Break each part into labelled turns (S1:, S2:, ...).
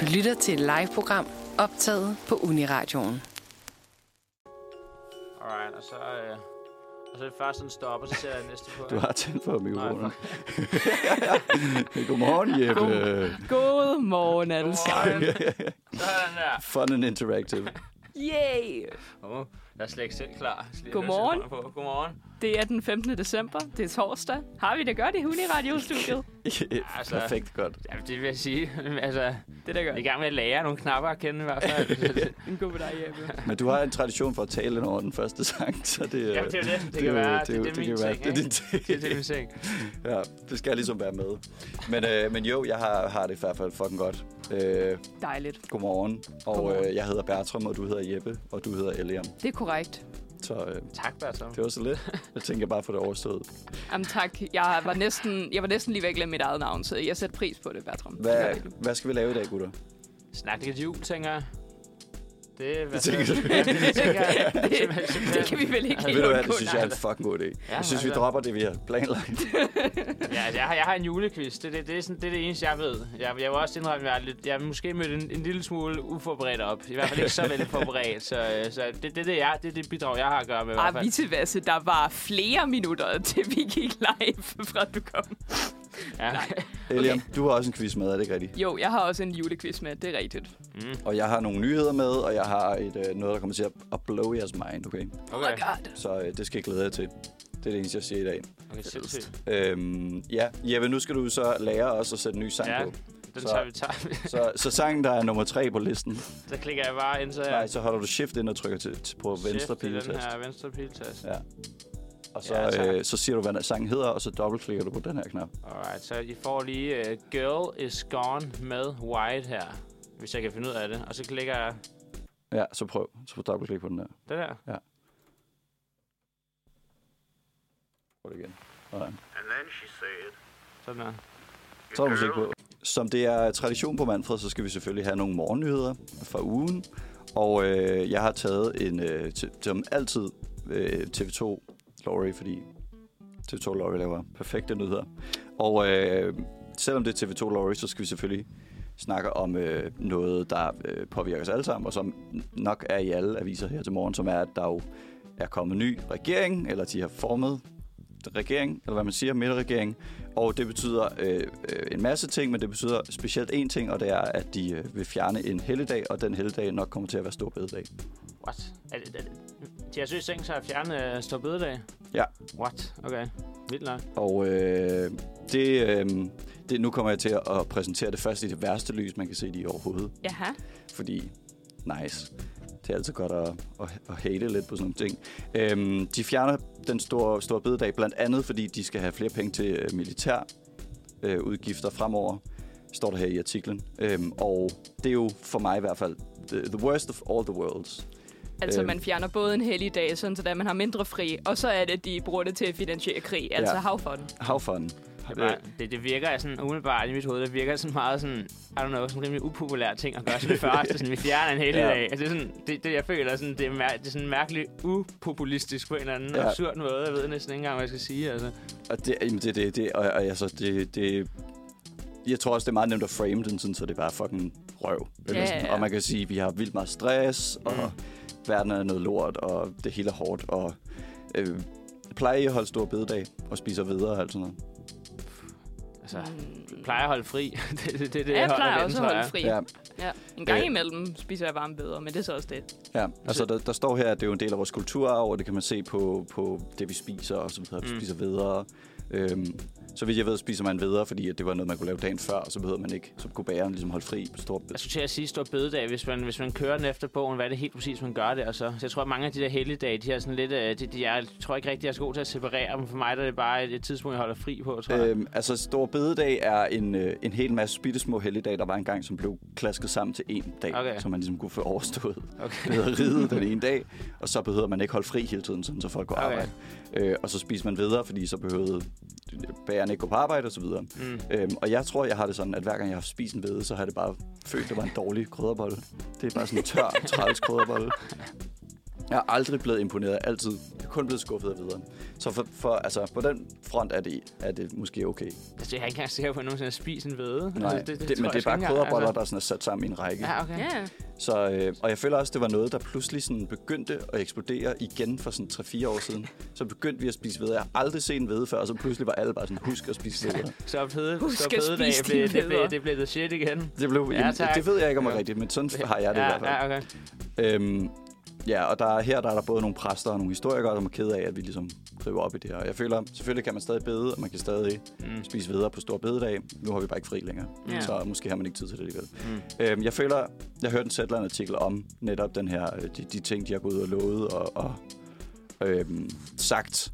S1: Du lytter til et live-program optaget på Uniradioen.
S2: Alright, og så, øh, og så er det først sådan stop, og så sætter jeg næste på.
S3: Du
S2: ikke?
S3: har tændt på mikrofonen.
S2: Nej,
S3: Godmorgen, Jeppe.
S4: God morgen alle sammen.
S2: Godmorgen. Sådan der.
S3: Fun and interactive.
S4: Yay!
S2: Oh, jeg er slet ikke selv klar. Jeg skal lige have
S4: Godmorgen.
S2: høretelefoner På. Godmorgen.
S4: Det er den 15. december. Det er torsdag. Har vi det godt i Huniradio-studiet?
S2: Altså.
S3: Perfekt godt.
S2: Ja, det vil jeg sige. altså,
S4: Det er da
S2: jeg er i
S4: godt.
S2: gang med at lære nogle knapper at kende i hvert fald.
S4: En god dag, Jeppe.
S3: Men du har en tradition for at tale ind over den første sang, så det, øh,
S2: Jamen, det er jo det. Det,
S3: det
S2: det
S3: er jo-
S2: kan være,
S3: det
S2: det,
S3: er jo-
S2: det, det
S3: det
S2: er min
S3: kan være-
S2: ting,
S3: det er
S2: ikke?
S3: din ting.
S2: Det er det, min ting.
S3: ja, det skal ligesom være med. Men, øh, men jo, jeg har, har det i hvert fald fucking godt. Øh,
S4: Dejligt.
S3: godmorgen. Og
S4: Godmorgen.
S3: øh, jeg hedder Bertram, og du hedder Jeppe, og du hedder Eliam.
S4: Det er korrekt.
S3: Så øh,
S2: Tak, Bertram.
S3: det var så lidt. Jeg tænker bare for det overstået.
S4: Jamen tak. Jeg var næsten, jeg var næsten lige ved at glemme mit eget navn, så jeg sætter pris på det, Bertram.
S3: Hvad, hvad skal vi lave i dag, gutter?
S2: Snak lidt jul, tænker jeg. Det er hvad
S3: Det tænker du?
S2: Ja, det tænker jeg. Simpelthen,
S4: Det, det kan vi vel ikke
S2: Ja,
S3: Ved
S4: helt
S3: du hvad,
S4: undgå.
S3: det synes jeg er en fucking god idé.
S2: Ja,
S3: Jeg synes, vi
S2: altså.
S3: dropper det, vi har planlagt.
S2: Ja, altså, jeg har, jeg har en julequiz. Det, det, det, er sådan, det er det eneste, jeg ved. Jeg, jeg vil også indrømme, at jeg, er lidt, jeg er måske mødt en, en lille smule uforberedt op. I hvert fald ikke så velforberedt. Så, øh, så det, det, er det, jeg, det er det bidrag, jeg har at gøre med. i hvert
S4: Ah,
S2: fald.
S4: vi til Vasse, der var flere minutter, til vi gik live, fra du kom.
S2: Ja.
S3: Eliam, du har også en quiz med, er det ikke rigtigt?
S4: Jo, jeg har også en julequiz med, det er rigtigt.
S3: Og jeg har nogle nyheder med, og jeg har et, øh, noget, der kommer til at, at blow jeres mind, okay?
S2: Okay.
S4: Oh God.
S3: Så øh, det skal jeg glæde jer til. Det er det eneste, jeg siger i dag.
S2: okay sindssygt.
S3: Øhm, ja, Jeppe, nu skal du så lære os at sætte en ny sang
S2: Ja,
S3: på.
S2: den
S3: Så-
S2: tager vi. Tager vi.
S3: Så, så sangen, der er nummer tre på listen,
S2: Så klikker jeg bare ind, så
S3: nej,
S2: jeg
S3: så holder du shift ind og trykker til, til på venstre
S2: til den
S3: piletast.
S2: her venstre piltast.
S3: Ja. Og så,
S2: Ja, tak.
S3: øh, så siger du, hvad sangen hedder, og så dobbeltklikker du på den her knap.
S2: Alright, så I får lige uh, Girl is Gone med White her. Hvis jeg kan finde ud af det. Og så klikker jeg
S3: Ja, så prøv. Så prøv dobbeltklik på den der.
S2: det der.
S3: Prøv det igen. Sådan.
S5: And then she said,
S2: Sådan der.
S3: Så er der musik på. Som det er tradition på Manfred, så skal vi selvfølgelig have nogle morgennyheder fra ugen. Og øh, jeg har taget en, øh, t- som altid, øh, TV2 Lorry, fordi TV2 Lorry laver perfekte nyheder. Og øh, selvom det er TV2 Lorry, så skal vi selvfølgelig snakke om øh, noget, der øh, påvirker os alle sammen, og som nok er i alle aviser her til morgen, som er, at der jo er kommet ny regering, eller de har formet regering, eller hvad man siger, midterregering. Og det betyder øh, øh, en masse ting, men det betyder specielt én ting, og det er, at de øh, vil fjerne en helligdag, og den helligdag nok kommer til at være stor bededag.
S2: What? Er det, er det, de har søgt tænkt sig at fjerne uh, Storbededag?
S3: Ja.
S2: What? Okay. Vildt nok.
S3: Og øh, det, øh, det, nu kommer jeg til at, at præsentere det først i det værste lys, man kan se det i overhovedet.
S4: Jaha.
S3: fordi nice. Det er altid godt at, at, at hate lidt på sådan nogle ting. Øhm, de fjerner den store, store bededag, blandt andet fordi de skal have flere penge til øh, militær øh, udgifter fremover, står der her i artiklen. Øhm, og det er jo for mig i hvert fald the, the worst of all the worlds.
S4: Altså,
S3: Øhm.
S4: man fjerner både en hellig dag, sådan så at man har mindre fri, og så er det, at de bruger det til at finansiere krig, altså
S3: Ja.
S4: ja. havfonden.
S3: How fun.
S2: Det, bare, det, det virker sådan umiddelbart i mit hoved, det virker sådan meget sådan, I don't know, sådan rimelig upopulær ting at gøre som det første, sådan vi fjerner en hel
S3: Ja.
S2: ja. dag. Altså, det er sådan, det, det jeg føler, sådan, det, er mær- det er sådan mærkeligt upopulistisk på en eller anden
S3: Ja.
S2: ja. absurd måde, jeg ved næsten ikke engang, hvad jeg skal sige, altså.
S3: Og det, jamen det, det, det, og, og altså, det, det, jeg tror også, det er meget nemt at frame den, sådan, så det er bare fucking røv. Eller
S4: Ja,
S3: sådan.
S4: ja, Mm. ja.
S3: Og man kan sige, at vi har vildt meget stress, og verden er noget lort, og det hele er hårdt, og øh, plejer I at holde stor bededag og spiser videre og alt sådan noget.
S2: Altså, jeg plejer at holde fri. det, det, det, det,
S4: Mm. Ja, jeg plejer
S2: holder
S4: også
S2: ved,
S4: at
S2: tror
S4: holde
S2: jeg.
S4: fri.
S3: Ja,
S4: Ja. Ja. En gang
S3: Øh.
S4: imellem spiser jeg varme bedre, men det er så også det.
S3: ja. Altså, der, der står her, at det er jo en del af vores kulturarv, og det kan man se på, på det, vi spiser og så videre. Vi
S2: Mm.
S3: spiser videre. Øhm, så vidt jeg ved, spiser man videre, fordi at det var noget, man kunne lave dagen før, og så behøvede man ikke, så kunne bæren ligesom holde fri på stor
S2: Jeg
S3: bededag.
S2: skulle til at sige stor bededag, hvis man, hvis man kører den efter bogen, hvad er det helt præcis, man gør det? Og så, så jeg tror, at mange af de der helligdage, de er sådan lidt, øh, de, de er, jeg tror ikke rigtig, jeg er så god til at separere dem. For mig der er det bare et, et tidspunkt, jeg holder fri på, tror jeg.
S3: Øhm, altså, Stor Bededag er en, øh, en hel masse bittesmå helligdage, der var engang, som blev klasket sammen til en dag,
S2: Okay.
S3: så man ligesom kunne få overstået
S2: Okay.
S3: bederiet den ene dag, og så behøver man ikke holde fri hele tiden, sådan, så folk går okay.
S2: Okay.
S3: arbejde. Øh, og så spiser man videre, fordi så behøvede bageren ikke gå på arbejde osv. Mm. Øhm, og jeg tror, jeg har det sådan, at hver gang jeg har spist en hvede, så har det bare følt, at det var en dårlig krydderbolle. Det er bare sådan en tør, træls krydderbolle. Jeg er aldrig blevet imponeret, altid kun blevet skuffet af videre. Så for, for, altså, på den front er det, er det måske okay.
S2: Altså, jeg er ikke engang sikker på, at jeg nogensinde har spist en hvede.
S3: Nej,
S2: altså,
S3: det, det, det,
S2: tror
S3: men det er
S2: jeg
S3: bare
S2: sgu ikke engang, altså.
S3: krydderboller, der sådan er sat sammen i en række.
S2: Ja, okay.
S4: Ja.
S3: Så, øh, og jeg føler også, det var noget, der pludselig sådan begyndte at eksplodere igen for sådan 3-4 år siden. Så begyndte vi at spise ved. Jeg har aldrig set en hvede før, og så pludselig var alle bare sådan, husk at spise ved.
S2: Så op hede,
S4: Husk
S2: så op
S4: at
S2: hede dag,
S4: spise
S2: blev,
S4: dine
S2: det, blev,
S4: hveder.
S2: det blev the shit igen.
S3: Det, blev,
S2: Ja,
S3: jamen,
S2: tak.
S3: det ved jeg ikke, om er
S2: Ja.
S3: rigtigt, men sådan har jeg det i hvert fald.
S2: Ja, okay.
S3: Øhm, ja, og der, her der er der både nogle præster og nogle historikere, som er ked af, at vi ligesom driver op i det her. Jeg føler, selvfølgelig kan man stadig bede, og man kan stadig mm. spise videre på stor bededag. Nu har vi bare ikke fri længere,
S4: Ja.
S3: så måske har man ikke tid til det alligevel. Mm. Øhm, jeg føler, jeg hørte en Zetland-artikel om netop den her, øh, de, de ting, de har gået ud og lovet og, og øhm, sagt,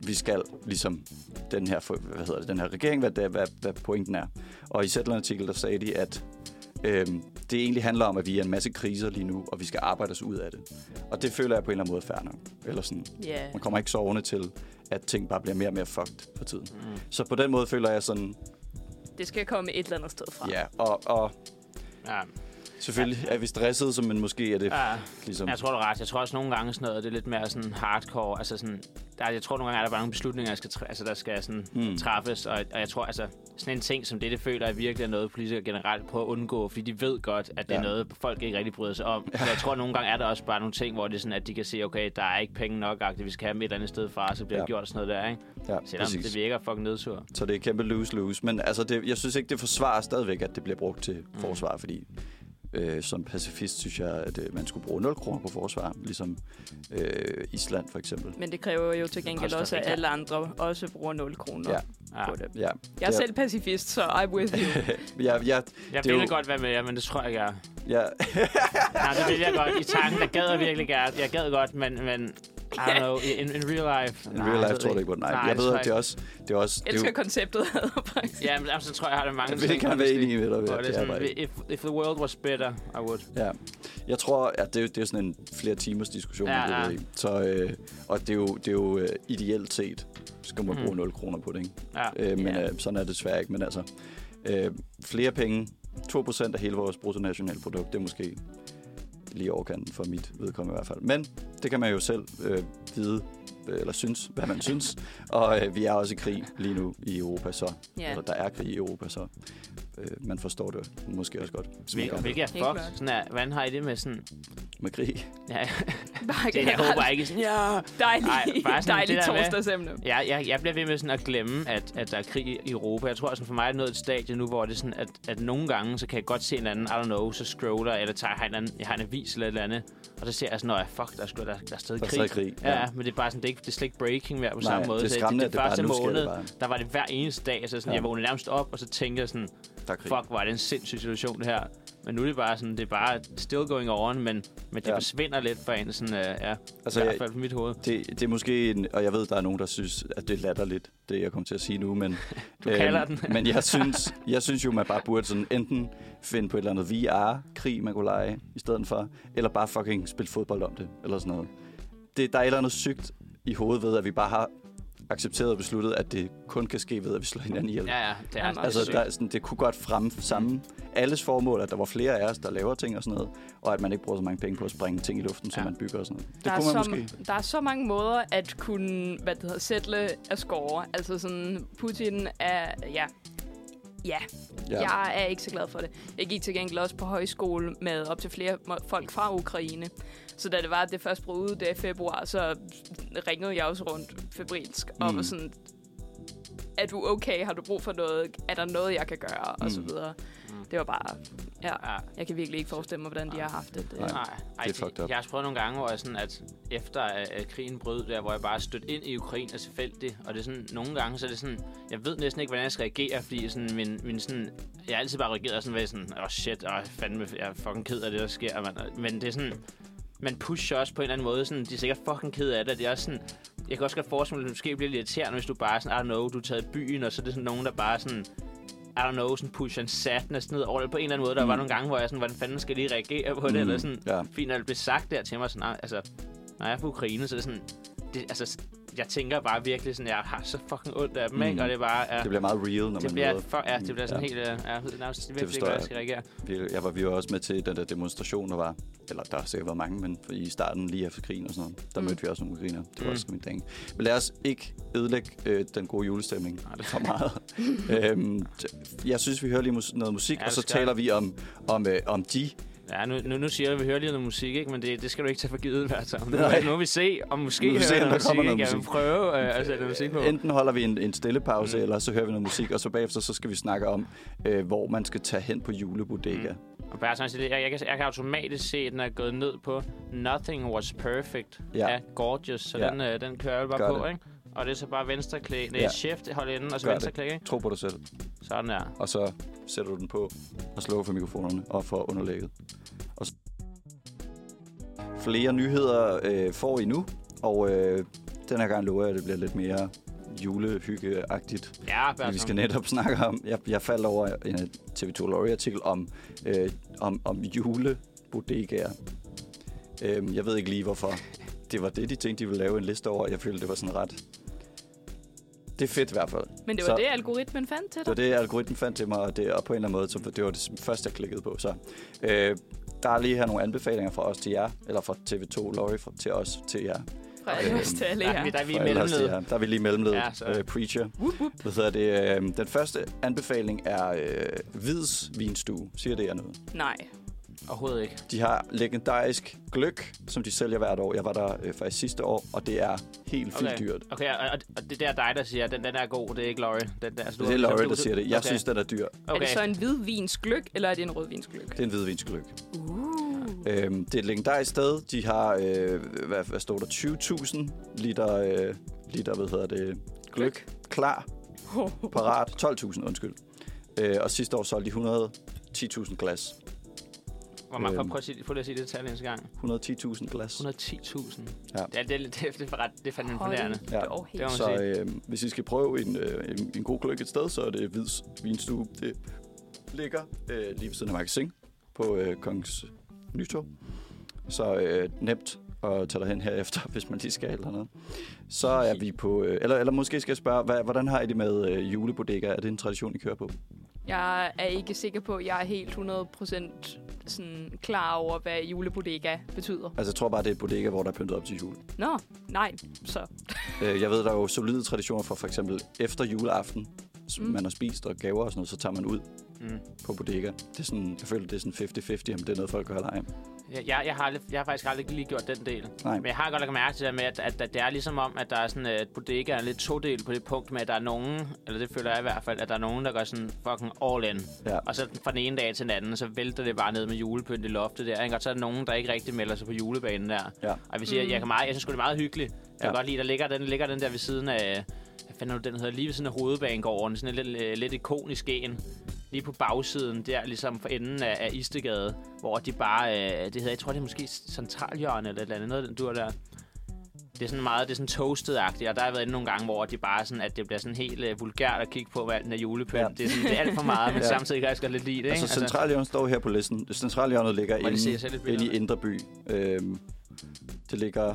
S3: vi skal ligesom den her, for- hvad hedder det, den her regering, hvad, det, hvad, hvad pointen er. Og i Zetland-artikel, der sagde de, at øhm, det egentlig handler om, at vi er en masse kriser lige nu, og vi skal arbejde os ud af det. Og det føler jeg på en eller anden måde er fair nok. Eller sådan,
S4: Yeah.
S3: man kommer ikke sovende til, at ting bare bliver mere og mere fucked for tiden. Mm. Så på den måde føler jeg sådan,
S4: Det skal komme et eller andet sted fra.
S3: ja, og, og
S2: Ja.
S3: selvfølgelig er vi stressede, som men måske er det
S2: Ja.
S3: ligesom...
S2: Jeg tror, du er ret. Jeg tror også nogle gange sådan noget, det er lidt mere sådan hardcore. Altså sådan, der, jeg tror nogle gange, er der bare nogle beslutninger, der skal, tr- altså, der skal sådan, mm.
S3: Hmm.
S2: træffes. Og, og, jeg tror, altså, sådan en ting som det, det føler jeg virkelig er noget, politikere generelt prøver at undgå. Fordi de ved godt, at det ja.
S3: Ja.
S2: er noget, folk ikke rigtig bryder sig om. Så jeg tror, nogle gange er der også bare nogle ting, hvor det er sådan, at de kan se, okay, der er ikke penge nok, agtigt, vi skal have dem et eller andet sted fra, så bliver
S3: Ja.
S2: ja. gjort sådan noget der, ikke?
S3: ja,
S2: Selvom Præcis. det virker fucking nedtur.
S3: Så det er kæmpe lose-lose. Men altså, det, jeg synes ikke, det forsvarer stadigvæk, at det bliver brugt til forsvar, fordi øh, som pacifist synes jeg, at øh, man skulle bruge 0 kroner på forsvar, ligesom øh, Island for eksempel.
S4: Men det kræver jo til gengæld
S2: Costa
S4: også, at
S2: Rica.
S4: alle andre også bruger 0 kroner
S3: Ja.
S4: på det.
S3: Ja,
S4: Jeg er selv pacifist, så I'm with you.
S3: Jeg, jeg,
S2: Jeg
S3: det er
S2: ville
S3: jo-
S2: godt være med jer, men det tror jeg ikke, jeg er.
S3: jeg,
S2: Nej, det ville jeg godt. I tanken, der gad jeg virkelig gerne. Jeg gad godt, men... men I don't know, in, in real life...
S3: I real life tror jeg ikke på den. Nej, jeg ved, at det er også... Det er også
S4: Jeg
S3: det er
S4: elsker
S3: jo,
S4: konceptet faktisk.
S2: Ja, men jamen, så tror jeg, jeg har det mange
S3: jeg vil ikke gerne være enig med dig. ved,
S2: Hvor
S3: at
S2: det er
S3: det er bare
S2: sådan,
S3: ikke.
S2: if, if the world was better, I would.
S3: Ja. Jeg tror, at det, er jo- det er sådan en flere timers diskussion,
S2: Ja,
S3: ja, ja.
S2: ja.
S3: i. Så, øh, og det er jo, det er jo øh, ideelt set, skal man bruge 0 kroner på det, ikke?
S2: Ja.
S3: Øh, men
S4: Ja.
S3: øh, sådan er det desværre ikke. Men altså, øh, flere penge. 2% af hele vores bruttonationalprodukt, det er måske lige overkanten for mit vedkommende i hvert fald. Men det kan man jo selv øh, vide, øh, eller synes, hvad man synes. Og øh, vi er også i krig lige nu i Europa, så.
S4: Ja.
S3: Eller der er krig i Europa, så. Øh, man forstår det måske også godt. hvis man
S2: Hvil-
S3: gerne vil.
S2: Hvilket er
S4: Helt
S2: fucked.
S4: klart.
S2: Sådan er, hvordan har I det med sådan...
S3: Med krig.
S2: Ja,
S4: Bare
S2: det, jeg håber ikke sådan... Ja.
S4: Dejlig,
S2: Ej, bare sådan
S4: dejlig
S2: det der med-
S4: torsdagsemne.
S2: Jeg, jeg, jeg bliver ved med sådan at glemme, at, at der er krig i Europa. Jeg tror, sådan for mig er det nået et stadie nu, hvor det er sådan, at, at nogle gange, så kan jeg godt se en eller anden, I don't know, så scroller, eller tager, har en eller anden, jeg har en avis eller et eller andet, og så ser jeg sådan, at fuck, der er, sgu, der, der er stadig
S3: Der er
S2: krig.
S3: stadig krig,
S2: Ja.
S3: ja.
S2: ja, men det er bare sådan, det er, ikke, det er slet ikke breaking mere på
S3: Nej,
S2: samme måde.
S3: det er
S2: Så
S3: skræmmende,
S2: det,
S3: at det bare-
S2: første
S3: nu sker det
S2: måned,
S3: bare.
S2: der var det hver eneste dag, så sådan,
S3: Ja.
S2: ja. jeg vågnede nærmest op, og så tænkte jeg sådan,
S3: Der er krig.
S2: fuck, hvor er det en sindssyg situation det her. Men nu er det bare sådan, det er bare still going on, men, men det
S3: Ja.
S2: ja. forsvinder lidt for en, sådan, øh, ja,
S3: Altså,
S2: altså, i
S3: jeg-
S2: hvert fald på mit hoved.
S3: Det, det er måske en, og jeg ved, der er nogen, der synes, at det latter lidt, det jeg kommer til at sige nu, men... øhm,
S2: Du kalder den.
S3: men jeg synes, jeg synes jo, man bare burde sådan enten finde på et eller andet VR-krig, man kunne lege i stedet for, eller bare fucking spille fodbold om det, eller sådan noget. Det, der er et eller andet sygt i hovedet ved, at vi bare har accepteret og besluttet, at det kun kan ske ved, at vi slår hinanden ihjel.
S2: Ja, ja, det er
S4: Jamen,
S3: Altså,
S2: sygt.
S3: der, er sådan, det kunne godt fremme samme alles formål, at der var flere af os, der laver ting og sådan noget, og at man ikke bruger så mange penge på at springe ting i luften, som
S2: Ja.
S3: man bygger og sådan noget. Det
S4: Der er,
S3: kunne man
S4: så,
S3: måske.
S4: der er så mange måder at kunne, hvad det hedder, sætte af score. Altså sådan, Putin er, ja, ja,
S3: Ja.
S4: ja, jeg er ikke så glad for det. Jeg gik til gengæld også på højskole med op til flere mo- folk fra Ukraine. Så da det var, at det først brød ud der i februar, så ringede jeg også rundt febrilsk og
S3: Mm.
S4: var sådan, er du okay? Har du brug for noget? Er der noget, jeg kan gøre? Og så
S3: Mm.
S4: videre. Det var bare, ja,
S2: Ja.
S4: jeg kan virkelig ikke forestille mig, hvordan de har haft det.
S3: Nej.
S4: det.
S2: Nej, ej,
S3: Det er fucked up.
S2: Jeg har også prøvet nogle gange, hvor jeg sådan, at efter at, at krigen brød der, hvor jeg bare stødte ind i Ukraine og tilfældigt, og det er sådan, nogle gange, så er det sådan, jeg ved næsten ikke, hvordan jeg skal reagere, fordi sådan, min, min sådan, jeg har altid bare reageret sådan, ved sådan, åh oh shit, åh, fandme, jeg er fucking ked af det, der sker, man. men det er sådan, man pusher også på en eller anden måde, sådan, de er sikkert fucking ked af det, og det er også sådan, jeg kan også godt forestille mig, at det måske bliver lidt irriterende, hvis du bare er sådan, I don't know, du er taget i byen, og så er det sådan nogen, der bare sådan, I don't know, sådan pusher en sadness ned over det på en eller anden måde. Der mm. var nogle gange, hvor jeg sådan, hvordan fanden skal jeg lige reagere på det,
S3: Mm,
S2: mm. eller sådan,
S3: ja.
S2: fint, når det blev sagt der til mig, sådan, "Nej, altså, når jeg er fra Ukraine, så er det sådan, det, altså, jeg tænker bare virkelig sådan, jeg har så fucking ondt af dem, ikke? Og det er bare... Ja,
S3: Mm. Det bliver meget real, når
S2: det
S3: man
S2: bliver,
S3: møder.
S2: fuck, ja, det bliver sådan
S3: Ja.
S2: helt... øh, Ja, jeg ved nærmest virkelig ikke,
S3: forstår
S2: hvordan jeg
S3: jeg. helt...
S2: skal reagere.
S3: Vi, jeg var, vi var også med til den der demonstration, der var, eller der har sikkert været mange, men i starten lige efter krigen og sådan noget, der
S4: Mm.
S3: mm. mødte vi også nogle ukrainer. Det var
S2: Mm.
S3: mm. også min dang. Men lad os ikke ødelægge øh, den gode julestemning
S2: Nej, det-
S3: for meget. øhm, t- jeg synes, vi hører lige mus- noget musik,
S2: Ja,
S3: ja, og
S2: det
S3: så
S2: skal.
S3: taler vi om, om, øh, om de.
S2: Ja, nu, nu, nu siger jeg, at vi hører lige noget musik, ikke? men det, det skal du ikke tage for givet hvert sammen. Nu,
S3: Nej.
S2: nu må vi se, og måske
S3: Nu må vi se,
S2: hører
S3: om
S2: noget
S3: der kommer
S2: musik. Noget
S3: noget
S2: Jeg vil
S3: musik.
S2: prøve øh, at sætte noget musik på.
S3: Enten holder vi en, en stille pause,
S2: Mm.
S3: mm. eller så hører vi noget musik, og så bagefter så skal vi snakke om, øh, hvor man skal tage hen på julebodega. Mm.
S2: Og bare sådan, jeg, jeg, kan, jeg kan automatisk se, at den er gået ned på Nothing Was Perfect ja.
S3: Ja.
S2: af Gorgeous. Så ja.
S3: Ja.
S2: den, øh, den kører jeg bare
S3: Gør
S2: på,
S3: det.
S2: ikke? Og det er så bare venstre klik. Nej, ja.
S3: Ja.
S2: shift, hold inden, og så
S3: Gør
S2: venstre
S3: det.
S2: klik, ikke?
S3: Tro på dig selv,
S2: Sådan der.
S3: og så sætter du den på og slukker for mikrofonerne og for underlægget. Og så Flere nyheder øh, får I nu, og øh, den her gang lover jeg, at det bliver lidt mere julehyggeagtigt.
S2: Ja,
S3: Men
S2: bare
S3: Vi skal netop snakke om, jeg, jeg faldt over en øh, TV2 Lorry-artikel om, øh, om, om julebodegaer. Øhm, jeg ved ikke lige, hvorfor. Det var det, de tænkte, de ville lave en liste over. Jeg følte, det var sådan ret... Det er fedt i hvert fald.
S4: Men det var
S3: Så-
S4: det, algoritmen fandt til
S3: Det var
S4: dig.
S3: det, algoritmen fandt til mig, og, det, og på en eller anden måde, så det var det første, jeg klikkede på. Så, øh, der er lige her nogle anbefalinger fra os til jer, eller fra TV2 Lorry fra, til os til jer.
S4: Fra alle os til alle
S2: Der, er
S4: jer.
S2: vi- der er vi i
S3: Fra alle os til
S2: mellemled.
S3: jer. Der er vi lige mellemledet.
S2: Ja,
S3: Ja,
S2: så-
S3: øh, preacher. Hvad hedder det? Øh, den første anbefaling er øh, Hvids Vinstue. Siger det jer noget?
S4: Nej.
S2: Overhovedet ikke.
S3: De har legendarisk gløk, som de sælger hvert år. Jeg var der øh, faktisk sidste år, og det er helt vildt
S2: Okay.
S3: dyrt.
S2: Okay, og, og- og det der er dig, der siger, at den, den er god, det er ikke Laurie. Den, der, altså,
S3: Det er Laurie,
S2: du-
S3: der siger det. Jeg
S2: okay.
S3: synes, den er dyr.
S2: okay.
S4: Er det så en hvidvinsgløk, eller er det en rødvinsgløk?
S3: Det er en hvidvinsgløk.
S4: Uh.
S3: Øhm, det er et legendarisk sted. De har, øh, hvad, hvad står der, 20.000 liter, øh, liter, hvad hedder det, gløk, klar, parat, 12.000, undskyld. Øh, og sidste år solgte de 110.000 glas.
S2: Hvor man,
S3: Øhm.
S2: prøv, at sige, prøv lige at sige det tal en gang.
S3: 110.000 glas.
S2: 110.000.
S3: Ja.
S2: Ja, det, er, det, er, det, er, ret- det er fandme imponerende.
S4: Hold
S3: Ja.
S4: da op, helt.
S2: Det var-
S3: Så øh, hvis I skal prøve en, øh, en, en god gløk et sted, så er det Hvids Vinstue. Det ligger øh, lige ved siden af Magasin på øh, Kongens Nytorv. Så øh, nemt at tage dig hen herefter, hvis man lige skal eller noget. Så er vi på... Øh, eller, eller måske skal jeg spørge, hvad, hvordan har I det med øh, julebodega? Er det en tradition, I kører på?
S4: Jeg er ikke sikker på, at jeg er helt 100% sådan klar over, hvad julebodega betyder.
S3: Altså, jeg tror bare, det er et bodega, hvor der er pyntet op til jul.
S4: Nå, nej, så.
S3: Øh, jeg ved, der er jo solide traditioner for for eksempel efter juleaften, som
S4: Mm.
S3: mm. man har spist og gaver og sådan noget, så tager man ud
S2: Mm.
S3: på bodega. Det er sådan, jeg føler, det er sådan 50-50, om det er noget, folk gør eller ej.
S2: Jeg, jeg, jeg, har aldrig, jeg har faktisk aldrig lige gjort den del.
S3: Nej.
S2: Men jeg har godt lagt mærke til det med, at, at, at det er ligesom om, at der er sådan, øh, at bodega er lidt todel på det punkt med, at der er nogen, eller det føler jeg i hvert fald, at der er nogen, der går sådan fucking all in.
S3: Ja.
S2: Og så fra den ene dag til den anden, så vælter det bare ned med julepynt i loftet der, ikke? og så er der nogen, der ikke rigtig melder sig på julebanen der.
S3: Ja.
S2: Og vi siger, jeg, kan meget, jeg synes sgu, det er meget hyggeligt. Jeg kan
S3: Ja.
S2: godt lide, der ligger den, ligger den der ved siden af, hvad fanden er det, den hedder, lige ved siden af hovedbanegården, sådan en lidt, øh, lidt ikonisk en. Lige på bagsiden der, ligesom for enden af, af Istegade, hvor de bare, øh, det hedder, jeg tror det er måske centralhjørne eller et eller andet, noget af den dur der. Det er sådan meget, det er sådan toasted-agtigt, og der har jeg været inde nogle gange, hvor de bare sådan, at det bliver sådan helt øh, vulgært at kigge på, hvad den er julepynt. Ja.
S3: Ja.
S2: Det er sådan, det er alt for meget, men ja.
S3: Ja.
S2: samtidig kan jeg også godt lidt lide det,
S3: Altså,
S2: ikke?
S3: centralhjørnet står her på listen. Centralhjørnet ligger
S2: Må jeg lige se, jeg ser
S3: inde,
S2: lidt
S3: inde
S2: billederne.
S3: i Indre By. Øhm, det ligger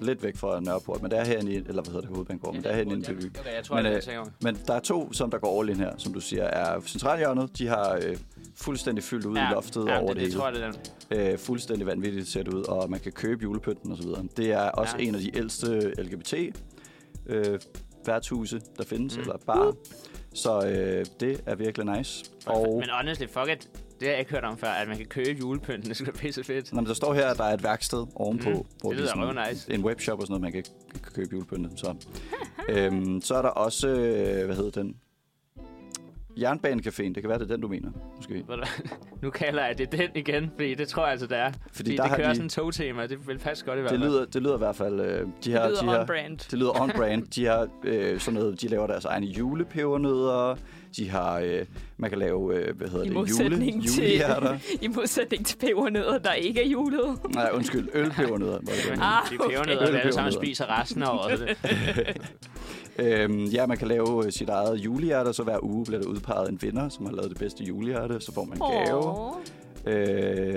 S3: lidt væk fra Nørreport, men der er herinde i, eller hvad hedder det, Hovedbanegården, men der er herinde i Indre By.
S2: Okay, jeg tror,
S3: Men,
S2: det er
S3: øh,
S2: det, jeg tænker.
S3: Men der er to, som der går all in her, som du siger, er centralhjørnet. De har øh, fuldstændig fyldt ud ja. i loftet ja, over
S2: det,
S3: det, det hele.
S2: tror jeg, det er den.
S3: øh, fuldstændig vanvittigt ser det ud, og man kan købe julepynten osv. Det er også
S2: Ja.
S3: ja. en af de ældste LGBT øh, værtshuse, der findes, mm. eller bar. Så øh, det er virkelig nice. Og
S2: Men honestly, fuck it. Det har jeg ikke hørt om før, at man kan købe julepynten. Det skulle da pisse fedt.
S3: når der står her, at der er et værksted ovenpå,
S2: Mm.
S3: mm. hvor
S2: Det
S3: de
S2: lyder
S3: sådan,
S2: røvnice.
S3: en webshop og sådan noget, man kan k- k- købe julepynten. Så. øhm, så er der også, øh, hvad hedder den? Jernbanecaféen, det kan være, det er den, du mener, måske.
S2: Ved du hvad? Nu kalder jeg det den igen, fordi det tror jeg altså, det er. Fordi, fordi
S3: der
S2: det
S3: har
S2: kører
S3: de-
S2: sådan to temaer. Det vil passe godt i hvert
S3: Det
S2: fald.
S3: lyder, det lyder i hvert fald... Øh, de her,
S4: Det lyder
S3: de her,
S4: on-brand.
S3: Det lyder on-brand. De har øh, sådan noget, de laver deres egne julepebernødder. De har, øh, man kan lave, øh, hvad hedder
S4: I
S3: det, jule,
S4: modsætning til,
S3: julehjerter.
S4: i modsætning til pebernødder, der ikke er julet.
S3: Nej, undskyld, ølpebernødder. var det, jeg mente.
S4: Ah,
S2: De
S4: okay.
S2: pebernødder, okay. vi alle sammen
S3: Ølpebernødder.
S2: spiser resten af året. Det-
S3: Øhm, ja, man kan lave øh, sit eget julehjerte, så hver uge bliver der udpeget en vinder, som har lavet det bedste julehjerte, så får man en gave.
S4: Åh.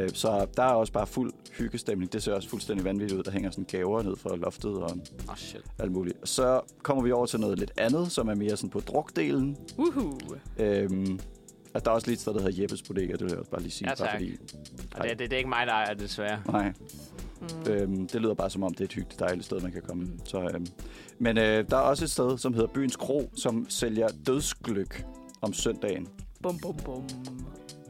S3: Øh, så der er også bare fuld hyggestemning. Det ser også fuldstændig vanvittigt ud. Der hænger sådan gaver ned fra loftet og
S2: Åh, oh, shit.
S3: alt muligt. Så kommer vi over til noget lidt andet, som er mere sådan på drukdelen.
S4: Uhu.
S3: Øhm, at der er også lige et sted, der hedder Jeppes Bodega, det vil jeg også bare lige sige.
S2: Ja,
S3: bare
S2: tak. Og det, det, det, er ikke mig, der ejer, det, desværre.
S3: Nej. Mm. Øhm, det lyder bare som om, det er et hyggeligt, dejligt sted, man kan
S2: Mm.
S3: komme. Så, øhm. Men øh, der er også et sted, som hedder Byens Kro, som sælger dødsgløk om søndagen.
S4: Bum, bum, bum.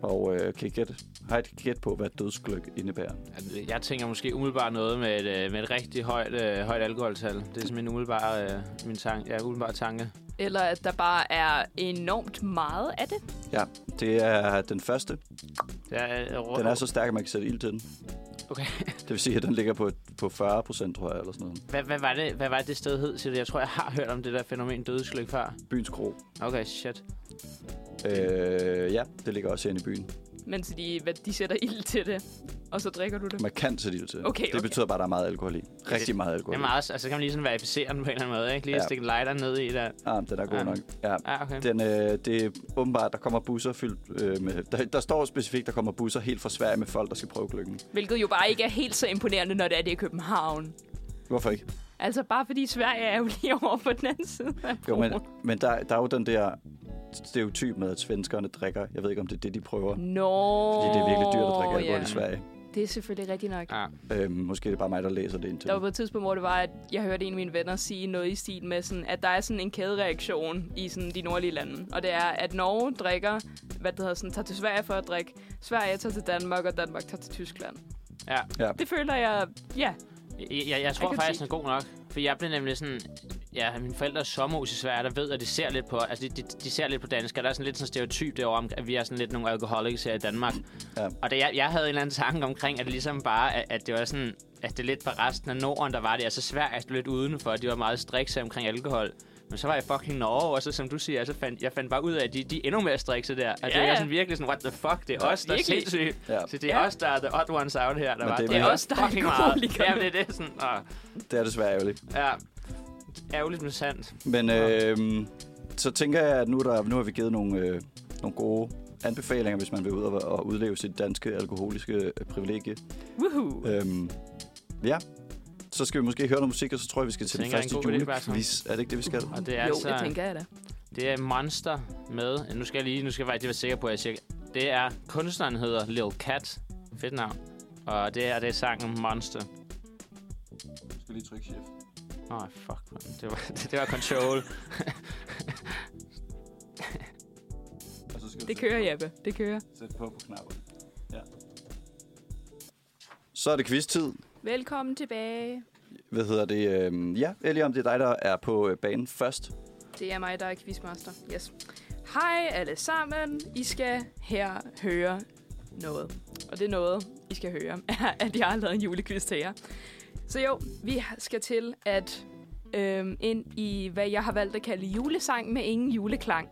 S3: Og øh, kan I gætte, har I et gæt på, hvad dødsgløk indebærer?
S2: Altså, Jeg tænker måske umiddelbart noget med et, øh, med et rigtig højt, øh, højt alkoholtal. Det er simpelthen umiddelbart øh, min tanke. Ja, umiddelbart tanke.
S4: Eller at der bare er enormt meget af det.
S3: Ja, det er den første.
S2: Ja, øh, rå-
S3: Den er så stærk, at man kan sætte ild til den.
S2: Okay.
S3: Det vil sige, at den ligger på, på 40 procent, tror jeg, eller sådan noget.
S2: Hvad, hvad, var det, hvad var det, det sted hed? siger du? Jeg tror, jeg har hørt om det der fænomen dødsgløk før.
S3: Byens Kro.
S2: Okay, shit.
S3: Øh, ja, det ligger også inde i byen.
S4: Men så de, hvad, de sætter ild til det, og så drikker du det.
S3: Man kan sætte ild til.
S4: Okay,
S3: Det
S4: okay.
S3: betyder bare, at der er meget alkohol i. Rigtig meget alkohol i.
S2: Jamen også, altså så kan man lige sådan verificere den på en eller anden måde, ikke? Lige
S3: Ja.
S2: ja. stikke en lighter ned i der.
S3: Ja, den er god
S2: Ja.
S3: nok. Ja.
S2: Ah, okay.
S3: Den, øh, det er åbenbart, der kommer busser fyldt øh, med... Der, der står specifikt, der kommer busser helt fra Sverige med folk, der skal prøve lykken.
S4: Hvilket jo bare ikke er helt så imponerende, når det er det i København.
S3: Hvorfor ikke?
S4: Altså bare fordi Sverige er jo lige over på den anden side af
S3: Jo, men,
S4: broen.
S3: men der, der er jo den der stereotyp med, at svenskerne drikker. Jeg ved ikke, om det er det, de prøver.
S4: Nå,
S3: Fordi det er virkelig dyrt at drikke alkohol
S4: ja.
S3: i Sverige.
S4: Det er selvfølgelig rigtigt nok.
S2: Ah.
S3: Øhm, måske er det bare mig, der læser det indtil.
S4: Der var på et tidspunkt, hvor det var, at jeg hørte en af mine venner sige noget i stil med, sådan, at der er sådan en kædereaktion i sådan, de nordlige lande. Og det er, at Norge drikker, hvad det hedder, sådan, tager til Sverige for at drikke, Sverige tager til Danmark, og Danmark tager til Tyskland.
S2: Ja.
S3: Ja.
S4: Det føler jeg, ja,
S2: Jeg, jeg, jeg tror
S4: kan
S2: faktisk,
S4: se-
S2: den er god nok. For jeg blev nemlig sådan... Ja, mine forældres sommerhus i Sverige, der ved, at de ser lidt på... Altså, de, de, de ser lidt på danskere. Der er sådan lidt sådan en stereotyp derovre, om, at vi er sådan lidt nogle alkoholiks her i Danmark.
S3: Ja.
S2: Og da jeg, jeg havde en eller anden tanke omkring, at det ligesom bare... At, at det var sådan... At det lidt for resten af Norden, der var det. Altså, Sverige stod lidt udenfor. De var meget strikse omkring alkohol. Men så var jeg fucking Norge, og så som du siger, så fandt, jeg fandt bare ud af, at de, de er endnu mere strikse der. Og ja. det
S4: Ja,
S2: er
S4: ja.
S2: sådan virkelig sådan, what the fuck, det er
S4: Ja,
S2: os, der er
S4: virkelig.
S2: sindssyge.
S3: Ja.
S2: Så det er
S4: Ja.
S2: os, der er the odd ones out her. Der
S3: Men
S2: var,
S3: det er
S2: det er
S3: vel-
S2: os, der er fucking meget.
S4: alkoholikerne.
S2: Jamen, det er det sådan, og,
S3: Det er desværre ærgerligt.
S2: Ja. Ærgerligt, men sandt.
S3: Men øh, så tænker jeg, at nu, er der, nu har vi givet nogle, øh, nogle gode anbefalinger, hvis man vil ud og, og udleve sit danske alkoholiske øh, privilegie.
S4: woohoo.
S3: Øhm, ja, så skal vi måske høre noget musik, og så tror jeg, vi skal til den
S2: tænker,
S3: første
S2: en god idé,
S3: julequiz. Er det ikke det, vi skal?
S2: Og det er
S4: jo,
S2: altså...
S4: det tænker jeg da.
S2: Det er Monster med... Nu skal jeg lige... Nu skal jeg faktisk lige være sikker på, at jeg siger... Det er... Kunstneren hedder Lil Cat. Fedt navn. Og det er, det er sangen Monster.
S3: skal lige trykke chef.
S2: Åh, oh, fuck, man. Det var, det var Control.
S4: Det kører, Jeppe. Det kører.
S3: Sæt på på knapperne. Ja. Så er det quiz-tid.
S4: Velkommen tilbage.
S3: Hvad hedder det? Øhm, ja, Eliam, det er dig, der er på øh, banen først.
S4: Det er mig, der er quizmaster. Yes. Hej alle sammen. I skal her høre noget. Og det er noget, I skal høre, er, at jeg har lavet en julequiz til jer. Så jo, vi skal til at øhm, ind i, hvad jeg har valgt at kalde julesang med ingen juleklang.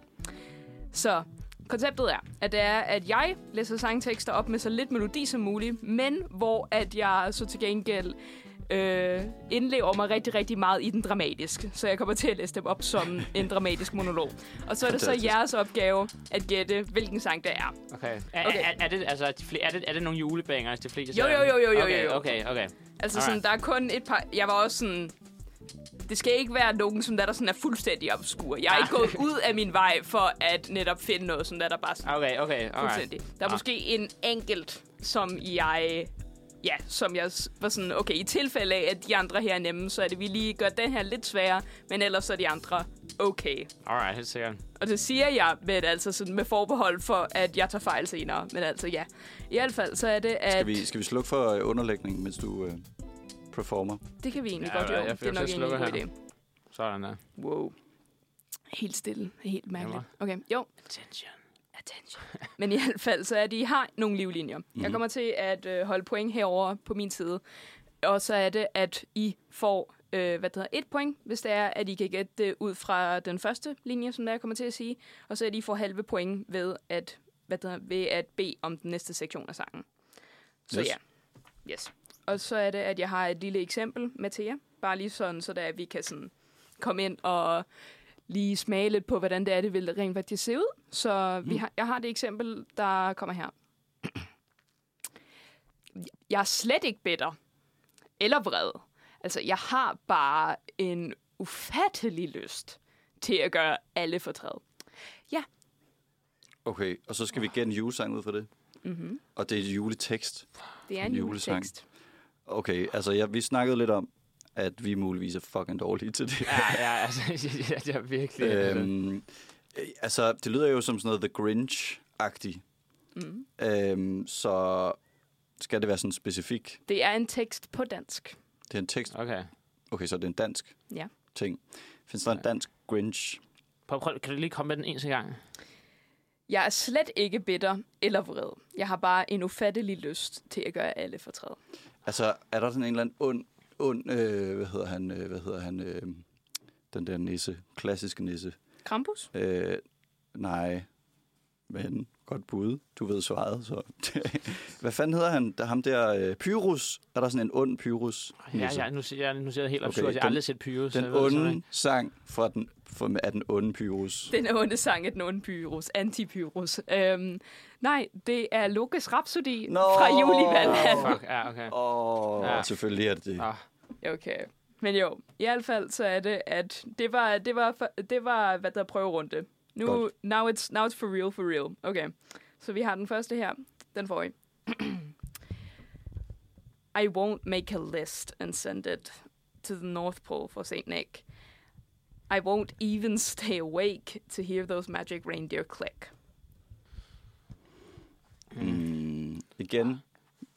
S4: Så konceptet er, at det er, at jeg læser sangtekster op med så lidt melodi som muligt, men hvor at jeg så til gengæld øh, indlever mig rigtig, rigtig meget i den dramatisk. Så jeg kommer til at læse dem op som en dramatisk monolog. Og så er det så
S3: Fantastisk.
S4: jeres opgave at gætte, hvilken sang det er.
S2: Okay. Er,
S4: Okay.
S2: okay. Er, er, det, altså, er, de fle, er, det, er det nogle julebanger, altså, de fleste?
S4: Jo, jo, jo, jo, jo,
S2: okay,
S4: jo.
S2: Okay, okay.
S4: Altså sådan,
S2: Alright.
S4: der er kun et par... Jeg var også sådan... Det skal ikke være nogen, som der, der sådan er fuldstændig obskur. Jeg er ikke gået ud af min vej for at netop finde noget, som der, der bare sådan
S2: Okay, okay,
S4: er
S2: alright.
S4: fuldstændig. Der er
S2: Ah.
S4: måske en enkelt, som jeg... Ja, som jeg s- var sådan, okay, i tilfælde af, at de andre her er nemme, så er det, vi lige gør den her lidt sværere, men ellers er de andre okay.
S2: Alright, helt sikkert.
S4: Og det siger jeg med, altså sådan med forbehold for, at jeg tager fejl senere. Men altså, ja. I hvert fald, så er det, at...
S3: Skal vi, skal vi slukke for øh, underlægningen, mens du øh, performer?
S4: Det kan vi egentlig
S2: Ja,
S4: godt
S2: jeg føler,
S4: jo. Det er nok
S2: jeg
S4: egentlig en
S2: slukker
S4: god
S2: her.
S4: idé.
S2: Sådan der.
S4: Wow. Helt stille. Helt mærkeligt. Okay, jo.
S2: Attention.
S4: Attention. Men i hvert fald, så er de har nogle livlinjer. Mm-hmm.
S2: Mhm.
S4: Jeg kommer til at øh, holde point herover på min side. Og så er det, at I får øh, hvad det hedder, et point, hvis det er, at I kan gætte det ud fra den første linje, som jeg kommer til at sige. Og så er de får halve point ved at, hvad det hedder, ved at bede om den næste sektion af sangen. Så
S3: Yes.
S4: yes. ja. Yes. Og så er det, at jeg har et lille eksempel med til jer. Bare lige sådan, så der, at vi kan sådan komme ind og lige smage lidt på, hvordan det er, det vil rent faktisk se ud. Så vi har, jeg har det eksempel, der kommer her. jeg er slet ikke bitter eller vred. Altså, jeg har bare en ufattelig lyst til at gøre alle fortræd. Ja,
S3: Okay, og så skal vi gætte en julesang ud fra det. Mm-hmm. Og det er et juletekst.
S4: det er en
S3: En julesang.
S4: juletekst.
S3: Okay, altså jeg, vi snakkede lidt om, at vi muligvis er fucking dårlige til det.
S2: Ja, ja, altså, jeg, jeg, jeg virkelig... altså.
S3: øhm, øh, altså, det lyder jo som sådan noget The Grinch-agtigt. Mm. Øhm, så skal det være sådan specifik.
S4: Det er en tekst på dansk.
S3: Det er en tekst.
S2: Okay.
S3: Okay, så det er en dansk
S4: Ja.
S3: ting. Findes der en dansk Grinch?
S2: Prøv, prøv, kan du lige komme med den eneste gang?
S4: Jeg er slet ikke bitter eller vred. Jeg har bare en ufattelig lyst til at gøre alle fortræd.
S3: Altså, er der sådan en eller anden ond, ond øh, hvad hedder han, øh, hvad hedder han, øh, den der nisse, klassiske nisse?
S4: Krampus?
S3: Øh, nej, men godt bud. Du ved svaret, så. Hvad fanden hedder han? Der, ham der øh, Pyrus. Er der sådan en ond Pyrus?
S2: Ja, ja, nu, siger- jeg, nu ser jeg helt
S3: Okay,
S2: absurd. jeg har
S3: den-
S2: aldrig set Pyro. så
S3: Den
S2: jeg ved det simpelthen
S3: onde
S2: ikke.
S3: sang fra den, fra, af den onde Pyrus.
S4: Den onde sang af den onde pyrus, antipyrus. Øhm, nej, det er Lokes Rhapsody
S3: Nå!
S4: no. fra Julivand.
S2: Fuck, ja, okay.
S3: Åh, oh,
S2: Ja.
S3: ja. selvfølgelig er det det.
S2: Ah,
S4: Okay. Men jo, i hvert fald så er det, at det var, det var, for- det var hvad der er prøverunde. Nu,
S3: Godt.
S4: now it's, now it's for real, for real. Okay. Så vi har den første her. Den får I. I won't make a list and send it to the North Pole for St. Nick. I won't even stay awake to hear those magic reindeer click.
S2: Ah,
S3: Mm, igen,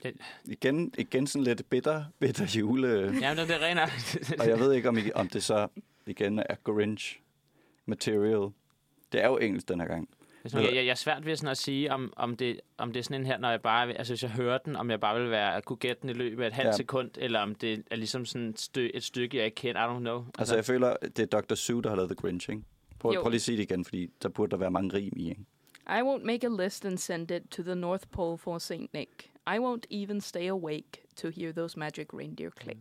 S2: det,
S3: igen, igen sådan lidt bitter, bitter jule.
S2: jamen, det, det er rent.
S3: Og jeg ved ikke, om, I, om det så igen er Grinch material. Det er jo engelsk den her gang.
S2: Det er sådan, Jeg, jeg, jeg er svært ved sådan at sige, om, om, det, om det er sådan en her, når jeg bare, altså hvis jeg hører den, om jeg bare vil være, at kunne gætte den i løbet af et halvt
S3: Ja.
S2: sekund, eller om det er ligesom sådan et, stø, et stykke, jeg ikke kender. I don't know.
S3: Altså, jeg føler, det er Dr. Sue, der har lavet The Grinch, ikke? Prøv,
S4: Jo.
S3: prøv lige at sige det igen, fordi der burde der være mange rim i, ikke?
S4: I won't make a list and send it to the North Pole for St. Nick. I won't even stay awake to hear those magic reindeer click.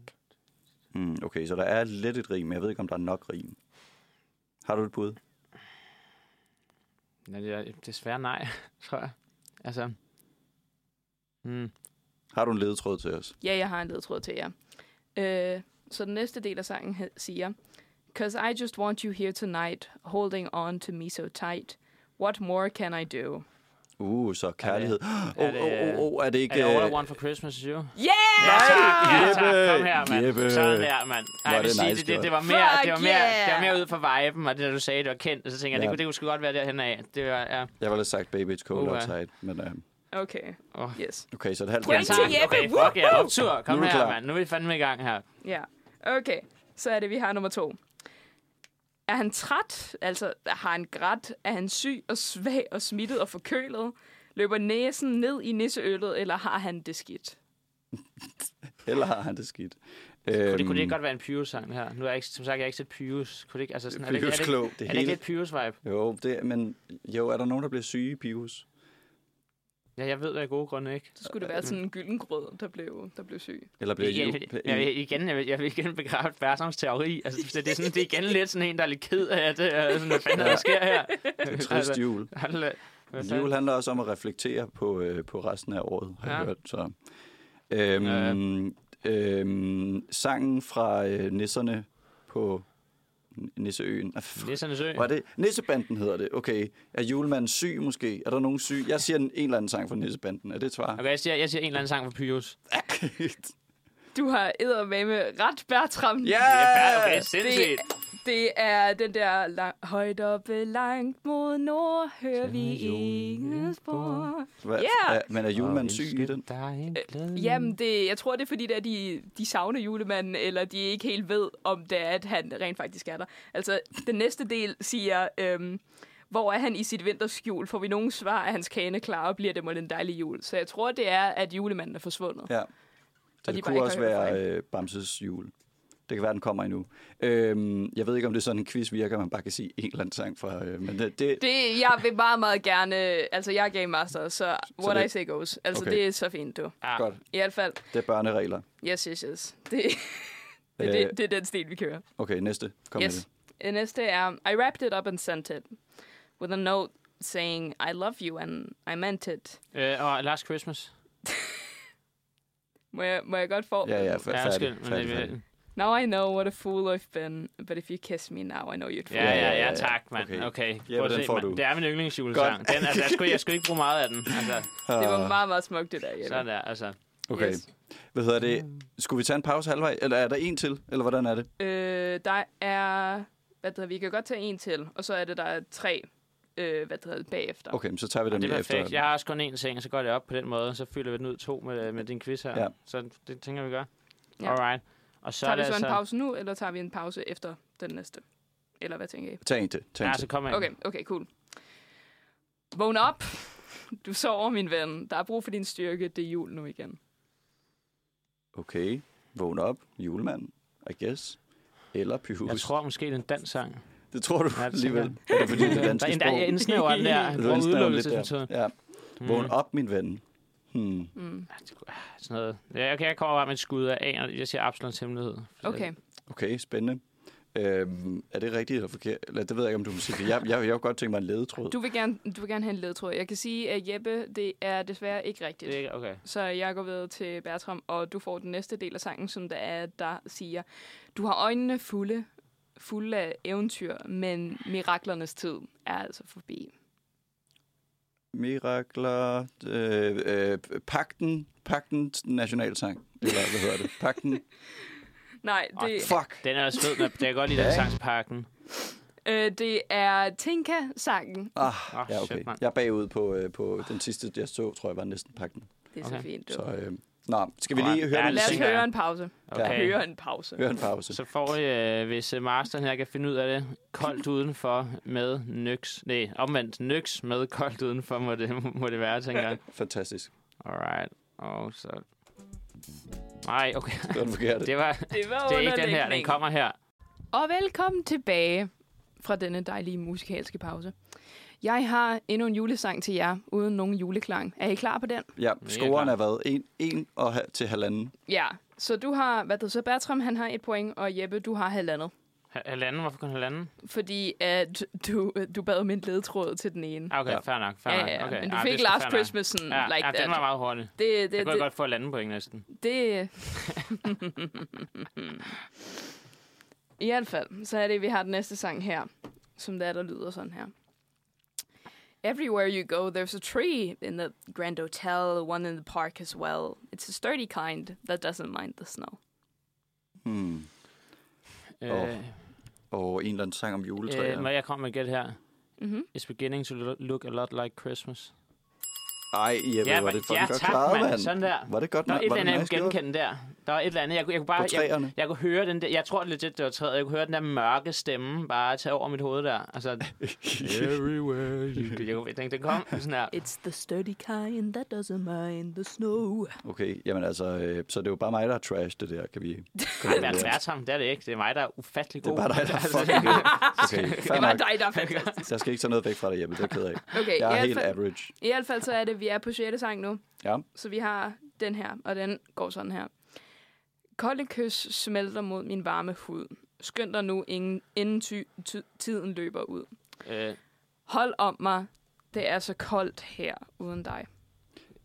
S3: Mm, okay, så der er lidt et rim, men jeg ved ikke, om der er nok rim. Har du et bud?
S2: Nej, det er, desværre nej, tror jeg. Altså, mm,
S3: Har du en ledetråd til os?
S4: Ja, jeg har en ledtråd til jer. Øh, så den næste del af sangen he- siger, Cause I just want you here tonight, holding on to me so tight. What more can I do?
S3: Uh, så kærlighed. Åh,
S2: er det-
S3: åh, åh, åh, er det ikke...
S2: er det All I
S3: øh,
S2: Want for Christmas is You?
S4: Yeah!
S2: Ja, tak, ja, tak.
S3: Jeppe,
S2: Kom her, mand.
S3: Jeppe.
S2: Sådan der, mand. Ej,
S3: Hvor er
S2: jeg vil
S3: det
S2: sige,
S3: nice
S2: det, det,
S3: gjort.
S2: det, var mere, det, var
S4: Fuck
S2: mere, det
S4: yeah!
S2: var mere ud for viben, og det der, du sagde, det var kendt, og så tænker jeg, det,
S3: Ja.
S2: kunne, det kunne sgu godt være derhen af. Det var, ja.
S3: Jeg ville have sagt Baby It's Cold
S2: Uh,
S3: uh,
S2: ja.
S3: Outside, men øh,
S4: Okay,
S2: Åh.
S4: yes.
S3: okay, så er det halvt
S4: Point
S3: rim.
S4: til Jeppe.
S2: Okay,
S4: Woohoo!
S2: fuck yeah, optur. Kom
S3: Nu er du
S2: her,
S3: klar.
S2: mand. Nu er vi fandme i gang her.
S4: Ja, okay. Så er det, vi har nummer to. Er han træt? Altså, har han grædt? Er han syg og svag og smittet og forkølet? Løber næsen ned i nisseøllet, eller har han det skidt?
S3: Eller har han det skidt? Øhm,
S2: Kunne det, kunne det ikke godt være en Pyrus-sang, det her? Nu er jeg ikke, som sagt, jeg har ikke set Pyrus. Kunne det ikke, altså sådan, er det, ikke- er det,
S3: Pyrus-klog.
S2: er
S3: Det
S2: det ikke
S3: hele.
S2: lidt Pyrus-vibe?
S3: Jo, det, men jo, er der nogen, der bliver syge i Pius?
S2: Ja, jeg ved det af gode grunde ikke.
S4: Så skulle det være sådan en gyldengrød, der blev, der blev syg.
S3: Eller bliver
S2: Jeg,
S3: jul-
S2: jeg, jeg, vil igen, jeg, vil, jeg vil igen begrave Bertrams teori. Altså, det, det, er sådan, det er igen lidt sådan en, der er lidt ked af det. Og sådan, hvad fanden er der sker her?
S3: Det er trist jul.
S2: Hold hvad fanden?
S3: Jul handler også om at reflektere på, øh, på resten af året, har
S2: Ja.
S3: jeg hørt. Så. Øhm, øhm, sangen fra øh, Nisserne på N- Nisseøen. Ah, fuck,
S2: Nissernes Ø.
S3: Hvor er det? Nissebanden hedder det. Okay. Er julemanden syg måske? Er der nogen syg? Jeg siger en, en eller anden sang fra Nissebanden. Er det et svar?
S2: Okay, jeg siger, jeg siger en eller anden sang fra
S3: Øh,
S2: Pyrus.
S4: Du har eddermame ret, Bertram.
S2: Ja, okay,
S4: Det,
S2: sindssygt.
S4: det er den der lang, højt oppe langt mod nord, hører vi ingen spor.
S3: Hvad-
S4: Ja.
S3: er- Men er julemanden syg i den?
S4: Jamen, det, jeg tror, det er fordi, der de, de savner julemanden, eller de ikke helt ved, om det er, at han rent faktisk er der. Altså, den næste del siger, øhm, hvor er han i sit vinterskjul? Får vi nogen svar, er hans kane klar, og bliver det mod en dejlig jul? Så jeg tror, det er, at julemanden er forsvundet.
S3: Ja. Så
S4: Og de
S3: det
S4: bare
S3: kunne
S4: ikke
S3: også
S4: har hørt
S3: være
S4: fra
S3: øh, Bamses jul. Det kan være, den kommer endnu. Øhm, jeg ved ikke, om det er sådan en quiz virker, man bare kan sige en eller anden sang fra... Øh, men det, det, det,
S4: Det, jeg vil meget, meget gerne... Altså, jeg er game master, så what
S3: det-
S4: I say goes. Altså,
S3: okay.
S4: det er så fint, du.
S2: Ja.
S3: godt.
S4: I hvert fald,
S3: det er børneregler. Øh,
S4: yes, yes, yes. Det, det, det, det er den stil, vi kører.
S3: Okay, næste. Kom med
S4: yes.
S3: det.
S4: Det næste er, I wrapped it up and sent it. With a note saying, I love you and I meant it.
S2: Øh, og Last Christmas.
S4: Må jeg, må jeg godt få?
S3: Ja, ja,
S2: Ja,
S3: færdig.
S2: undskyld.
S3: færdig,
S2: Men det,
S3: færdig,
S2: er-
S4: Now I know what a fool I've been, but if you kiss me now, I know you'd
S2: ja,
S4: fall.
S2: ja,
S3: ja,
S2: ja,
S3: ja.
S2: tak, mand. Okay.
S3: Okay.
S2: okay.
S3: Ja, den får du.
S2: Det er min yndlingsjulesang.
S3: Godt.
S2: Den, altså, jeg, skulle, jeg skulle ikke bruge meget af den. Altså,
S4: Det var meget, meget smukt, det der, Jeppe.
S2: sådan der, altså.
S3: Ah. Okay.
S4: Yes.
S3: Hvad hedder det? Skulle vi tage en pause halvvej? Eller er der en til? Eller hvordan er det?
S4: Øh, der er... Hvad der, vi kan godt tage en til, og så er det, der er tre øh, hvad der hedder, bagefter.
S3: Okay, men så tager vi dem
S2: Det er
S3: lige efter.
S2: perfekt. Jeg har også kun én ting, og så går det op på den måde, og så fylder vi den ud to med, med din quiz her.
S3: Ja.
S2: Så det tænker vi gør.
S4: Ja.
S2: Alright. Og så
S4: Tager
S2: er
S4: vi
S2: det
S4: så en
S2: altså...
S4: pause nu, eller tager vi en pause efter den næste? Eller hvad tænker I?
S3: Tag en til. Tag en
S2: Ja,
S3: til.
S2: så kommer
S4: Okay, okay, cool. Vågn op. Du sover, min ven. Der er brug for din styrke. Det er jul nu igen.
S3: Okay. Vågn op. Julemand. I guess. Eller pyhus.
S2: Jeg tror måske, det er en dansk sang. Det
S3: Det tror du
S2: Ja, det tænker
S3: alligevel.
S2: jeg.
S3: Er det fordi, det er danske
S2: er en,
S3: sprog?
S2: der er indsnæver den der.
S3: Det
S2: Han
S3: er
S2: bruger
S3: indsnævret
S2: udelukkelsesmetoden.
S3: lidt der. Ja. Vågn op, min ven. Hmm.
S2: Sådan noget. Ja, okay, jeg kommer bare med et skud af A, og jeg siger Absalons hemmelighed.
S4: Okay.
S3: Okay, spændende. Øhm, er det rigtigt eller forkert? Eller, det ved jeg ikke, om du må sige det. Jeg, jeg, jeg kunne godt tænke mig en ledetråd.
S4: Du vil gerne, du vil gerne have en ledtråd. Jeg kan sige, at Jeppe, det er desværre ikke rigtigt.
S2: Det er ikke, okay.
S4: Så jeg går videre til Bertram, og du får den næste del af sangen, som der er, der siger, du har øjnene fulde, fulde af eventyr, men miraklernes tid er altså forbi.
S3: Mirakler, øh, øh, pagten, pagten nationalsang, eller hvad hedder det? Pagten,
S4: Nej, det,
S3: fuck.
S2: Den er også fed, men jeg kan godt lide den
S3: Ja, ikke?
S2: sangspakken.
S4: øh, det er Tinka-sangen.
S3: Ah,
S2: Åh,
S3: ja,
S2: shit,
S3: okay.
S2: mand.
S3: Jeg er bagud på, øh, på den sidste, jeg så, tror jeg var næsten pagten.
S4: Det er okay.
S2: Okay.
S4: så fint. Du.
S3: Så, øh, nå, skal vi
S2: Alright,
S3: lige høre,
S2: ja,
S3: ja,
S4: Lad os
S2: Tinka.
S4: høre en pause.
S2: Okay.
S4: Høre en pause.
S3: høre en pause?
S2: Så får I, øh, hvis øh, masteren her kan finde ud af det, koldt udenfor med nøks. Nej, omvendt nøks med koldt udenfor må det, må det være, tænker jeg.
S3: Fantastisk.
S2: Alright. Og så... Nej, okay.
S3: Det var den forkerte.
S2: Det, var,
S4: Det var
S2: det er ikke den her, den
S4: underlægningen.
S2: kommer her.
S4: Og velkommen tilbage fra denne dejlige musikalske pause. Jeg har endnu en julesang til jer, uden nogen juleklang. Er I klar på den?
S3: Ja, scoren
S2: klar.
S3: er været en, en og ha- til halvanden.
S4: Ja, så du har, hvad du så, Bertram, han har et point, og Jeppe, du har halvandet.
S2: H- Halvanden, hvorfor kun halvanden?
S4: Fordi at du, du bad om en ledtråd til den ene.
S2: Ah, Okay,
S3: Ja.
S2: ja. fair nok, fair
S4: Ja,
S2: nok.
S4: ja,
S2: Okay.
S4: men du
S2: Ah, det
S4: fik
S2: er sgu
S4: Last
S2: fair nok.
S4: Christmas sådan,
S2: Ja,
S4: like
S2: ja, den
S4: that.
S2: var meget hurtig.
S4: Det,
S2: Jeg
S4: det,
S2: kunne jeg
S4: det,
S2: godt få halvanden point næsten.
S4: det, I hvert fald, så er det, vi har den næste sang her, som der, der lyder sådan her. Everywhere you go, there's a tree in the Grand Hotel, one in the park as well. It's a sturdy kind that doesn't mind the snow.
S3: Hmm. Åh,
S2: Øh,
S3: Og en eller anden sang om juletræer.
S2: øh, må jeg komme med et gæt her?
S4: Mm-hmm.
S2: It's beginning to lo- look a lot like Christmas.
S3: Ej, Jeppe, ja, var det fucking
S2: ja,
S3: godt
S2: tak,
S3: klaret,
S2: mand.
S3: mand.
S2: Sådan der.
S3: Var det godt,
S2: Der var et
S3: mand?
S2: eller
S3: Var det
S2: andet, jeg
S3: nice
S2: kunne
S3: gjort?
S2: genkende der. Der var et eller andet, jeg kunne, jeg kunne bare...
S3: På træerne.
S2: Jeg, jeg kunne høre den der... Jeg tror legit, det var træet. Jeg kunne høre den der mørke stemme bare tage over mit hoved der. Altså... Everywhere you... Jeg kunne, den, den kom sådan her.
S4: It's the sturdy kind that doesn't mind the snow.
S3: Okay, jamen altså, øh, så det er jo bare mig, der er trash, det der, kan vi...
S2: Ej, det er Bertram, det er det ikke. Det er mig, der er ufattelig
S3: Det
S2: god.
S3: er bare dig, der er
S2: Altså,
S3: fucking god. Okay, fair
S4: Det var
S3: nok.
S4: dig, der er fantastisk.
S3: Jeg skal ikke tage noget væk fra dig, Jeppe, det er jeg ked af.
S2: Øh,
S3: Jeg
S4: Okay, i,
S3: er
S4: hvert
S3: helt
S4: fald,
S3: average.
S4: i hvert fald så er det, vi er på 6. sang nu.
S3: Ja.
S4: Så vi har den her, og den går sådan her. Kolde kys smelter mod min varme hud. Skynd dig nu, ingen, inden ty, ty, tiden løber ud.
S2: øh,
S4: Hold om mig, det er så koldt her uden dig.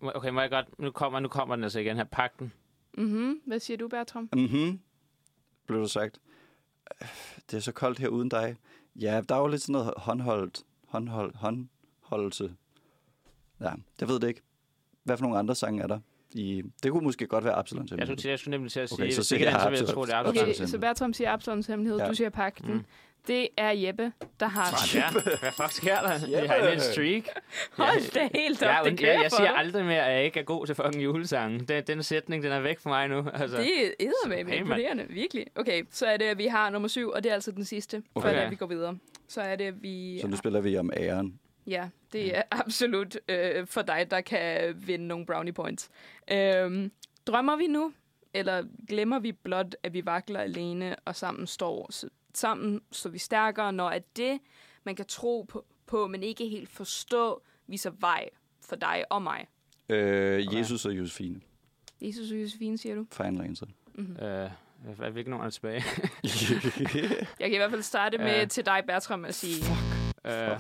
S2: må- okay, må jeg godt... Nu kommer, nu kommer den altså igen her. Pakten.
S4: Mhm, hvad siger du, Bertram?
S3: Mhm, blev du sagt. Øh, Det er så koldt her uden dig. Ja, der er jo lidt sådan noget håndholdt, håndhold, håndholdelse. Ja, jeg ved det ikke. Hvad for nogle andre sange er der? I, det kunne måske godt være Absalon.
S2: Jeg skulle, til, jeg skulle nemlig til at sige...
S3: Okay, så
S2: hvis
S3: siger
S2: ikke
S3: jeg
S2: den, så vil jeg
S3: Absalon.
S2: tro, det er Absalon.
S4: Okay,
S3: Absalons
S4: så
S3: hemmelighed.
S4: Bertram siger Absalons hemmelighed,
S3: Ja.
S4: du siger pakten.
S2: Mm.
S4: Det er Jeppe, der har...
S2: Ja, hvad fuck sker der? Jeg har en streak.
S4: Hold da helt op,
S2: Jeg,
S4: det
S2: jeg,
S4: kører
S2: jeg, jeg
S4: for
S2: siger
S4: dig.
S2: aldrig mere, at jeg ikke er god til fucking julesangen. Den, den sætning, den er væk fra mig nu. Altså.
S4: Det er eddermame
S2: Hey, mand.
S4: imponerende, virkelig. Okay, så er det, at vi har nummer syv, og det er altså den sidste, okay.
S3: Okay.
S4: før at vi går videre. Så er det, at vi...
S3: Så nu spiller vi om æren.
S4: Ja, det er absolut øh, for dig, der kan vinde nogle brownie points. Øhm, drømmer vi nu, eller glemmer vi blot, at vi vakler alene, og sammen står, s- sammen står vi stærkere, når at det, man kan tro på, på, men ikke helt forstå, viser vej for dig og mig.
S3: Øh, Jesus og Josefine.
S4: Jesus og Josefine, siger du?
S3: Fine Lancer.
S2: Øh, hvad- hvad- hvilken nummer er tilbage?
S4: Jeg kan i hvert fald starte med
S2: Ja.
S4: til dig, Bertram, at sige...
S2: øh,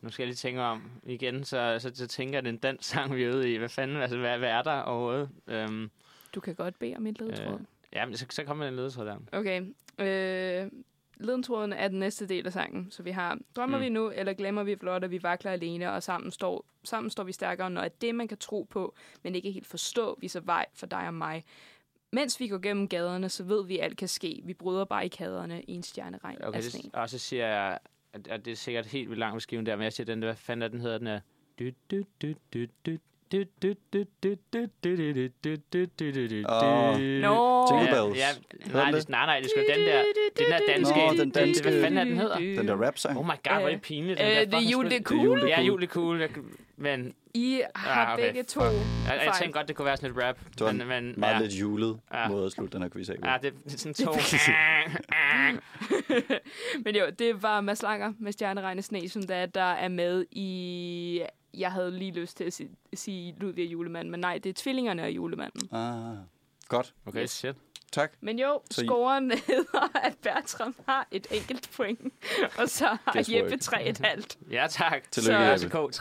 S2: nu skal jeg lige tænke om igen, så, så, så tænker jeg, det er en dansk sang, vi er ude i. Hvad fanden, altså, hvad, hvad er der overhovedet? Øhm,
S4: Du kan godt bede om et ledtråd.
S2: Øh, Jamen, så, så kommer en ledetråd der.
S4: Okay. Øh, ledtråden er den næste del af sangen, så vi har Drømmer
S2: Mm.
S4: mm. vi nu, eller glemmer vi flot, at vi vakler alene, og sammen står, sammen står vi stærkere, når at det, man kan tro på, men ikke helt forstå, viser vej for dig og mig. Mens vi går gennem gaderne, så ved vi, at alt kan ske. Vi bryder barrikaderne i en stjerneregn okay,
S2: Okay,
S4: af sne.
S2: det, og så siger jeg, at, at det er sikkert helt vildt langt med skiven der, men jeg siger den der, hvad fanden er den hedder, den er...
S4: Nå.
S3: Jingle
S2: Ja,
S3: Bells.
S2: ja,
S3: Hedder
S2: nej,
S3: den
S2: det, nej, nej, det er sgu den der, den der danske,
S3: Nå, den danske-
S2: hvad fanden er den hedder?
S3: Den der rap-sang.
S2: Oh my god, hvor er
S4: Øh,
S2: det pinligt.
S4: øh,
S2: den der
S4: det er
S2: fucking
S4: jul,
S2: spil-
S4: det er cool.
S2: Ja,
S3: cool.
S2: jul, det er cool. jeg- Men
S4: I har
S2: Ah,
S4: ah,
S2: okay,
S4: okay. begge to
S2: jeg, jeg
S4: fejl.
S2: tænkte godt, det kunne være sådan lidt rap.
S3: Det var
S2: men, men,
S3: en meget
S2: ja.
S3: lidt julet
S2: Ja.
S3: måde at slutte den her quiz af. på.
S2: Ja, det det er sådan to.
S4: Men jo, det var Mads Langer med Stjerneregn og Sne, som der, der er med i... Jeg havde lige lyst til at si- sige Ludvig og Julemanden, men nej, det er tvillingerne og Julemanden.
S3: Ah, godt.
S2: Okay, shit.
S3: Tak.
S4: Men jo,
S3: Så I-
S4: scoren hedder, at Bertram har et enkelt point, og så
S3: Det
S4: har
S3: tror jeg
S4: Jeppe
S3: ikke.
S4: tre et halvt.
S2: Ja, tak.
S3: Tillykke,
S4: Så-
S3: Jeppe.
S2: RCK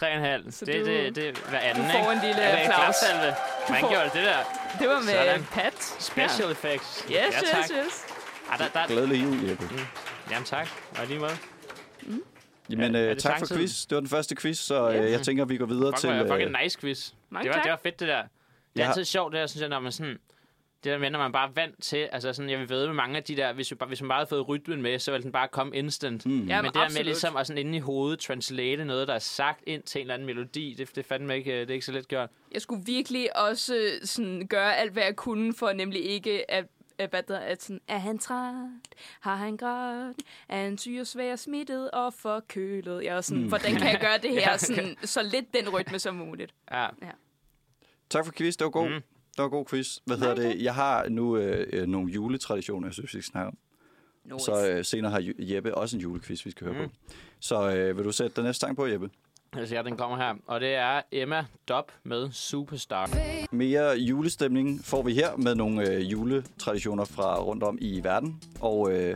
S2: 3,5.
S4: Så
S2: Det, det,
S4: du-
S2: det, det er hver anden,
S4: får en lille applaus.
S2: Klapsalve. Man
S4: får-
S2: gjorde det der.
S4: Det var med
S2: Sådan.
S4: Pat.
S2: Special effects.
S4: Ja. Yes,
S2: ja,
S4: yes,
S2: tak.
S4: yes.
S2: Ah, der, der,
S3: Glædelig jul, Jeppe.
S2: Mm. jamen tak. Og i lige måde.
S3: Jamen,
S2: Er- er
S3: øh,
S2: det
S3: tak for
S2: sangtid?
S3: quiz. Det var den første quiz, så øh, jeg tænker, vi går videre
S2: Fuck,
S3: til...
S2: til,
S3: øh,
S2: fucking nice quiz.
S4: Mange
S2: det, var,
S4: tak.
S2: det var fedt, det der. Det er
S3: Jeg har-
S2: altid sjovt, det her, synes jeg, når man sådan... Det der med, når man bare er vant til, altså sådan, jeg vil ved med mange af de der, hvis, vi bare, hvis man bare havde fået rytmen med, så ville den bare komme instant. Mm.
S3: Hmm.
S2: Men
S4: Jamen,
S2: det der med
S4: absolut.
S2: ligesom at sådan inde i hovedet translate noget, der er sagt ind til en eller anden melodi, det, det fandme ikke, øh, det er ikke så let gjort.
S4: Jeg skulle virkelig også øh, sådan, gøre alt, hvad jeg kunne, for nemlig ikke at at- hvad der, at sådan, er han træt? Har han grædt? Er han syg og svær smittet og forkølet? Jeg er sådan, mm. hvordan kan jeg gøre det her sådan, så lidt den rytme som muligt?
S2: Ja.
S3: Tak for quiz, det var god.
S2: Mm.
S3: Mm. Det var god quiz. Hvad hedder det? Jeg har nu øh, øh, nogle juletraditioner, jeg synes, vi skal snakke om.
S4: No,
S3: Så øh, senere har Ju- Jeppe også en julequiz, vi skal høre mm. på. Så øh, vil du sætte den næste sang på, Jeppe?
S2: Altså, ja, den kommer her. Og det er Emma Dob med Superstar.
S3: Mere julestemning får vi her med nogle øh, juletraditioner fra rundt om i verden. Og øh, jeg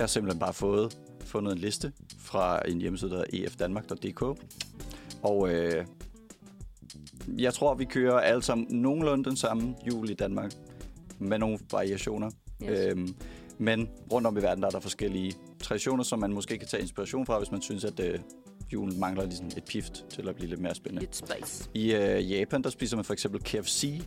S3: har simpelthen bare fået fundet en liste fra en hjemmeside, der hedder efdanmark.dk. Og øh, jeg tror, vi kører alle sammen nogenlunde den samme jul i Danmark, med nogle variationer.
S4: Yes.
S3: Øhm, men rundt om i verden, der er der forskellige traditioner, som man måske kan tage inspiration fra, hvis man synes, at øh, julen mangler ligesom et pift til at blive lidt mere spændende.
S4: Lidt space.
S3: I øh, Japan, der spiser man for eksempel KFC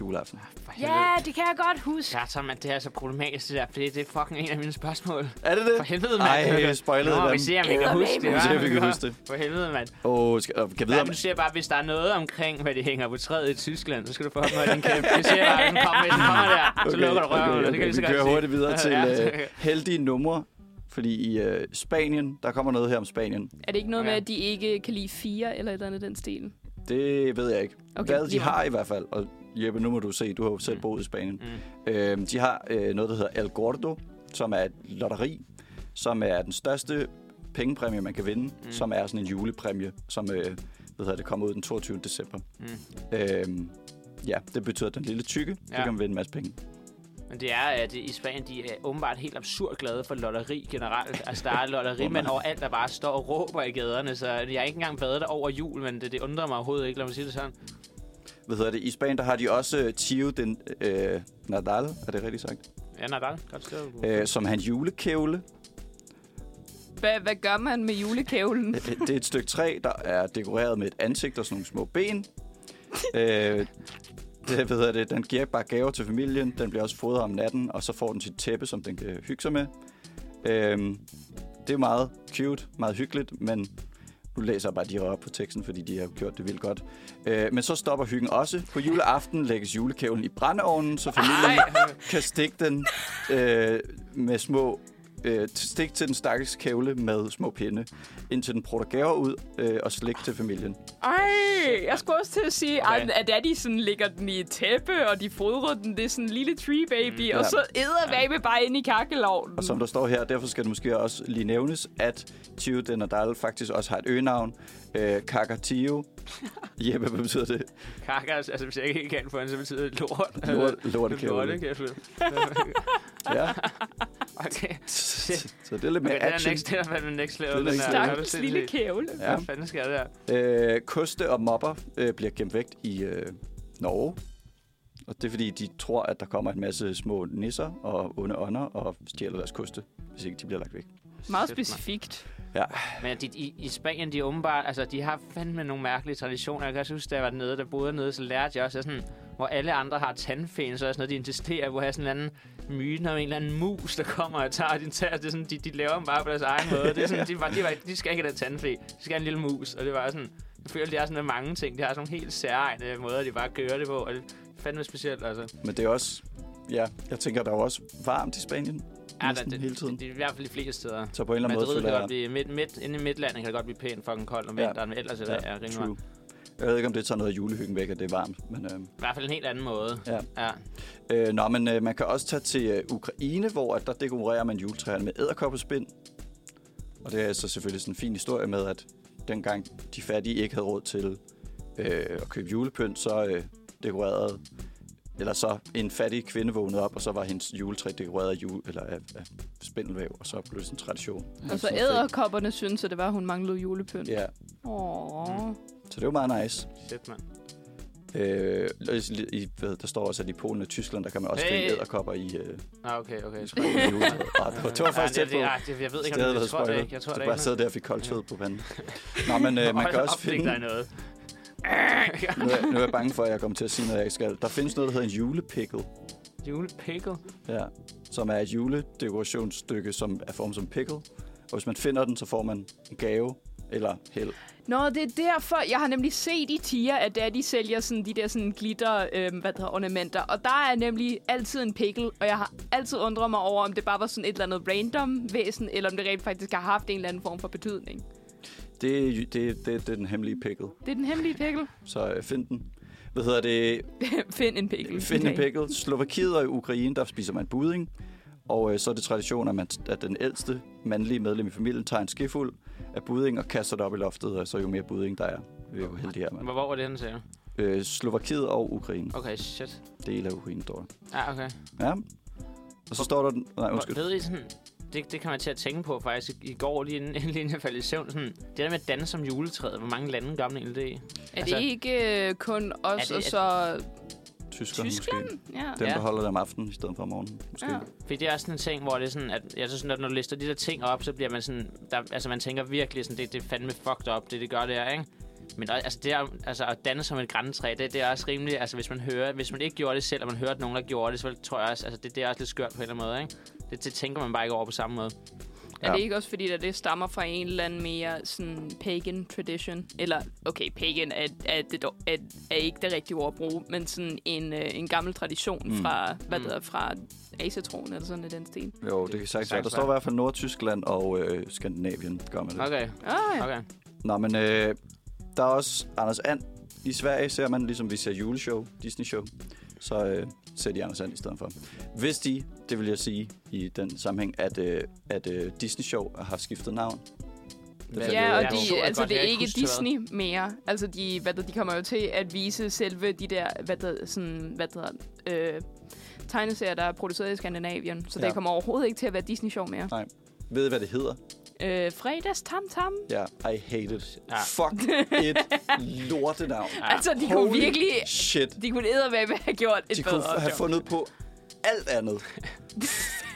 S3: juleaften.
S2: For
S4: Ja, det kan jeg godt huske.
S2: Ja, så man, det er så problematisk det der, fordi det er fucking en af mine spørgsmål.
S3: Er det det?
S2: For helvede, mand.
S3: Ej, jeg spoilede
S2: Nå,
S3: dem.
S2: vi ser, om jeg kan huske det.
S3: Vi ser, om vi
S2: hva'?
S3: kan huske det.
S2: For helvede, mand.
S3: Åh, skal, øh, kan jeg vide,
S2: Ja,
S3: om...
S2: men du siger bare, hvis der er noget omkring, hvad de hænger på træet i Tyskland, så skal du få holde din kæft. Du siger bare, den kommer, den kommer der, så lukker du røven.
S3: okay,
S2: det kan
S3: okay,
S2: jeg
S3: vi
S2: så godt
S3: kører
S2: sige.
S3: hurtigt videre til
S2: Ja.
S3: øh, heldige numre. Fordi i øh, Spanien, der kommer noget her om Spanien.
S4: Er det ikke noget med,
S2: Ja.
S4: at de ikke kan lide fire eller et eller andet i den stil?
S3: Det ved jeg ikke.
S4: Okay,
S3: Hvad de
S4: lige meget.
S3: har i hvert fald, og Jeppe, nu må du se, du har jo selv boet i Spanien. Mm. Øhm, de har øh, noget, der hedder El Gordo, som er et lotteri, som er den største pengepræmie, man kan vinde, mm. som er sådan en julepræmie, som øh, hvad hedder det kommer ud den 22. december. Mm. Øhm, ja, det betyder, at den lille tykke, ja.
S2: Ja.
S3: så kan man vinde en masse penge.
S2: Men det er, at i Spanien, de er åbenbart helt absurd glade for lotteri generelt. Altså, der er lotterimænd overalt, der bare står og råber i gaderne, så jeg har ikke engang været der over jul, men det, det undrer mig overhovedet ikke, lad mig sige det sådan.
S3: Hvad hedder det? I Spanien, der har de også øh, Tio den øh, Nadal, er det rigtigt sagt?
S2: Ja, Nadal, godt skrevet.
S3: Øh, som han julekævle.
S4: Hvad, hvad gør man med julekævlen?
S3: Øh, Det er et stykke træ, der er dekoreret med et ansigt og sådan nogle små ben. Øh, det, ved jeg det, den giver bare gaver til familien. Den bliver også fodret om natten, og så får den sit tæppe, som den kan hygge sig med. Øh, det er meget cute, meget hyggeligt, men nu læser jeg bare de op på teksten, fordi de har gjort det vildt godt. Øh, men så stopper hyggen også. På juleaften lægges julekævlen i brændeovnen, så familien kan stikke den øh, med små øh, stik til den stakkels kævle med små pinde, indtil den prutter gaver ud øh, og slik til familien.
S4: Ej, jeg skulle også til at sige,
S2: Okay.
S4: okay. at Daddy sådan ligger den i et tæppe, og de fodrer den. Det er sådan en lille tree baby, mm,
S3: Ja.
S4: og så æder ja. bare ind i kakkelovnen.
S3: Og som der står her, derfor skal det måske også lige nævnes, at Tio de Nadal faktisk også har et øgenavn. Øh, Kakatio. Jeppe, hvad betyder det?
S2: Kakas, altså hvis jeg ikke helt kan få en, så betyder det lort.
S3: Lort- lortekævle.
S2: Lortekævle.
S3: Ja.
S2: Okay. Shit.
S3: Så det er lidt mere
S2: Okay, det er
S3: action.
S2: next, det er fandme next level.
S3: Det er
S2: den
S3: next
S2: her.
S3: level.
S2: Er du
S4: Stakkels lille
S2: sindssyg?
S4: kævle.
S3: Ja.
S2: Hvad fanden sker der?
S3: Øh, koste og mopper øh, bliver gemt væk i øh, Norge. Og det er fordi, de tror, at der kommer en masse små nisser og onde ånder og stjæler deres koste, hvis ikke de bliver lagt væk.
S4: Meget
S2: Shit, mand.
S4: specifikt.
S3: Ja,
S2: Men de, i, i Spanien, de er åbenbart, altså de har fandme nogle mærkelige traditioner. Jeg kan også huske, da jeg var nede, der boede nede, så lærte jeg også, at sådan, hvor alle andre har tandfen, så er sådan noget, de insisterer på at have sådan en eller anden myten om en eller anden mus, der kommer og tager din tand. Det er sådan, de, de laver dem bare på deres egen måde. Det er sådan, de, var, de, var, de skal ikke have den tandfe, de skal have en lille mus. Og det var sådan, jeg føler, de har sådan mange ting. De har sådan nogle helt særegne måder, de bare kører det på. Og det er fandme specielt, altså.
S3: men det er også... Ja, jeg tænker, der er jo også varmt i Spanien ja, næsten
S2: det,
S3: hele tiden.
S2: Det, det, er i hvert fald de fleste steder.
S3: Så på en eller anden måde
S2: Madrid kan
S3: føler
S2: godt
S3: jeg...
S2: blive midt, midt, inde i midtlandet kan det godt blive pænt fucking koldt om
S3: Ja.
S2: vinteren, men ellers er det ja, rimelig
S3: true. Jeg ved ikke, om det tager noget af julehyggen væk, at det er varmt. Men, øhm,
S2: I hvert fald en helt anden måde.
S3: Ja.
S2: ja.
S3: øh, nå, men øh, man kan også tage til øh, Ukraine, hvor at der dekorerer man juletræerne med æderkoppespind. Og det er så selvfølgelig sådan en fin historie med, at dengang de fattige ikke havde råd til øh, at købe julepynt, så øh, dekorerede eller så en fattig kvinde vågnede op, og så var hendes juletræ dekoreret af, jule, eller af, af spindelvæv, og så blev det sådan en tradition.
S4: Og så
S3: fedt.
S4: æderkopperne synes, at det var, at hun manglede julepynt.
S3: Ja,
S4: Åh.
S2: Mm.
S3: så det var meget nice.
S2: Shit, mand.
S3: Øh, i- i, hvad, der står også, at i Polen og Tyskland, der kan man også finde
S2: Hey.
S3: æderkopper i, øh,
S2: Ah, okay, okay. Jeg
S3: Ej, det var- det var faktisk tæt
S2: det,
S3: på.
S2: det, ah, det, jeg ved ikke,
S3: Det
S2: om
S3: havde
S2: det,
S3: været
S2: jeg tror det
S3: spoilet.
S2: ikke. Jeg tror
S3: Du
S2: det
S3: bare sad
S2: ikke.
S3: der og fik koldt fod på panden. Nå, men øh, man kan også finde...
S2: Der er noget.
S3: Nu er, nu er jeg bange for, at jeg kommer til at sige noget, jeg ikke skal. Der findes noget, der hedder en julepickle,
S2: Julepickle.
S3: ja, som er et juledekorationsstykke, som er formet som pickle. Og hvis man finder den, så får man en gave eller held.
S4: Nå, det er derfor. Jeg har nemlig set i Tia, at der de sælger sådan de der sådan glitter, øhm, hvad hedder, ornamenter. Og der er nemlig altid en pickle, og jeg har altid undret mig over, om det bare var sådan et eller andet random væsen, eller om det rent faktisk har haft en eller anden form for betydning.
S3: Det, er ju- det, det, det er den hemmelige pickle,
S4: Det er den hemmelige pickle.
S3: så øh, find den. Hvad hedder det?
S4: Find en pickle.
S3: Find en
S4: Okay.
S3: pickle. Slovakiet og i Ukraine, der spiser man budding. Og øh, så er det tradition, at, man, at den ældste mandlige medlem i familien tager en skefuld af budding og kaster det op i loftet. Og så jo mere budding der er, jo heldigere er man.
S2: Hvor, hvor var det henne, sagde du?
S3: Øh, Slovakiet og Ukraine.
S2: Okay, shit.
S3: Del af Ukraine står der.
S2: Ah, okay.
S3: Ja. Og så står der den... Nej,
S2: Hvor,
S3: undskyld.
S2: ved I sådan... Det, det kan man til at tænke på faktisk i går, lige inden, inden jeg faldt i søvn. Sådan, det der med at danse som juletræet. Hvor mange lande gør man egentlig det i?
S4: Er det
S2: Altså-
S4: ikke øh, kun os
S2: det-
S4: og så
S3: Tyskland,
S4: Tyskland?
S3: måske.
S4: Ja.
S3: Dem,
S2: Ja.
S3: der holder det om aftenen i stedet for om morgenen. Måske.
S4: Ja.
S3: Ja.
S2: Fordi det er også sådan en ting, hvor det er sådan, at jeg synes, når, når du lister de der ting op, så bliver man sådan, der, altså man tænker virkelig sådan, det, det er fandme fucked up, det det gør det her, ikke? Men der, altså, det er, altså, at danne som et græntræ, det, det er også rimeligt, altså hvis man hører, hvis man ikke gjorde det selv, og man hørte nogen, der gjorde det, så tror jeg også, altså det, det er også lidt skørt på en eller anden måde, ikke? Det, det tænker man bare ikke over på samme måde.
S4: Er
S3: Ja.
S4: det ikke også fordi, at det stammer fra en eller anden mere sådan pagan tradition? Eller, okay, pagan er, er, det dog, er, er ikke det rigtige ord at bruge, men sådan en, øh, en gammel tradition
S3: Mm.
S4: mm. fra, hvad
S2: Mm.
S4: det hedder, fra asatroen eller sådan i den stil.
S3: Jo, det kan sagtens være. Der
S2: Sagtens
S3: står i
S2: være.
S3: hvert fald Nord-Tyskland og øh, Skandinavien, gør man det.
S2: Okay,
S4: Ah, ja.
S2: okay.
S3: Nå, men øh, der er også Anders And. I Sverige ser man, ligesom vi ser juleshow, Disney-show, så øh, ser de Anders And i stedet for. Hvis de, det vil jeg sige i den sammenhæng, at, øh, at øh, Disney-show har skiftet navn.
S2: Hvad-
S4: Ja,
S2: jeg
S4: og
S2: forstod
S4: de,
S2: det
S4: altså,
S2: godt,
S4: det er
S2: jeg
S4: ikke
S2: huske, hvad-
S4: Disney mere. Altså, de, hvad der, de kommer jo til at vise selve de der, hvad der, sådan, hvad der, øh, tegneserier, der er produceret i Skandinavien. Så ja.
S3: Ja.
S4: det kommer overhovedet ikke til at være Disney-show mere.
S3: Ved I, hvad det hedder?
S4: Øh, fredags Tam Tam.
S3: Ja, I hate it.
S2: Ja.
S3: Ja. Fuck et lortenavn.
S2: Ja.
S4: Altså, de kunne
S3: Holy
S4: virkelig
S3: Shit.
S4: De kunne eddermame have gjort et
S3: De
S4: bedre
S3: kunne have
S4: job.
S3: fundet på alt andet.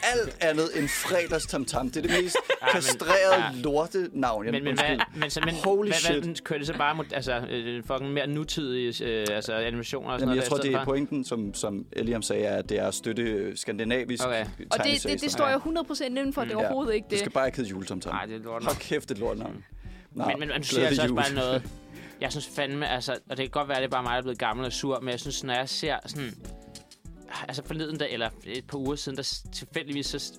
S3: alt andet end fredags tamtam. Det er det mest
S2: men-
S3: kastrerede
S2: ja.
S3: lortenavn. jeg-
S2: Men, men,
S3: Undskyld.
S2: hvad, men, så, men
S3: Holy
S2: hvad, hvad,
S3: shit.
S2: kører det så bare mod, altså, øh, fucking mere nutidige øh, altså, animationer og sådan
S3: Jamen,
S2: noget?
S3: jeg tror,
S2: der i
S3: det er
S2: stedet for?
S3: pointen, som, som Eliam sagde, er, at det er at støtte øh, skandinavisk
S2: Okay.
S3: okay.
S4: Og det, det, det står jeg 100% inden for, det er
S3: Mm, Ja.
S4: overhovedet ikke
S3: Det
S4: det.
S3: skal bare ikke hedde juletomtam.
S2: Nej, det er lort. nok.
S3: Hold kæft, et lort navn. Nå,
S2: men, men man synes
S3: glædelig
S2: altså også
S3: jul.
S2: bare noget. Jeg synes fandme, altså, og det kan godt være, at det er bare mig, der er blevet gammel og sur, men jeg synes, når jeg ser sådan... Altså forleden, der, eller et par uger siden, der s- tilfældigvis så...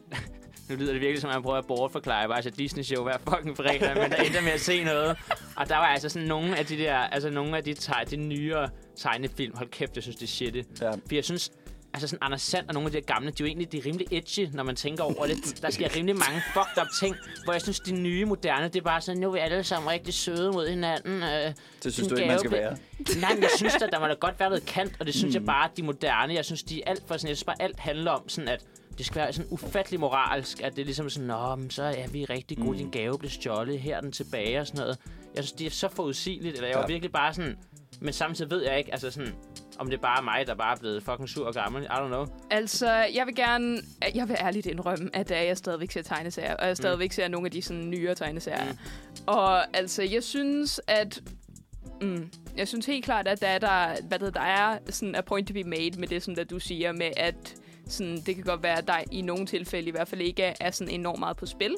S2: Nu lyder det virkelig som, om jeg prøver at bortforklare bare altså Disney Show hver fucking fredag, men der endte med at se noget. Og der var altså sådan nogle af de der, altså nogle af de, teg, de nyere tegnefilm, hold kæft, jeg synes, det er shit.
S3: Ja.
S2: Fordi jeg synes, altså sådan Anders Sand og nogle af de der gamle, de er jo egentlig de er rimelig edgy, når man tænker over det. Der sker rimelig mange fucked up ting, hvor jeg synes, de nye moderne, det er bare sådan, nu er vi alle sammen rigtig søde mod hinanden. Øh,
S3: Det synes
S2: sådan
S3: du ikke, man skal
S2: gavepæ-
S3: være. Mm.
S2: Nej, men jeg synes da, der må da godt være noget kant, og det synes jeg bare, at de moderne, jeg synes, de er alt for sådan, jeg synes bare, alt handler om sådan, at det skal være sådan ufattelig moralsk, at det er ligesom sådan, nå, men så er vi rigtig gode, mm. din gave blev stjålet, her er den tilbage og sådan noget. Jeg synes, det er så forudsigeligt, eller jeg var
S3: Ja.
S2: virkelig bare sådan, Men samtidig ved jeg ikke, altså sådan, om det er bare mig, der bare er blevet fucking sur og gammel. I don't know.
S4: Altså, jeg vil gerne... Jeg vil ærligt indrømme, at det er, jeg stadigvæk ser tegneserier, og jeg stadigvæk ser nogle af de sådan nyere tegneserier.
S2: Mm.
S4: Mm. Og altså, jeg synes, at... Mm, jeg synes helt klart, at der er, der, hvad det, der er sådan a point to be made med det, sådan, der du siger med, at sådan, det kan godt være, at der i nogle tilfælde i hvert fald ikke er, er sådan enormt meget på spil.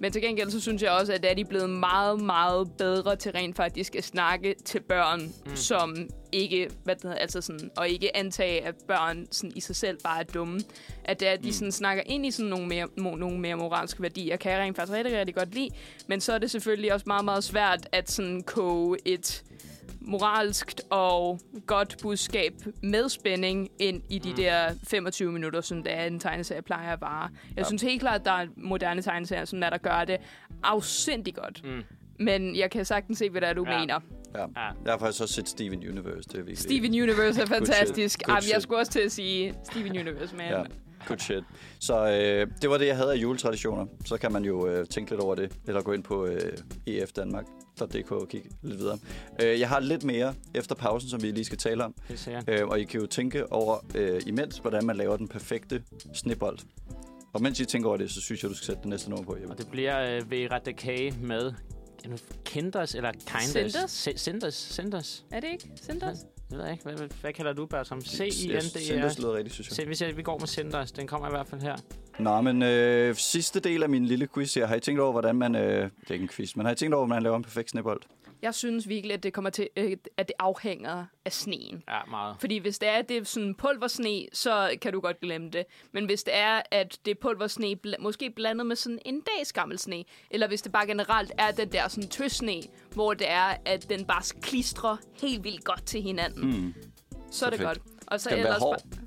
S4: Men til gengæld, så synes jeg også, at er de blevet meget, meget bedre til rent faktisk at snakke til børn, mm. som ikke, hvad det hedder, altså sådan, og ikke antage, at børn sådan i sig selv bare er dumme. At det er, at de sådan snakker ind i sådan nogle mere, mo, nogle mere moralske værdier, kan jeg rent faktisk rigtig, rigtig godt lide. Men så er det selvfølgelig også meget, meget svært at sådan koge et moralsk og godt budskab med spænding ind i de mm. der 25 minutter, som det er, en tegneserie plejer at vare. Jeg ja. synes helt klart, at der er moderne tegneserier, som der, der gør det afsindig godt.
S2: Mm.
S4: Men jeg kan sagtens se, hvad der er, du
S2: Ja.
S4: ja. mener.
S3: Ja.
S2: Ja.
S3: Jeg har faktisk også set Steven Universe. Det er virkelig...
S4: Steven Universe er fantastisk.
S3: Good shit. Good
S4: Jamen, jeg
S3: shit.
S4: skulle også til at sige Steven Universe, man.
S3: Ja, good shit. Så øh, det var det, jeg havde af juletraditioner. Så kan man jo øh, tænke lidt over det, eller gå ind på øh, efdanmark.dk og kigge lidt videre. Øh, jeg har lidt mere efter pausen, som vi lige skal tale om.
S2: Det ser jeg.
S3: Øh, og I kan jo tænke over øh, imens, hvordan man laver den perfekte snebold. Og mens I tænker over det, så synes jeg, du skal sætte det næste nummer på. Jeg
S2: Og det bliver øh, Vera De Kay med ja, nu Kenders eller Kinders.
S4: Senders?
S2: Se- Senders. Senders.
S4: Er det ikke? Sinders?
S2: Jeg ved ikke, hvad, hvad, hvad kalder du bare som? c i
S3: jeg
S2: n d
S3: synes, det
S2: -E
S3: lyder rigtigt, synes jeg.
S2: Se, vi, ser, vi går med Senders. Den kommer i hvert fald her.
S3: Nå, men øh, sidste del af min lille quiz her. Har I tænkt over, hvordan man... Øh, det er ikke en quiz, men har I tænkt over, hvordan man laver en perfekt snebold?
S4: Jeg synes virkelig, at det kommer til, øh, at det afhænger af sneen.
S2: Ja, meget.
S4: Fordi hvis det er, at det er sådan pulversne, så kan du godt glemme det. Men hvis det er, at det er pulversne, bl- måske blandet med sådan en dags gammel sne, eller hvis det bare generelt er den der sådan tøsne, hvor det er, at den bare klistrer helt vildt godt til hinanden, mm. så er det
S3: Perfekt.
S4: godt. Og så
S3: Hmm. Skal den være
S4: ellers
S3: hård?
S4: Bare,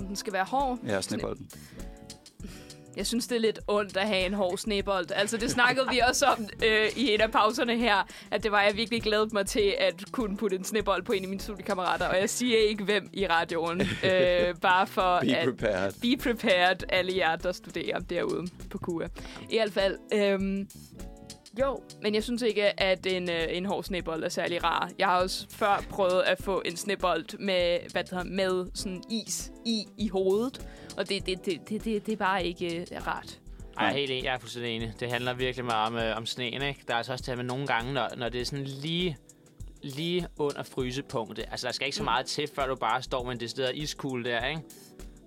S4: om den skal være hård.
S3: Ja, snebolden.
S4: Jeg synes, det er lidt ondt at have en hård snebold. Altså, det snakkede vi også om øh, i en af pauserne her, at det var, jeg virkelig glædede mig til at kunne putte en snebold på en af mine studiekammerater. Og jeg siger ikke, hvem i radioen. Øh, bare for
S3: Be
S4: at...
S3: prepared.
S4: Be prepared, alle jer, der studerer derude på KUA. I hvert fald, øhm, jo, men jeg synes ikke, at en, øh, en hård snebold er særlig rar. Jeg har også før prøvet at få en snebold med, hvad det hedder, med sådan is i, i hovedet, og det, det, det, det, det, det er bare ikke øh, rart.
S2: Ej, jeg er
S3: Nej.
S2: helt enig. Jeg er fuldstændig enig. Det handler virkelig meget om, øh, om sneen, ikke? Der er altså også det her med nogle gange, når, når det er sådan lige lige under frysepunktet. Altså, der skal ikke så meget til, før du bare står med en decideret iskugle der, ikke?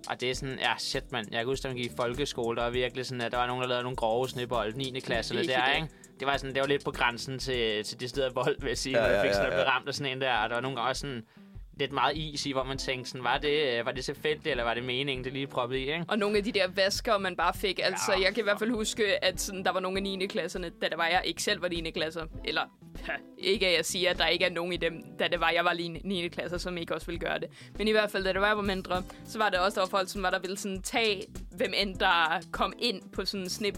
S2: Og det er sådan, ja, shit, mand. Jeg kan huske, da man gik i folkeskole, der var virkelig sådan, at der var nogen, der lavede nogle grove snebold, 9. klasserne
S4: Virkelig
S2: der,
S4: det.
S2: ikke? Det var, sådan, det var lidt på grænsen til, til decideret vold, vil jeg sige.
S3: Ja,
S2: Ja, ja,
S3: ja,
S2: fik sådan,
S3: ja,
S2: ja, ja.
S3: ja.
S2: ramt af sådan en der, og der var nogle gange også sådan lidt meget is i, hvor man tænkte sådan, var det, øh, var det tilfældigt, eller var det meningen, det lige proppede i, ikke?
S4: Og nogle af de der vasker, man bare fik. Altså,
S2: Ja,
S4: jeg kan i hvert fald huske, at sådan, der var nogle af 9. klasserne, da det var, jeg ikke selv var 9. klasser. Eller, ha, ikke at jeg siger, at der ikke er nogen i dem, da det var, jeg var lige 9. klasser, som ikke også ville gøre det. Men i hvert fald, da det var, jeg var mindre, så var det også, der var folk, som var der ville sådan, tage, hvem end der kom ind på sådan snip,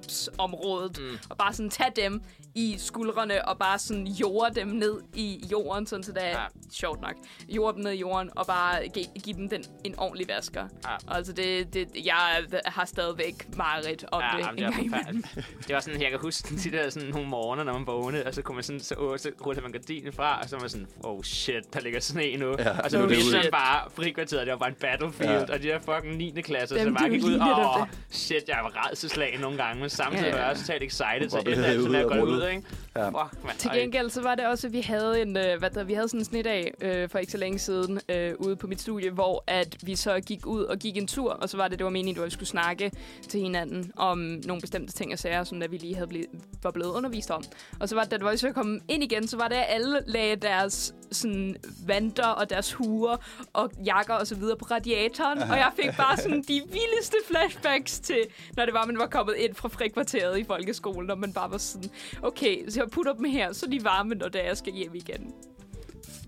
S4: snibboldskampsområdet, mm. og bare sådan tage dem i skuldrene, og bare sådan jorde dem ned i jorden, sådan så det er
S2: Ja.
S4: ja. sjovt nok. Jorde dem ned i jorden, og bare give, give dem den, en ordentlig vasker.
S2: Ja.
S4: Og Altså, det, det, jeg har stadigvæk mareridt om det.
S2: jamen,
S4: en gang
S2: det, var
S4: imellem.
S2: forfærdeligt. det var sådan, jeg kan huske de der sådan, nogle morgener, når man vågnede, og så, kunne man sådan, så, åh, så rullede man gardinen fra, og så var man sådan, oh shit, der ligger sne nu. Ja, og så
S3: nu
S2: var
S3: er det
S2: det
S3: ude.
S2: sådan bare frikvarteret, det var bare en battlefield, ja.
S3: Ja.
S2: og de der fucking 9. klasser,
S4: Dem,
S2: så bare
S4: du
S2: gik ud,
S4: ligner dig
S2: og oh,
S4: det."
S2: shit, jeg var redselslagen nogle gange, men samtidig
S4: Ja,
S2: var
S4: ja.
S2: jeg også totalt excited til
S3: Hvor
S2: et
S3: blev
S2: eller andet,
S3: det
S2: sådan der
S3: ud
S2: går
S3: af
S2: ud,
S3: rullet?
S2: ikke?
S3: Ja.
S2: Fuck, man.
S4: Til gengæld så var det også, at vi havde, en, øh, hvad der, vi havde sådan en snedag øh, for ikke så længe siden øh, ude på mit studie, hvor at vi så gik ud og gik en tur, og så var det, det var meningen, at vi skulle snakke til hinanden om nogle bestemte ting og sager, som der vi lige havde blevet, var blevet undervist om. Og så var det, da det var, så kom ind igen, så var det, at alle lagde deres sådan, vanter og deres huer og jakker og så videre på radiatoren, og jeg fik bare sådan de vildeste flashbacks til, når det var, man var kommet ind fra frikvarteret i folkeskolen, og man bare var sådan, okay, så jeg putter dem her, så er de varme, når det er, jeg skal hjem igen.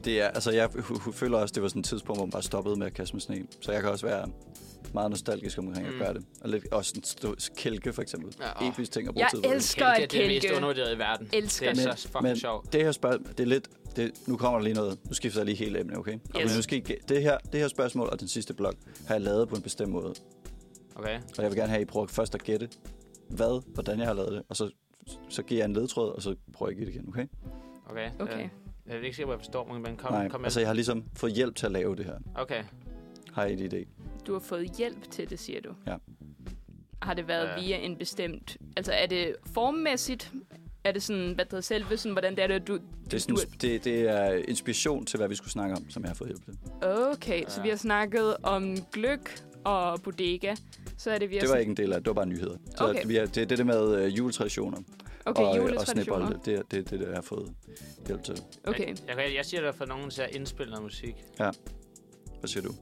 S3: Det er, altså, jeg hu- hu- føler også, det var sådan et tidspunkt, hvor man bare stoppede med at kaste med sne. Så jeg kan også være meget nostalgisk omkring at gøre det. Og lidt også sådan stå, kælke, for eksempel.
S2: Mm. Ja, åh.
S3: Ja, Episk ting at bruge
S4: Jeg
S3: tid på.
S4: elsker
S2: Kælke,
S4: at
S2: det er det mest
S4: kælke.
S2: undervurderede i verden.
S4: Elsker
S2: det. er
S4: det.
S2: så fucking sjovt.
S3: det her spørgsmål, det er lidt... Det, nu kommer der lige noget. Nu skifter jeg lige helt emne, okay? Og
S4: Yes.
S3: nu skal I, gæ- det, her, det her spørgsmål og den sidste blok har jeg lavet på en bestemt måde.
S2: Okay.
S3: Og jeg vil gerne have, at I prøver først at gætte, hvad, hvordan jeg har lavet det. Og så, så giver jeg en ledtråd, og så prøver jeg at give det igen, okay?
S2: Okay.
S4: Okay.
S2: Øh, Jeg er ikke sikker, hvor jeg forstår, men man kom,
S3: Nej,
S2: kom
S3: altså
S2: altså,
S3: jeg har ligesom fået hjælp til at lave det her.
S2: Okay.
S3: Har I en idé?
S4: Du har fået hjælp til det, siger du.
S3: Ja.
S4: Har det været
S2: Ja.
S4: ja. via en bestemt... Altså, er det formmæssigt? Er det sådan, hvad hedder selve, sådan, hvordan det er det, du...
S3: Det er, sådan, det, det er inspiration til, hvad vi skulle snakke om, som jeg har fået hjælp til.
S4: Okay, ja.
S2: Ja.
S4: så vi har snakket om gløk og bodega. Så er det, vi har...
S3: Det var
S4: sn-
S3: ikke en del af det, det var bare nyheder. Så
S4: Okay.
S3: okay. vi har, det er det der med øh, juletraditioner
S4: Okay,
S3: og, øh, og
S4: juletraditioner.
S3: snebolde. Det er det, er det, der jeg har fået hjælp til.
S4: okay.
S2: Jeg, jeg, jeg, jeg siger, at der for nogen til at indspille noget musik.
S3: Hvad siger du,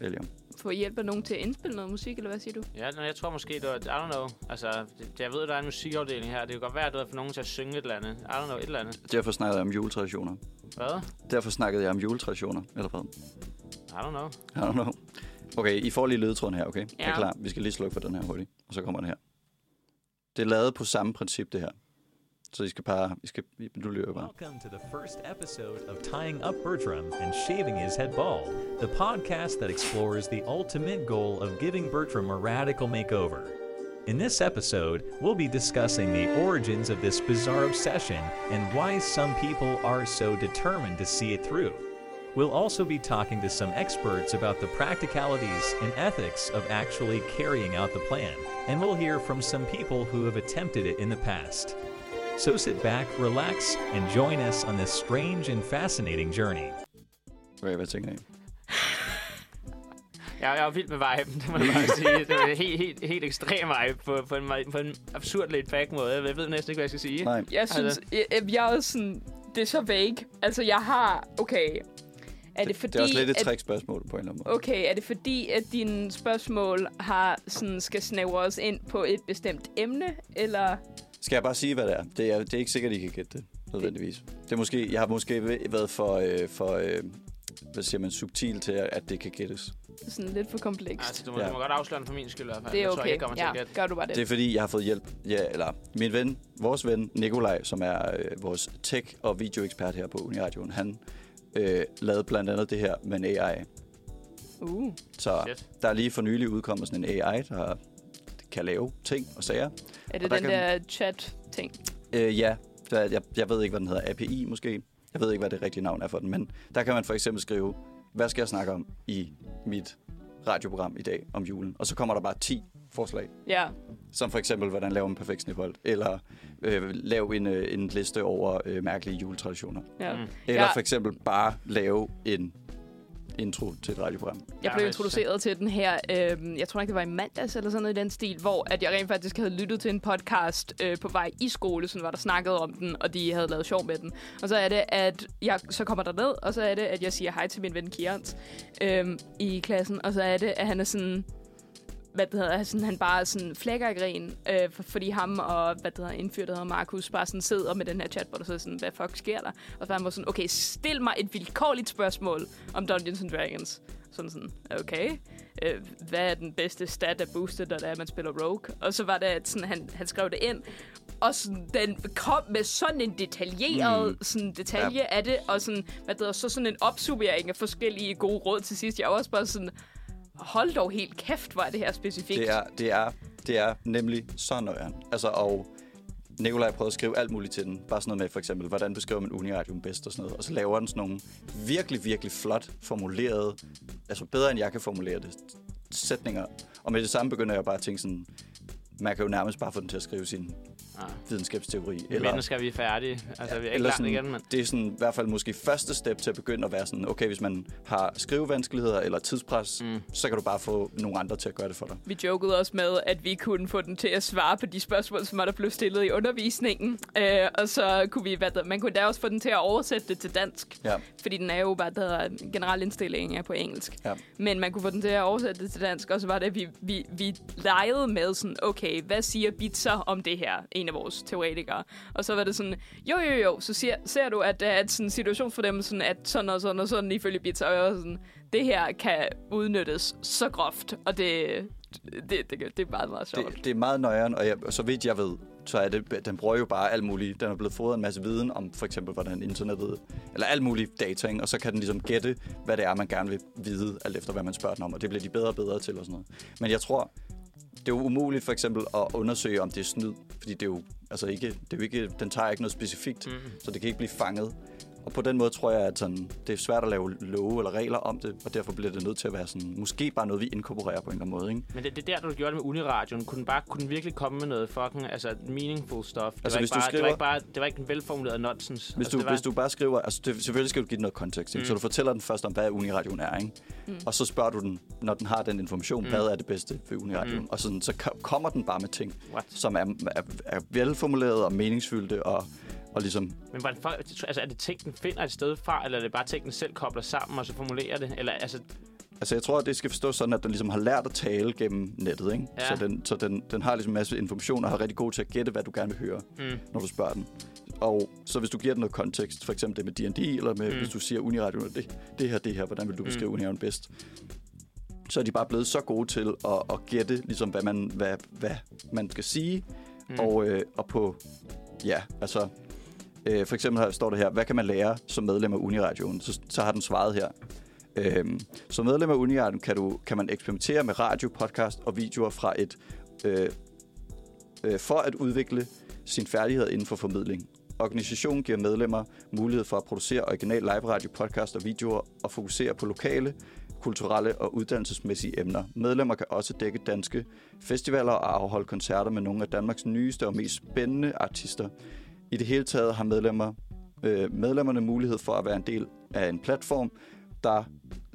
S3: William?
S4: Få hjælp af nogen til at indspille noget musik, eller hvad siger du?
S2: Ja, nå, jeg tror måske, det var, I don't know. Altså, det, jeg ved, der er en musikafdeling her. Det kan godt være, at der er for nogen til at synge et eller andet. I don't know, et eller andet.
S3: Derfor snakkede jeg om juletraditioner.
S2: Hvad?
S3: Derfor snakkede jeg om juletraditioner, eller hvad?
S2: I don't know.
S3: I don't know. Okay, I får lige ledetråden her, okay? Ja. Er
S4: Ja.
S3: I klar? Vi skal lige slukke for den her hurtigt, og så kommer den her. Det er lavet på samme princip, det her. Så I skal bare... I skal, du lyver bare.
S5: Welcome to the first episode of Tying Up Bertram and Shaving His Head Bald, the podcast that explores the ultimate goal of giving Bertram a radical makeover. In this episode, we'll be discussing the origins of this bizarre obsession and why some people are so determined to see it through. We'll also be talking to some experts about the practicalities and ethics of actually carrying out the plan, and we'll hear from some people who have attempted it in the past. So sit back, relax, and join us on this strange and fascinating journey.
S3: Okay, hvad tænker I?
S2: Jeg, jeg var vild med viben, det må jeg bare sige. Det var en helt, helt, helt ekstrem vibe på, på, en, meget- på en absurd laid back måde. Jeg ved næsten ikke, hvad jeg skal sige.
S3: Nej.
S4: Jeg synes,
S2: Altså-
S4: altså, jeg, jeg er også sådan, det er så vague. Altså, jeg har, okay, er det fordi,
S3: det er også lidt et
S4: at,
S3: trickspørgsmål på en eller anden måde.
S4: okay, er det fordi, at dine spørgsmål har, sådan, skal snævre os ind på et bestemt emne, eller
S3: Skal jeg bare sige, hvad det er? Det er, det er ikke sikkert, I kan gætte det, nødvendigvis. Det er måske, jeg har måske været for, øh, for øh, hvad siger man, subtil til, at det kan gættes.
S4: sådan lidt for komplekst?
S2: Altså, du må,
S3: Ja.
S2: ja. du må godt afsløre den for min skyld i hvert fald.
S4: det er
S2: jeg
S4: okay,
S2: tror, jeg kommer til
S4: ja,
S2: at gætte.
S4: gør du bare det.
S3: Det er fordi, jeg har fået hjælp. Ja, eller min ven, vores ven, Nikolaj, som er øh, vores tech- og videoekspert her på Uniradioen, han øh, lavede blandt andet det her med en AI.
S4: Uh,
S3: Så
S2: Shit.
S3: der er lige for nylig udkommet sådan en AI, der kan lave ting og sager.
S4: er det
S3: der
S4: den
S3: kan-
S4: der chat-ting?
S3: Øh, ja, der, jeg, jeg ved ikke, hvad den hedder. API måske. Jeg ved ikke, hvad det rigtige navn er for den. Men der kan man for eksempel skrive, hvad skal jeg snakke om i mit radioprogram i dag om julen? Og så kommer der bare 10 forslag.
S4: Ja,
S2: Mm.
S3: Som for eksempel, hvordan laver en perfekt snebold, eller øh, lav en, øh, en liste over øh, mærkelige juletraditioner.
S4: ja.
S2: Mm.
S4: Mm.
S3: Eller
S4: Ja.
S3: for eksempel bare lave en intro til et radioprogram.
S4: Jeg blev
S2: Ja,
S4: introduceret til den her, øh, jeg tror ikke, det var i mandags eller sådan noget i den stil, hvor at jeg rent faktisk havde lyttet til en podcast øh, på vej i skole, sådan var der snakket om den, og de havde lavet sjov med den. Og så er det, at jeg så kommer der ned, og så er det, at jeg siger hej til min ven Kierans øh, i klassen, og så er det, at han er sådan hvad det hedder, sådan, han bare sådan flækker i grin, øh, for- fordi ham og hvad det hedder, en fyr, der hedder Markus, bare sådan sidder med den her chatbot, og så er jeg sådan, hvad fuck sker der? Og så var han bare sådan, okay, stil mig et vilkårligt spørgsmål om Dungeons and Dragons. Sådan sådan, okay, øh, hvad er den bedste stat, der booster, når det er, at man spiller rogue? Og så var det, at sådan, han, han skrev det ind, og sådan, den kom med sådan en detaljeret mm. sådan, detalje ja. af det, og sådan, hvad det hedder, så sådan en opsummering af forskellige gode råd til sidst. Jeg var også bare sådan, hold dog helt kæft, hvor er det her specifikt.
S3: Det er, det er, det er nemlig så nøjeren. Altså, og Nikolaj prøvede at skrive alt muligt til den. Bare sådan noget med, for eksempel, hvordan beskriver man uniradium bedst og sådan noget. Og så laver den sådan nogle virkelig, virkelig flot formulerede, altså bedre end jeg kan formulere det, sætninger. Og med det samme begynder jeg bare at tænke sådan, man kan jo nærmest bare få den til at skrive sin
S2: Ah.
S3: videnskabsteori.
S2: Eller... Mennesker, vi er færdige. Altså, vi er ikke
S3: Eller
S2: langt
S3: sådan,
S2: igen, mand.
S3: det er sådan, i hvert fald måske første step til at begynde at være sådan, okay, hvis man har skrivevanskeligheder eller tidspres, mm. så kan du bare få nogle andre til at gøre det for dig.
S4: Vi jokede også med, at vi kunne få den til at svare på de spørgsmål, som var der blev stillet i undervisningen. Øh, og så kunne vi, hvad der, man kunne da også få den til at oversætte det til dansk.
S3: Ja.
S4: Fordi den er jo bare, der hedder generelt indstillingen er på engelsk.
S3: Ja.
S4: Men man kunne få den til at oversætte det til dansk, og så var det, at vi, vi, vi legede med sådan, okay, hvad siger Bitzer om det her? En af vores teoretikere. Og så var det sådan, jo, jo, jo, så siger, ser du, at der er sådan en situationsfornemmelse, at sådan og sådan og sådan ifølge Bitzer, og jeg var sådan, det her kan udnyttes så groft, og det, det, det, det er meget, meget sjovt.
S3: Det, det er meget nøjeren, og, jeg, og så vidt jeg ved, så er det, den bruger jo bare alt muligt. Den er blevet fodret en masse viden om for eksempel, hvordan internettet, eller alt muligt data, ikke? og så kan den ligesom gætte, hvad det er, man gerne vil vide, alt efter hvad man spørger den om, og det bliver de bedre og bedre til og sådan noget. Men jeg tror, det er jo umuligt for eksempel at undersøge, om det er snyd, fordi det er jo, altså ikke, det er jo ikke, den tager ikke noget specifikt, mm. så det kan ikke blive fanget. Og på den måde tror jeg, at sådan, det er svært at lave love eller regler om det, og derfor bliver det nødt til at være sådan, måske bare noget, vi inkorporerer på en eller anden måde. Ikke?
S2: Men det, det der, du gjorde det med Uniradioen, kunne den bare kunne den virkelig komme med noget fucking altså meaningful stuff. Det,
S3: Altså,
S2: var,
S3: hvis
S2: ikke
S3: du
S2: bare, det
S3: skriver-
S2: var ikke bare, det var ikke en velformuleret nonsens.
S3: Hvis,
S2: altså,
S3: altså,
S2: det
S3: du,
S2: var,
S3: hvis du bare skriver, altså det, selvfølgelig skal du give den noget kontekst, mm. så du fortæller den først om, hvad Uniradioen er, ikke? Mm. og så spørger du den, når den har den information, mm. hvad er det bedste for Uniradioen, mm. og sådan, så ko- kommer den bare med ting,
S2: What?
S3: som er, er, er velformuleret og meningsfyldte, og, og ligesom,
S2: Men var det for, altså, er det ting, den finder et sted fra, eller er det bare ting, den selv kobler sammen og så formulerer det? Eller, altså,
S3: altså jeg tror, at det skal forstås sådan, at den ligesom har lært at tale gennem nettet, ikke?
S2: Ja.
S3: så, den, så den, den har ligesom en masse information, og er rigtig god til at gætte, hvad du gerne vil høre,
S2: Mm.
S3: når du spørger den. Og så hvis du giver den noget kontekst, for eksempel det med D&D, eller med, mm. hvis du siger Uniradioen, det, det her, det her, hvordan vil du beskrive mm. Uniradioen bedst? så er de bare blevet så gode til at, at gætte, ligesom, hvad, man, hvad, hvad man skal sige. Mm. Og, øh, og på, ja, altså, øh, for eksempel her står det her, hvad kan man lære som medlem af Uniradioen? Så, så har den svaret her. Øhm, som medlem af Uniradioen kan, du, kan man eksperimentere med radio, podcast og videoer fra et, øh, øh, for at udvikle sin færdighed inden for formidling. Organisationen giver medlemmer mulighed for at producere original live radio, podcast og videoer og fokusere på lokale, kulturelle og uddannelsesmæssige emner. Medlemmer kan også dække danske festivaler og afholde koncerter med nogle af Danmarks nyeste og mest spændende artister. I det hele taget har medlemmer, øh, medlemmerne mulighed for at være en del af en platform, der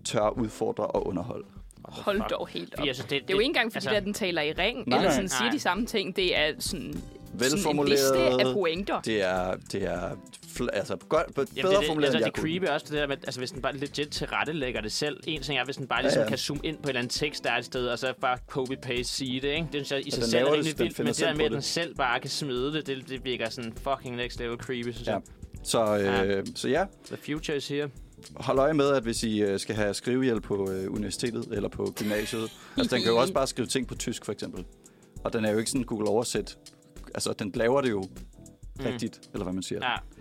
S3: tør udfordre og underholde.
S4: Hold
S2: fuck?
S4: dog helt op.
S2: Fordi, altså, det-
S4: det er jo
S2: det-
S4: ikke engang, fordi
S2: altså-
S4: altså, den taler i ring,
S3: Nej,
S4: eller
S3: nej.
S4: sådan, siger
S2: Nej.
S4: de samme ting. Det er sådan, sådan en
S3: Velformuleret.
S4: liste af pointer.
S3: Det er, det er fl- altså, godt, bedre
S2: Jamen, det, er det,
S3: formuleret,
S2: altså,
S3: end jeg
S2: det
S3: kunne.
S2: creepy er også det der med, altså, hvis den bare legit tilrettelægger det selv. En ting er, hvis den bare ligesom
S3: ja.
S2: kan zoome ind på et eller andet tekst, der er et sted, og så bare copy-paste sige det, ikke? Det synes jeg i sig
S3: den
S2: selv er
S3: laver det,
S2: rimelig
S3: den
S2: vildt, men
S3: finder
S2: det der
S3: selv
S2: med,
S3: på
S2: at den
S3: det.
S2: selv bare kan smide det, det, det virker sådan fucking next level creepy, synes ja.
S3: Ja.
S2: jeg.
S3: Så, øh,
S2: Ja.
S3: ja. så ja,
S2: The future is here.
S3: hold øje med, at hvis I øh, skal have skrivehjælp på øh, universitetet eller på gymnasiet, altså den kan jo også bare skrive ting på tysk for eksempel. Og den er jo ikke sådan Google Oversæt. Altså den laver det jo rigtigt, eller hvad man siger.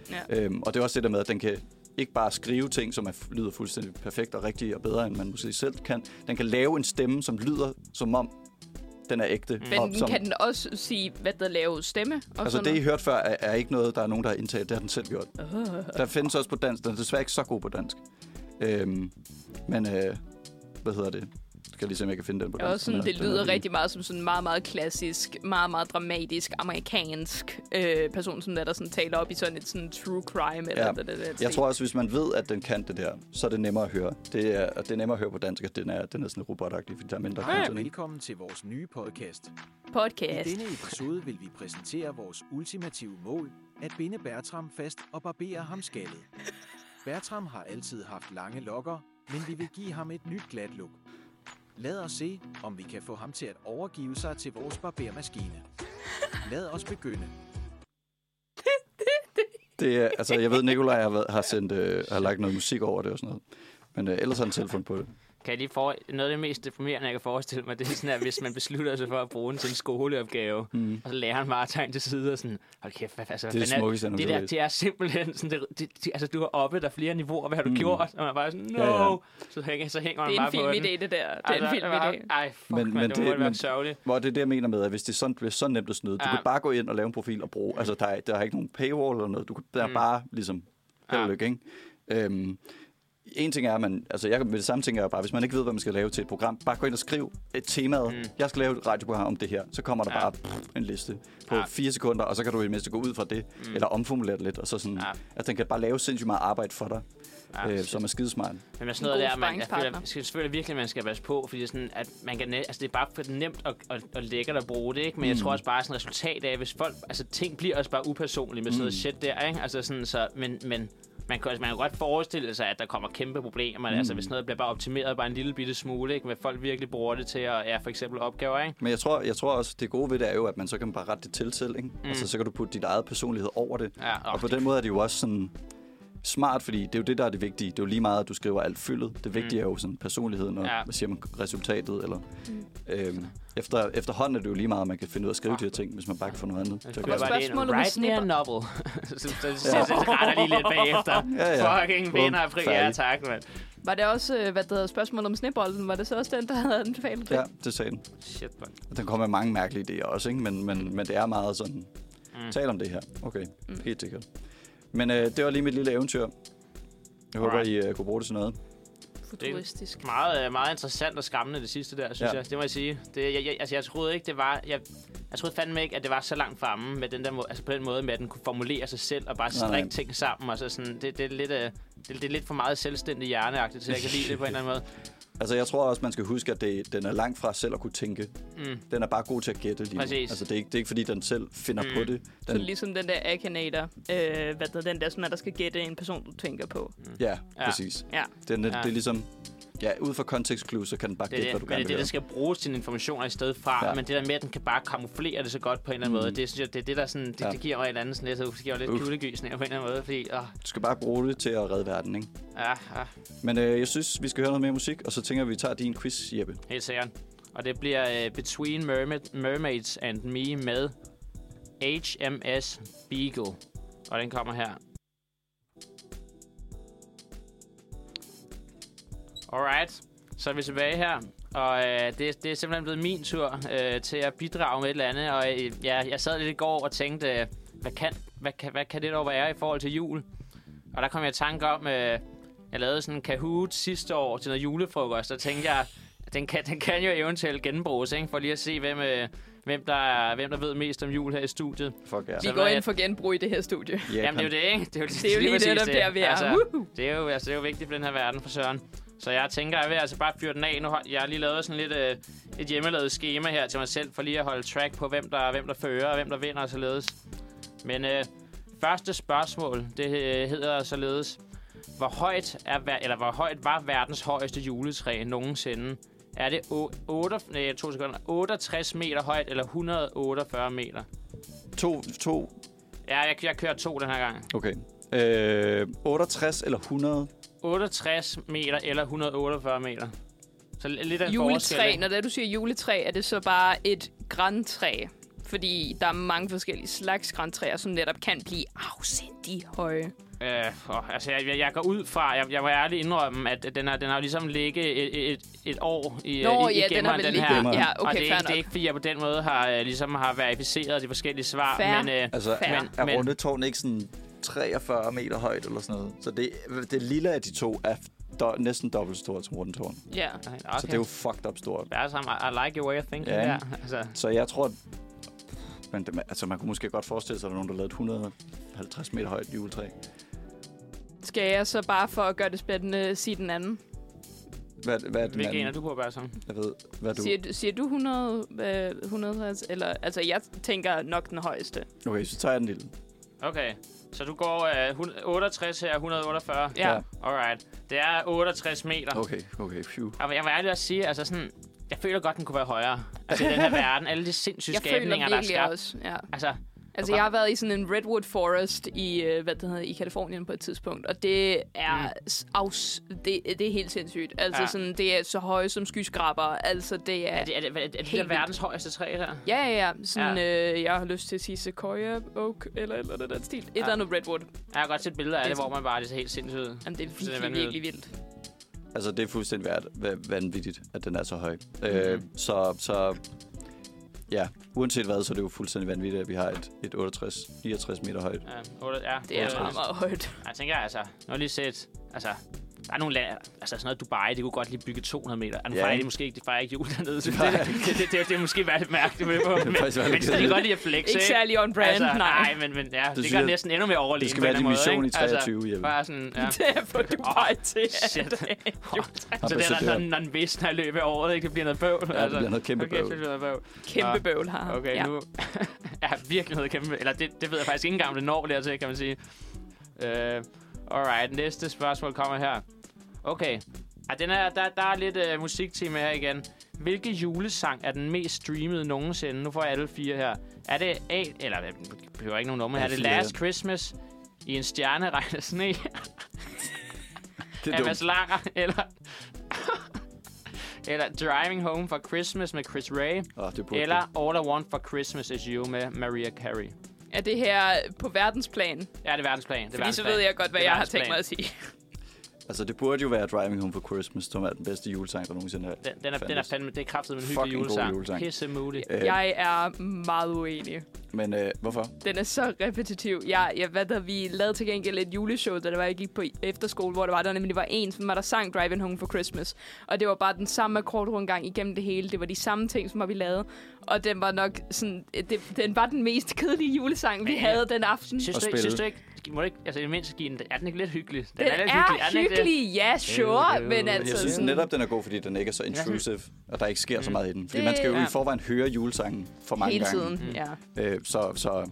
S2: Mm. Ja.
S3: Øhm, og det er også det der med, at den kan ikke bare skrive ting, som er, lyder fuldstændig perfekt og rigtigt og bedre, end man måske selv kan. Den kan lave en stemme, som lyder som om, den er ægte. og
S4: Mm. Men
S3: som,
S4: kan den også sige, hvad der laver stemme? Og
S3: Altså
S4: sådan
S3: det, I
S4: noget?
S3: hørte før, er, er ikke noget, der er nogen, der har indtaget. Det har den selv gjort. Der findes også på dansk. Den er desværre ikke så god på dansk. Øhm, men, øh, hvad hedder det? Skal jeg lige se, om jeg kan finde den på
S4: Og
S3: dansk.
S4: sådan,
S3: Den er-
S4: det
S3: den er
S4: lyder
S3: lige-
S4: rigtig meget som sådan meget, meget klassisk, meget, meget dramatisk, amerikansk øh, person, som der, der sådan taler op i sådan et sådan true crime. Eller
S3: Ja.
S4: det, det, det,
S3: Jeg tror også, hvis man ved, at den kan det der, så er det nemmere at høre. Det er, og det er nemmere at høre på dansk, at den er, den er sådan robotagtig, fordi der er mindre
S4: Ah,
S6: Hej og
S3: content. ikke?
S6: velkommen til vores nye podcast. I
S4: Podcast.
S6: denne episode vil vi præsentere vores ultimative mål, at binde Bertram fast og barbere ham skaldet. Bertram har altid haft lange lokker, men vi vil give ham et nyt glat look. Lad os se, om vi kan få ham til at overgive sig til vores barbermaskine. Lad os begynde.
S3: Det er, altså, jeg ved, Nikolaj har, været- har, sendt, øh, har lagt noget musik over det og sådan noget. Men øh, ellers har han selv fundet på det.
S2: Kan jeg lige for... Noget af det mest deprimerende, jeg kan forestille mig, det er sådan, at hvis man beslutter sig for at bruge den til en skoleopgave, mm. og så lærer han bare tegn til side og sådan, hold kæft, hvad, altså, hvad
S3: Det er det
S2: fanden
S3: smukkeste, han
S2: det
S3: har
S2: der,
S3: læst.
S2: det er simpelthen sådan, det, det, det, altså, du har oppe der flere niveauer, hvad har du mm. gjort? Og man er bare sådan, no!
S3: Ja,
S2: Ja,
S3: ja.
S2: ja. Så, hænger, så hænger man
S4: Det er
S2: bare
S4: en
S2: på
S4: film i
S2: den. Altså,
S4: dag, det der. Det er en film i dag.
S2: Ej, fuck, men,
S3: Men-
S2: man,
S3: men
S2: det,
S3: det-
S2: må det, være
S3: men-
S2: sørgeligt.
S3: Hvor det er det, jeg mener med, at hvis det sådan bliver så nemt at snyde, ja.
S2: Ja.
S3: du kan bare gå ind og lave en profil og bruge. Altså, der er, der er ikke nogen paywall eller noget. Du kan, der mm. er bare ligesom, held
S2: Ja.
S3: og lykke, ikke? Øhm, en ting er, at man, altså jeg, med det samme ting er bare, hvis man ikke ved, hvad man skal lave til et program, bare gå ind og skriv et temaet. Mm. Jeg skal lave et radioprogram om det her. Så kommer der ja. bare pff, en liste på ja. fire sekunder, og så kan du i det mindste gå ud fra det, mm. eller omformulere det lidt, og så sådan,
S2: Ja.
S3: ja. at den kan bare lave sindssygt meget arbejde for dig,
S2: Ja,
S3: ja, øh,
S2: shit.
S3: som er skidesmart.
S2: Men med sådan noget
S4: god
S2: der, man, jeg føler,
S4: sparringspartner.
S2: skal, selvfølgelig virkelig, man skal passe på, fordi sådan, at man kan, næ- altså, det er bare for nemt og, og, og lækkert at bruge det, ikke? Men mm. jeg tror også bare, sådan et resultat af, hvis folk, altså ting bliver også bare upersonlige med sådan noget shit der, ikke? Altså sådan, så, men, men man kan, også, man kan godt forestille sig, at der kommer kæmpe problemer, mm. altså hvis noget bliver bare optimeret bare en lille bitte smule, ikke? Men folk virkelig bruger det til at, ja, for eksempel opgaver, ikke?
S3: Men jeg tror, jeg tror også, det gode ved det er jo, at man så kan bare rette det til selv, ikke? Mm. Altså, så kan du putte dit eget personlighed over det.
S2: Ja, åh,
S3: og på den måde er det jo også sådan smart, fordi det er jo det, der er det vigtige. Det er jo lige meget, at du skriver alt fyldet. Det vigtige mm. er jo sådan personligheden og,
S2: Ja.
S3: ja. hvad siger man, resultatet, eller... Mm. Øhm, efter, efterhånden er det jo lige meget, at man kan finde ud af at skrive de her ting, hvis man bare kan få noget andet. til at
S2: Det
S3: gøre.
S2: var bare lige en
S4: spørgsmålet med
S2: right near
S4: snipper?
S2: novel. så, så, så, så, så retter lige lidt bagefter.
S3: Ja, ja.
S2: Fucking
S3: Bum.
S2: vinder af pri- Ja,
S3: Færdig.
S2: tak, mand.
S4: Var det også, øh, hvad der hedder, spørgsmålet om snebolden? Var det så også den, der havde anbefalet det?
S3: Ja, det sagde den.
S2: Shit, mand.
S3: Og Den kommer med mange mærkelige idéer også, ikke? Men, men, men det er meget sådan... Mm. Tal om det her. Okay, helt sikkert. Men øh, det var lige mit lille eventyr. Jeg håber,
S2: Alright.
S3: I uh, kunne bruge det til noget.
S4: Futuristisk.
S2: Meget, øh, meget interessant og skræmmende det sidste der, synes
S3: Ja.
S2: ja. jeg. Det må jeg sige. Det, jeg, jeg, altså, jeg troede ikke, det var... Jeg, jeg troede fandme ikke, at det var så langt fremme med den der, må- altså på den måde, med at den kunne formulere sig selv og bare
S3: Nej, nej.
S2: strikke ting sammen. Og så sådan, det, det, er lidt, øh, det, det er lidt for meget selvstændig hjerneagtigt, så jeg kan lide det på en eller anden måde.
S3: Altså, jeg tror også, man skal huske, at det, den er langt fra selv at kunne tænke.
S2: Mm.
S3: Den er bare god til at gætte lige nu.
S2: Præcis.
S3: Altså, det er, ikke, det er ikke, fordi den selv finder
S2: Mm.
S3: på det.
S4: Så
S3: Den,
S4: ligesom den der Akinator, øh, hvad der, den der, som er, der skal gætte en person, du tænker på.
S3: ja,
S2: Ja.
S3: præcis.
S4: Ja.
S3: Den, er,
S2: Ja.
S3: Det er ligesom... Ja, ud fra kontekst clue, så kan den bare
S2: Det er
S3: gætte,
S2: det,
S3: hvad
S2: men
S3: du
S2: det er
S3: gerne
S2: det,
S3: vil
S2: der
S3: høre.
S2: skal bruge sine informationer i stedet fra.
S3: Ja. Mm.
S2: Ja. Men det der med, at den kan bare kamuflere det så godt på en eller anden måde, det synes jeg, det er det, der sådan, det,
S3: Ja.
S2: det giver mig et eller andet sådan lidt, det giver mig
S3: Uff.
S2: lidt kuldegysning på en eller anden måde, fordi, åh, ah,
S3: Du skal bare bruge det til at redde verden, ikke?
S2: ja, ja,
S3: Men øh, jeg synes, vi skal høre noget mere musik, og så tænker jeg, at vi tager din quiz, Jeppe.
S2: helt sikkert. Og det bliver uh, Between Mermaid, Mermaids and Me med HMS Beagle. Og den kommer her. Alright, så er vi tilbage her. Og øh, det, det er simpelthen blevet min tur øh, til at bidrage med et eller andet. Og øh, jeg, jeg sad lidt i går og tænkte, øh, hvad, kan, hvad, kan, hvad kan det dog være i forhold til jul? Og der kom jeg i tanke om, øh, jeg lavede sådan en kahoot sidste år til noget julefrokost. Og tænkte jeg, den kan, den kan jo eventuelt genbruges, ikke? for lige at se, hvem, øh, hvem, der, er- hvem der ved mest om jul her i studiet.
S3: Fuck ja.
S4: Vi
S2: ved
S4: går
S2: jeg-
S4: ind for genbrug i det her studie.
S3: Ja,
S2: Jamen, det er jo det, ikke? jo,
S4: Det er jo lige
S2: præcis
S4: netop der, vi er. Woohoo!
S2: det, er jo, altså, det er jo vigtigt for den her verden, for søren. Så jeg tænker, at jeg vil altså bare fyre den af. Nu har, jeg har lige lavet sådan lidt øh, et hjemmelavet schema her til mig selv, for lige at holde track på, hvem der, hvem der fører og hvem der vinder og således. Men øh, første spørgsmål, det øh, hedder således, hvor højt, er, ver- eller hvor højt var verdens højeste juletræ nogensinde? Er det o- otte, nej, to sekunder, 68 meter højt eller 148 meter?
S3: To, to.
S2: Ja, jeg, jeg kører to den her gang.
S3: Okay. Øh, 68 eller 100?
S2: 68 meter eller 148 meter. Så l- lidt af en forskel.
S4: Juletræ,
S2: ikke?
S4: når det er, du siger juletræ, er det så bare et grantræ? Fordi der er mange forskellige slags grantræer, som netop kan blive afsindig høje.
S2: Øh, åh, altså, jeg, jeg, jeg går ud fra, jeg, jeg må ærligt indrømme, at den har, den har jo ligesom ligget et, et, et år i, øh,
S4: Nå,
S2: i, i
S4: ja, den har
S2: gemmeren,
S4: vel
S2: den,
S4: ligget-
S2: her.
S3: ja,
S2: og
S4: okay,
S2: det er,
S4: fair
S2: ikke, det er
S4: nok.
S2: ikke, fordi jeg på den måde har, øh, ligesom har verificeret de forskellige svar.
S4: Fair.
S2: Men, øh,
S3: Altså,
S4: Fair.
S2: men,
S3: er
S2: men,
S3: rundetårnet ikke sådan 43 meter højt eller sådan noget? Så det, det lille af de to er do, næsten dobbelt så stort som rundetårn. Okay.
S4: Ja.
S2: okay.
S3: Så det er jo fucked up stort.
S2: Der er sammen, I, I like your way of thinking
S3: Ja,
S2: der.
S3: ikke?
S2: Altså,
S3: Så jeg tror... Men det, altså, man kunne måske godt forestille sig, at der er nogen, der lavede et 150 meter højt juletræ.
S4: Skal jeg så bare for at gøre det spændende sige den anden?
S3: Hvad, hvad er den
S2: hvilken en er
S3: anden?
S2: du på, Bertram?
S3: Jeg ved, hvad du...
S4: Siger, du- siger du 100, øh, 150? Eller, altså, jeg tænker nok den højeste.
S3: Okay, så tager jeg den lille.
S2: Okay, så du går øh, 100 68 her, 148.
S4: Ja.
S3: Ja.
S4: ja.
S2: Alright. Det er 68 meter.
S3: Okay, okay, phew.
S2: Og jeg må ærligt også sige, altså sådan, jeg føler godt, den kunne være højere. Altså i den her verden, alle de sindssyge
S4: Jeg føler
S2: skabninger, der er
S4: virkelig
S2: skabt.
S4: også. Ja.
S2: Altså,
S4: Altså, jeg har været i sådan en redwood forest i, øh, hvad det hedder, i Kalifornien på et tidspunkt, og det er, s- afs, det, det er helt sindssygt. Altså,
S2: Mm. Ja.
S4: ja. sådan, det er så høje som skyskraber. Altså, det er...
S2: er det, er det, er det, er det
S4: Helt
S2: der verdens højeste træ her?
S4: Ja, ja, ja. Sådan, ja. Øh, jeg har lyst til at sige sequoia oak, eller eller andet den stil. Et
S2: Ja.
S4: eller andet redwood.
S2: Jeg har godt set billeder af
S4: Det er
S2: det, hvor man bare det ser helt sindssygt ud.
S4: Jamen, det er
S2: Det er
S4: virkelig,
S2: vanvittigt.
S4: virkelig vildt.
S3: Altså, det er fuldstændig værd, va- vanvittigt, at den er så høj. Mm. Øh,
S2: Mhm.
S3: så, så ja, uanset hvad, så er det jo fuldstændig vanvittigt, at vi har et, et 68-69 meter højt.
S2: Ja, otte- ja,
S4: Det er
S2: otte-
S4: meget, meget højt.
S2: Jeg tænker altså, nu har jeg lige set, altså, der er nogle lande, altså sådan noget Dubai, det kunne godt lige bygge 200 meter. Altså, nu
S3: Ja,
S2: fejrer
S3: ikke?
S2: de måske ikke, de fejrer ikke jul dernede, så det, det, det, det, det, er måske værd at mærke det med på. Men,
S3: faktisk være
S2: men
S3: lidt
S2: så kan de
S3: kedeligt.
S2: godt lige at flexe,
S4: Ikke særlig on brand,
S2: altså,
S4: nej.
S2: nej. men, men ja, det, det
S3: synes
S2: gør
S3: jeg-
S2: næsten endnu mere overlegen.
S3: det skal
S2: på en
S3: være
S2: eller
S3: din
S2: anden måde,
S3: mission
S2: ikke?
S3: i
S2: Altså,
S3: 23, Jeppe.
S2: Bare sådan, ja.
S4: Det er for du
S2: Åh,
S4: bare til.
S2: shit. Så det
S3: præcis,
S2: er
S3: det
S2: der
S3: er-
S2: sådan en visner i løbet af året, ikke? Det bliver noget bøvl. altså.
S3: Ja, det bliver noget kæmpe
S2: okay,
S3: bøvl.
S2: Det bliver noget bøvl.
S4: Kæmpe bøvl har han.
S2: Okay,
S4: ja.
S2: ja. nu er virkelig noget kæmpe Eller det, det ved jeg faktisk ikke engang, om det når dertil, kan man sige. Uh, alright, næste spørgsmål kommer her. Okay, ah, den er, der, der er lidt uh, musiktema her igen. Hvilke julesang er den mest streamede nogensinde? Nu får jeg alle fire her. Er det A... Eller, jeg behøver ikke nogen nummer her. Er
S3: Alle
S2: det
S3: fire.
S2: Last Christmas? I en stjerne regner sne?
S3: Det
S2: af
S3: er
S2: Mads
S3: dumt.
S2: Langer, eller... eller Driving Home for Christmas med Chris Ray,
S3: Oh, det burde
S2: eller
S3: det.
S2: All I Want for Christmas Is You med Maria Carey.
S4: Er det her på verdensplan?
S2: Ja, det er verdensplan. Det er
S4: Fordi så
S2: verdensplan.
S4: ved jeg godt, hvad
S2: Det er
S4: jeg har tænkt
S2: verdensplan.
S4: mig at sige.
S3: Altså, det burde jo være Driving Home for Christmas, som er den bedste julesang, der nogensinde har
S2: Den, den, er, den er
S3: fandtes.
S2: fandme, det er kraftet med en hyggelig
S3: Fucking god
S2: julesang.
S3: julesang.
S2: Pisse muligt.
S3: Øh.
S4: Jeg er meget uenig.
S3: Men øh, hvorfor?
S4: Den er så repetitiv. Ja, ja, hvad der, vi lavede til gengæld et juleshow, da det var, jeg gik på efterskole, hvor der var der nemlig var en, som var der sang Driving Home for Christmas. Og det var bare den samme akkordrundgang igennem det hele. Det var de samme ting, som vi lavede. Og den var nok sådan, øh, det, den var den mest kedelige julesang, vi
S2: Men-
S4: havde den aften.
S2: Synes
S3: Og
S2: du, ikke, synes
S3: spille.
S2: du ikke, må du ikke, altså i det mindste give den, er den ikke lidt hyggelig?
S4: Den
S2: lidt
S4: er
S2: den ikke det?
S4: hyggelig, ja, sure,
S2: Øh,
S4: men
S2: øh,
S3: Men jeg
S4: altså...
S3: synes
S4: sådan-
S3: netop, den er god, fordi den ikke er så intrusive, og der ikke sker
S2: Mm.
S3: så meget i den. Fordi
S4: Det-
S3: man skal jo
S4: ja.
S3: i forvejen høre julesangen for mange
S4: Hele
S3: gange.
S4: tiden, ja.
S3: Øh, så, så,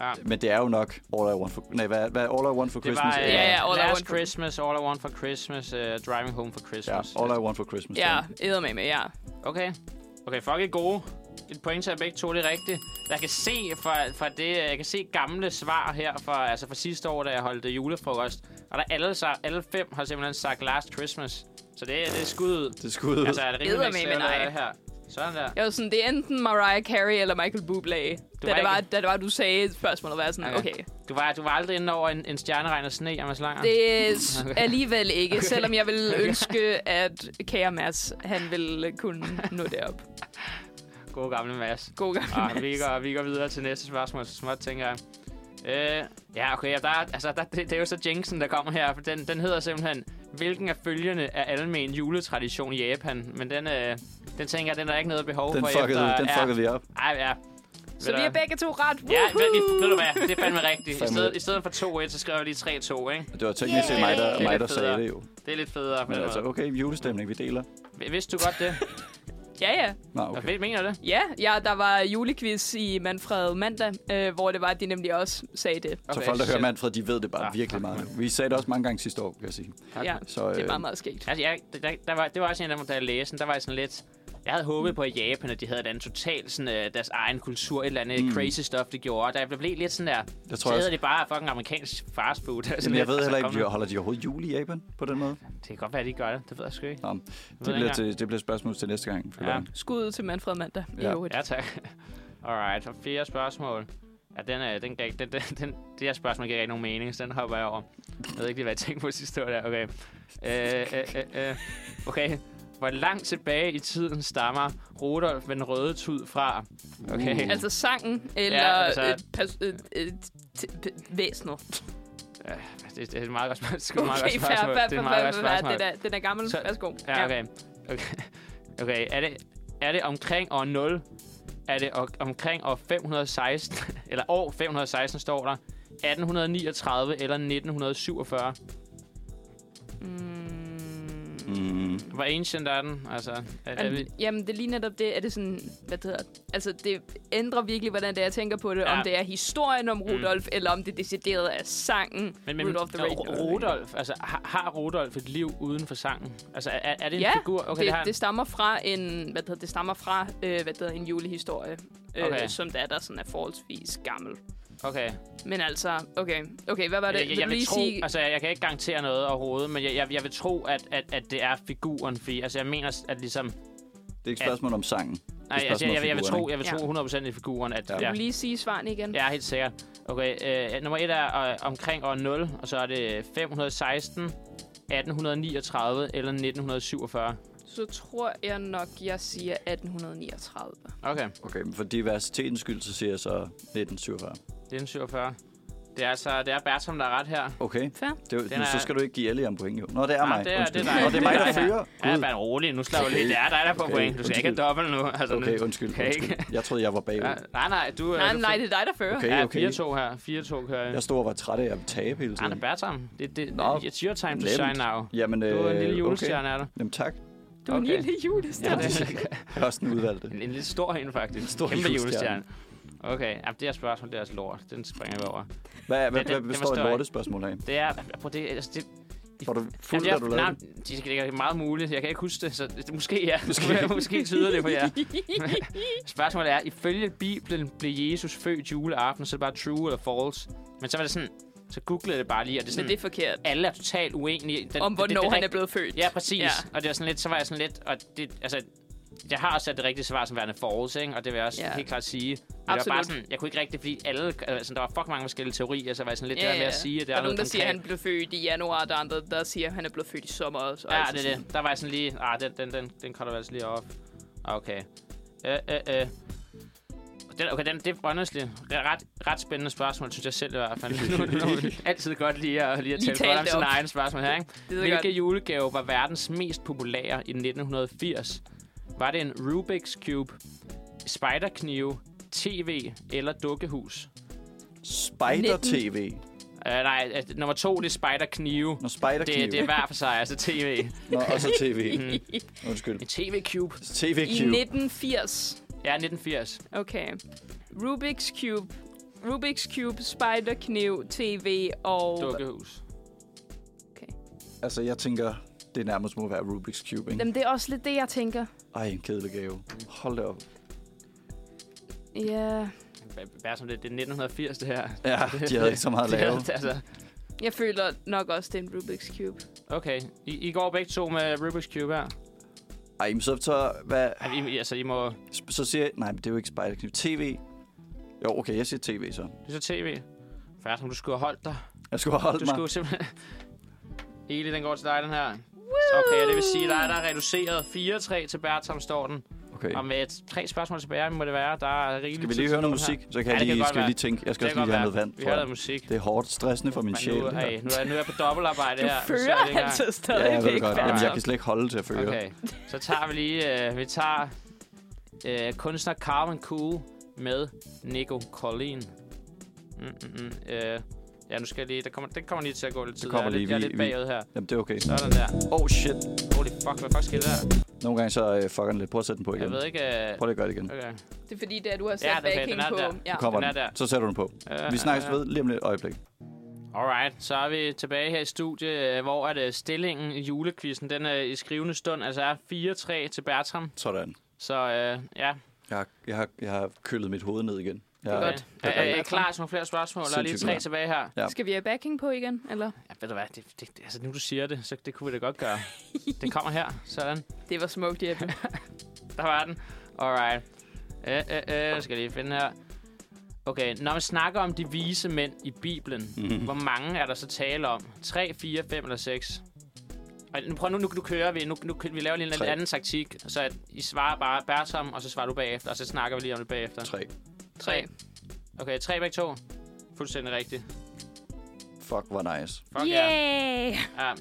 S2: Ja.
S3: men det er jo nok All I Want for, nej, hvad, hvad er All I Want for
S2: Det
S3: Christmas?
S2: var øh,
S3: eller-
S4: Ja, ja, All I
S2: Last
S4: Want for-
S2: Christmas, All I Want for Christmas, uh, Driving Home for
S3: ja,
S2: Christmas.
S3: All I Want for Christmas.
S4: Ja,
S3: den.
S4: eddermame, med, ja.
S2: Okay. Okay, fuck er gode. Et point til jer begge to, det er rigtigt. Jeg kan se fra, fra det, jeg kan se gamle svar her fra, altså fra sidste år, da jeg holdt øh, julefrokost. Og der alle, sa- alle fem har simpelthen sagt Last Christmas. Så det, det er skud ud.
S3: Det er skuddet.
S2: Altså, er det rimelig
S4: Eddermame
S2: mixed, eller
S4: nej.
S2: er det her? Sådan der.
S4: Jeg var sådan, det er enten Mariah Carey eller Michael Bublé. Da
S2: var
S4: det, var,
S2: ikke-
S4: da det var, du sagde spørgsmålet, var jeg sådan,
S2: Ja.
S4: okay,
S2: Du var, du var aldrig inde over en, en stjerneregn og sne, Amas Langer.
S4: Det er s-
S2: Okay.
S4: alligevel ikke, okay. selvom jeg vil ønske, at kære Mads, han ville kunne nå derop.
S2: God gamle Mads.
S4: God gang,
S2: Ah,
S4: Mads.
S2: vi, går, vi går videre til næste spørgsmål, så småt tænker jeg. Øh, ja, okay, ja, der, er- altså, der, det, det, er jo så Jinxen, der kommer her, for den, den hedder simpelthen, hvilken af følgende er almen juletradition i Japan? Men den, øh, den tænker jeg, den er der ikke noget behov
S3: den
S2: for
S3: fuckede,
S2: efter.
S3: den fuckede vi op.
S2: Ej, ja.
S4: Så vi er begge to ret.
S2: Ja, ved,
S4: Woohoo!
S2: I- ved du hvad, det er fandme rigtigt. I
S3: Fandme.
S2: stedet, i stedet for 2-1, så skriver jeg lige 3-2, ikke?
S3: Det var teknisk set mig,
S2: Det er
S3: der, mig,
S2: lidt
S3: der sagde
S2: federe.
S3: det jo.
S2: Det er lidt federe. på
S3: Men
S2: den
S3: altså,
S2: måde.
S3: okay, julestemning, vi deler.
S2: Vidste du godt det?
S4: Ja, ja.
S3: Nå, okay.
S2: Okay. Mener du det?
S4: Ja, ja, der var julequiz i Manfred mandag, øh, hvor det var, at de nemlig også sagde det.
S3: Så folk, der hører
S2: shit.
S3: Manfred, de ved det bare
S2: Ah,
S3: virkelig
S2: fuck,
S3: meget.
S2: mand.
S3: nu. Vi sagde det også mange gange sidste år, kan jeg sige.
S4: Ja,
S3: Så,
S4: det er
S3: øh,
S4: meget, meget skægt.
S2: Altså, jeg, der, der var, det var også en af dem, da jeg læste den, der var jeg sådan lidt... Jeg havde håbet på, at Japan, at de havde den totalt sådan, øh, deres egen kultur, et eller andet mm. crazy stuff, de gjorde. Da jeg blev lidt sådan der,
S3: Jeg
S2: jeg tror
S3: tror
S2: så hedder
S3: også-
S2: det bare fucking amerikansk fast food. Altså,
S3: Jamen, jeg ved heller ikke,
S2: kom
S3: de-
S2: nu.
S3: holder de overhovedet jul i Japan på den måde?
S2: Det kan godt være, at de gør det. Det ved jeg sgu ikke.
S3: Nå, det,
S2: ikke
S3: bliver til, det bliver et spørgsmål til næste gang. føler
S2: Ja.
S3: jeg.
S4: Skud til Manfred mandag.
S3: Ja.
S4: Ja. Jo,
S2: Ja, altså, tak. Alright, så fire spørgsmål. Ja, den, er, den, den, den, den, den, det her spørgsmål giver ikke nogen mening, så den hopper jeg over. Jeg ved ikke lige, hvad jeg tænkte på sidste år der. Okay. Øh, øh, øh, øh. Okay. Hvor langt tilbage i tiden stammer Rudolf med den røde tud fra? Okay.
S3: Uh.
S4: Altså sangen, eller ja,
S2: altså-
S4: altså... Øh, pas, øh, øh, t- p- væsenet.
S2: Altså, Det, det er et meget godt spørgsmål. Det er et meget
S4: Okay,
S2: godt
S4: fair,
S2: spørgsmål.
S4: fair,
S2: det er
S4: fair,
S2: et meget
S4: fair,
S2: godt
S4: fair.
S2: spørgsmål.
S4: Den er- Den er gammel.
S2: Så-
S4: Værsgo.
S2: Ja, okay. Okay, okay. Er, det, er det omkring år 0? Er det o- omkring år 516? Eller år 516 står der. 1839 eller 1947?
S4: Mm.
S3: Mm.
S2: Hvor ancient er den? Altså, er, er vi,
S4: Jamen, jamen, det er lige netop det, er det sådan, hvad det hedder, altså det ændrer virkelig, hvordan det er, jeg tænker på det,
S2: Ja.
S4: ja. om det er historien om Rudolf, mm. eller om det decideret er sangen
S2: men, men
S4: Rudolf the Red
S2: Ru- Rudolf, altså har, har Rudolf et liv uden for sangen? Altså er, er det en
S4: Ja,
S2: figur? Okay,
S4: det,
S2: har en-
S4: det, stammer fra en, hvad det hedder, det stammer fra, øh, hvad det hedder, en julehistorie, øh,
S2: Okay.
S4: som der, der sådan er forholdsvis gammel.
S2: okay.
S4: Men altså, okay, okay, hvad var det?
S2: Jeg, jeg,
S4: du
S2: jeg vil
S4: lige
S2: tro, altså jeg, jeg kan ikke garantere noget overhovedet, men jeg, jeg, jeg vil tro, at, at, at det er figuren, fordi altså jeg mener, at ligesom,
S3: Det er ikke et spørgsmål om sangen.
S2: Nej,
S3: Det er
S2: altså,
S3: et
S2: jeg,
S3: spørgsmål
S2: jeg, jeg, vil
S3: om figuren,
S2: tro, jeg vil tro
S4: ikke?
S2: 100% i figuren, at ja.
S3: Ja.
S4: Vil
S2: Ja,
S4: du lige sige svaren igen?
S2: jeg er helt sikkert. Okay, øh, nummer 1 er øh, omkring år 0, og så er det 516, 1839 eller 1947.
S4: Så tror jeg nok, jeg siger 1839.
S2: Okay,
S3: Okay, men for diversitetens skyld, så siger jeg så 1947.
S2: 1947. Det er altså, det er Bertram, der er ret her.
S3: Okay,
S4: Fair.
S3: det, er,
S2: Den er-
S3: så skal du ikke give alle en point, jo. Nå, det er
S2: Ah,
S3: mig.
S2: det er-
S3: undskyld.
S2: det er dig.
S3: Nå, det er mig,
S2: Det
S3: der
S2: er dig.
S3: fører.
S2: Ja,
S3: Gud.
S2: bare rolig, nu slår jeg lidt. Det er dig, der får
S3: Okay,
S2: point. Du skal ikke have
S3: undskyld.
S2: dobbelt nu. Altså,
S3: Okay,
S2: nu.
S3: undskyld,
S2: Kan jeg ikke?
S3: undskyld. Jeg troede, jeg var bag.
S2: Ja, nej, nej, du... øh,
S4: Nej,
S2: du
S4: nej, det er dig, der fører.
S3: Okay,
S2: Ja,
S3: okay.
S2: 4-2 her. 4-2 kører jeg.
S3: Jeg stod og var træt af at tabe hele
S2: Arne
S3: tiden.
S2: Bertram, det, det,
S3: Nå,
S2: it's your time to
S3: nemt.
S2: shine now.
S3: Jamen, øh,
S2: Du er en lille julestjerne,
S3: Okay.
S2: er du?
S3: Jamen, tak.
S4: Du er en
S2: Okay.
S4: lille julestjerne.
S2: Ja, det-
S3: Jeg har også den udvalgte.
S2: En, en lidt stor en, faktisk. En
S3: stor
S2: Kæmpe julestjerne.
S3: julestjerne.
S2: Okay, ja, det her spørgsmål, det er altså lort. Den springer vi over.
S3: Hvad, hvad,
S2: den-
S3: hvad
S2: den
S3: består
S2: forstår
S3: et
S2: jeg
S3: lortespørgsmål af?
S2: Det er... Prøv, det, altså, det,
S3: Var du fuld,
S2: jeg,
S3: da du lavede
S2: nej,
S3: det?
S2: det? Det er meget muligt. Jeg kan ikke huske det, så det, måske ja. Måske, måske tyder det på jer. Spørgsmålet er, ifølge Bibelen blev Jesus født juleaften, så er det bare true eller false. Men så var det sådan, så googlede det bare lige, og det er
S4: Men
S3: Hmm.
S2: sådan,
S4: det er forkert.
S2: alle er totalt uenige. Den,
S4: Om hvornår han er
S2: rigtige-
S4: blevet født.
S2: Ja, præcis. Ja.
S4: Ja.
S2: Og det var sådan lidt, så var jeg sådan lidt, og det, altså, jeg har også sat det rigtige svar som værende forholds, ikke? og det vil jeg også
S4: Ja.
S2: yeah. helt klart sige. Men det var bare
S4: Absolut.
S2: sådan, jeg kunne ikke rigtig, fordi alle, altså, der var fucking mange forskellige teorier, så var jeg sådan lidt yeah. der med at sige, at det
S4: der er
S2: noget
S4: nogen, der siger, at
S2: konkret.
S4: han blev født i januar, og der er andre, der siger, at han er blevet født i sommer. Også, og
S2: Ja,
S4: altså
S2: det er
S4: sådan-
S2: det. Der var jeg sådan lige... Ah, den, den, den, den cutter vi altså lige op. Okay. Øh, øh, øh. Den, okay, den, det er honestly ret, ret spændende spørgsmål, synes jeg selv i hvert fald. Nu, nu, nu altid godt lige at, lige at
S4: Lige
S2: tale
S4: tale
S2: godt om
S4: det
S2: sin
S4: op.
S2: egen spørgsmål her, ikke?
S4: Det er
S2: Hvilke
S4: godt.
S2: julegave var verdens mest populære i 1980? Var det en Rubik's Cube, spiderknive, tv eller dukkehus?
S3: Spider-TV.
S2: Uh, nej, altså, nummer to, det er spiderknive.
S3: Nå, spider
S2: Det, det er hver for sig, altså tv.
S3: Nå, og så TV.
S2: Mm.
S3: Undskyld. Altså,
S2: En tv-cube.
S4: I
S3: TV-cube.
S4: 1980.
S2: Ja, 1980.
S4: Okay. Rubik's Cube. Rubik's Cube, Spider-Kniv, TV og...
S2: Dukkehus.
S3: Altså, jeg tænker, det nærmest må være Rubik's Cube, ikke?
S4: Jamen, det er også lidt det, jeg tænker.
S3: Ej, en kedelig gave. Hold da op.
S4: Ja.
S2: B- Bare som det, det er 1980, det her.
S3: Ja, de havde ikke så meget at
S2: Det
S3: lave.
S2: er- altså,
S4: Jeg føler nok også, det er en Rubik's Cube.
S2: okay, I, I går begge to med Rubik's Cube her.
S3: Ej, men så, så, hvad,
S2: Ja, I, altså, I må...
S3: sp- så siger jeg... Nej, men det er jo ikke spider TV. Jo, okay, jeg siger TV så.
S2: Det er så tv. Færdig, som du skulle have holdt dig.
S3: Jeg skulle holde
S2: Du
S3: mig.
S2: skulle simpelthen... Eli, den går til dig, den her. Så Okay, og det vil sige, at der er, der er reduceret 4-3 til Bertram står den.
S3: Okay.
S2: Og med et, tre spørgsmål tilbage, må det være. Der er rigeligt
S3: Skal vi lige høre noget musik? Så kan
S2: Ja,
S3: jeg
S2: det kan
S3: lige,
S2: godt
S3: skal jeg
S2: være.
S3: lige tænke. Jeg skal
S2: Det
S3: også
S2: kan
S3: lige
S2: godt være.
S3: have noget vand,
S2: Vi
S3: tror
S2: hører noget
S3: jeg.
S2: musik.
S3: Det er hårdt stressende for min
S2: Men
S3: sjæl.
S2: Nu,
S3: det her.
S2: hey, nu, er, nu er jeg på dobbeltarbejde
S4: Du
S2: her. så
S4: fører
S2: er det ikke engang-
S4: altså
S3: Ja, jeg ved
S4: stadigvæk.
S3: det godt. Jamen, jeg
S4: Bertram.
S3: kan slet ikke holde til at føre.
S2: Okay, så tager vi lige, øh, vi tager øh, kunstner Carmen Cool med Nico Collin. Mm, mm, mm. Øh, ja, nu skal jeg lige, der kommer, den kommer lige til at gå lidt tid.
S3: kommer
S2: jeg er lidt,
S3: lige,
S2: jeg er
S3: vi-
S2: lidt
S3: vi-
S2: bagud her.
S3: Jamen, det er okay.
S2: Sådan der.
S3: Oh shit.
S2: Holy fuck, hvad fuck sker der?
S3: Nogle gange så øh, fucker den lidt. Prøv at sætte den på igen.
S2: Jeg ved ikke. Øh,
S3: Prøv lige at gøre det igen.
S2: okay.
S4: Det er fordi, det er, du har sat
S2: Ja,
S4: ja,
S2: den er- den
S4: backing
S2: er
S4: på.
S2: der.
S4: Ja.
S3: Nu kommer
S2: den er
S3: den.
S2: der.
S3: Så sætter du den på.
S2: Øh,
S3: Vi snakkes
S2: øh,
S3: ved lige om lidt øjeblik.
S2: Alright, så er vi tilbage her i studiet, øh, hvor at, øh, stillingen i julekvisten, den øh, i skrivende stund, altså er 4-3 til Bertram.
S3: Sådan.
S2: Så øh, ja,
S3: Jeg har, jeg, har, jeg har kølet mit hoved ned igen. Jeg,
S4: er
S2: okay.
S4: godt.
S2: Øh, Er, er, er I
S4: Bertram.
S2: klar til nogle flere spørgsmål? Der er lige
S3: Sindssygt
S2: tre
S3: klar.
S2: tilbage her.
S3: Ja.
S4: Skal vi have backing på igen, eller?
S2: Ja, ved du hvad, det, det, det- altså nu du siger det, så det kunne vi da godt gøre. det kommer her, sådan.
S4: Det var smukt, Jeppe.
S2: Der var den. Alright. Øh, øh, øh, skal jeg lige finde her. Okay, når man snakker om de vise mænd i Bibelen,
S3: Mhm.
S2: mm-hmm. hvor mange er der så tale om? 3, 4, 5 eller 6? Og nu, prøv nu, nu, nu kører vi, nu, nu, kø- vi laver lige en lidt
S3: Tre.
S2: anden taktik, så at I svarer bare Bertram, og så svarer du bagefter, og så snakker vi lige om det bagefter.
S3: Tre.
S4: Tre.
S2: Okay, tre begge to. Fuldstændig rigtigt.
S3: Fuck, hvor nice.
S2: Fuck yeah.
S4: Yay!
S2: ja.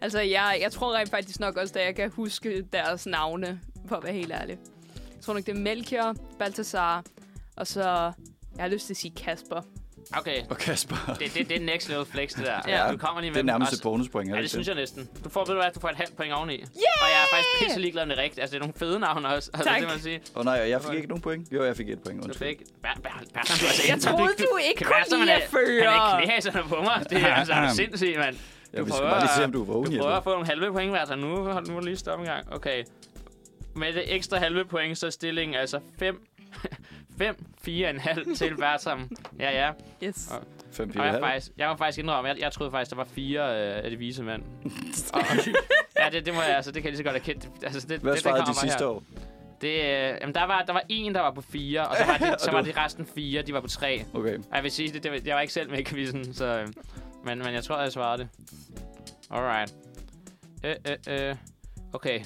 S4: Altså, jeg, jeg tror rent faktisk nok også, at jeg kan huske deres navne, for at være helt ærlig. Jeg tror nok, det er Melchior, Baltasar, og så... Jeg har lyst til at sige Kasper.
S2: Ja, okay.
S3: Og Kasper. Det,
S2: Det, det, det er next level flex, det der.
S4: Ja.
S2: Du kommer lige med
S3: det er
S2: den,
S3: nærmest
S2: og
S3: et bonuspoint, er
S2: Ja,
S3: det
S2: det
S3: ikke
S2: synes jeg næsten. Du får, ved du hvad, du får et halvt point oveni. Yeah! Og jeg er faktisk pisse ligeglad med det rigtigt. Altså, det er nogle fede navne også. Altså,
S4: Tak.
S2: Det må man sige.
S3: Åh oh, nej, og jeg fik ikke nogen point. Jo, jeg fik et point.
S2: Du
S3: Undskyld.
S2: fik... Ber- Ber- Bertram, du er altså
S4: Jeg troede, du ikke kunne lide at føre.
S2: Han er knæserne på mig. Det er altså sindssygt, mand.
S3: Ja, vi skal bare lige se, om du er vågen,
S2: Du prøver at
S3: Jeppe.
S2: få nogle halve point hver, så nu hold nu lige stoppe en gang. Okay. Med det ekstra halve point, så er stillingen altså 5 5, 4,5 til Bertram. Ja, ja.
S4: Yes.
S2: Og-
S3: 5, 4,
S2: Og jeg,
S3: 5.
S2: faktisk, jeg må faktisk indrømme, jeg, jeg troede faktisk, der var fire øh, af de vise mænd. Og- og- ja, det, det må jeg, altså, det kan jeg lige så godt erkende. Det- Altså, det,
S3: Hvad
S2: det,
S3: svarede
S2: det
S3: de
S2: kommer
S3: sidste
S2: her.
S3: år?
S2: Det, øh, jamen, der var, der var en, der var på fire, og så var de, så
S3: Og
S2: var
S3: du-
S2: de resten fire, de var på tre.
S3: Okay.
S2: Og jeg vil sige, det, det, var- jeg var ikke selv med i quizzen, så, øh, men, men jeg tror, jeg svarede det. Alright. Øh, øh, øh. Okay.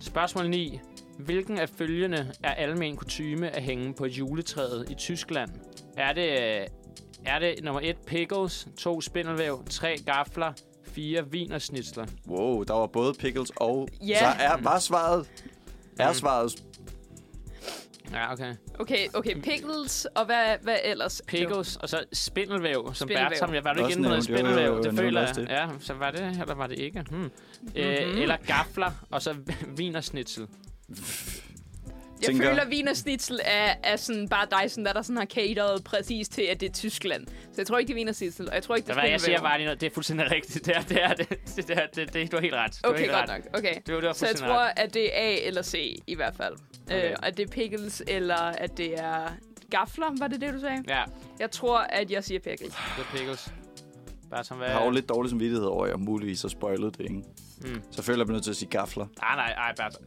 S2: Spørgsmål 9. Hvilken af følgende er almen kutyme at hænge på juletræet i Tyskland? Er det, øh, er det nummer 1 pickles, 2 spindelvæv, 3 gafler, 4 vinersnitsler?
S3: Wow, der var både pickles og...
S4: Ja.
S3: Så er, var svaret...
S2: Mm.
S3: Er svaret...
S2: Ja, okay.
S4: Okay, okay, pickles, og hvad, hvad ellers?
S2: Pickles, og så spindelvæv, som
S4: Spindelvæv.
S2: Bertram. Jeg var du ikke
S3: Også
S2: inde på noget
S3: nævnt, jo, jo,
S2: spindelvæv,
S3: jo,
S2: det
S3: nævnt
S2: føler jeg.
S3: også det.
S2: Ja, så var det, eller var det ikke? Hmm. Mm-hmm. Øh,
S4: Mhm.
S2: eller gafler, og så vinersnitsel.
S4: Jeg
S3: tænker-
S4: føler, at Wiener Schnitzel er, er sådan bare dig, sådan, der, der sådan har cateret præcis til, at det er Tyskland. Så jeg tror ikke, det er Wiener Schnitzel, og jeg tror ikke, det
S2: Så
S4: er
S2: hvad jeg siger
S4: spindelvæv.
S2: bare lige noget, det er fuldstændig rigtigt. Det er, det er, det, det, er, det, det, du har helt ret. Du har
S4: Okay,
S2: helt
S4: godt
S2: ret.
S4: nok. Okay.
S2: Det var, det var
S4: Så jeg
S2: fuldstændig
S4: tror,
S2: ret.
S4: at det er A eller C i hvert fald.
S2: Okay.
S4: Okay. Øh, at det er pickles, eller at det er gafler, var det det, du sagde?
S2: Ja,
S4: Jeg tror, at jeg siger pickles.
S2: det er pickles. Bare som hvad...
S3: Jeg har jo lidt dårlig samvittighed over, at jeg muligvis har spoilet det, ikke? Mm. Så føler jeg mig nødt til at sige gafler.
S2: Nej, Ah, nej, nej, Bertram.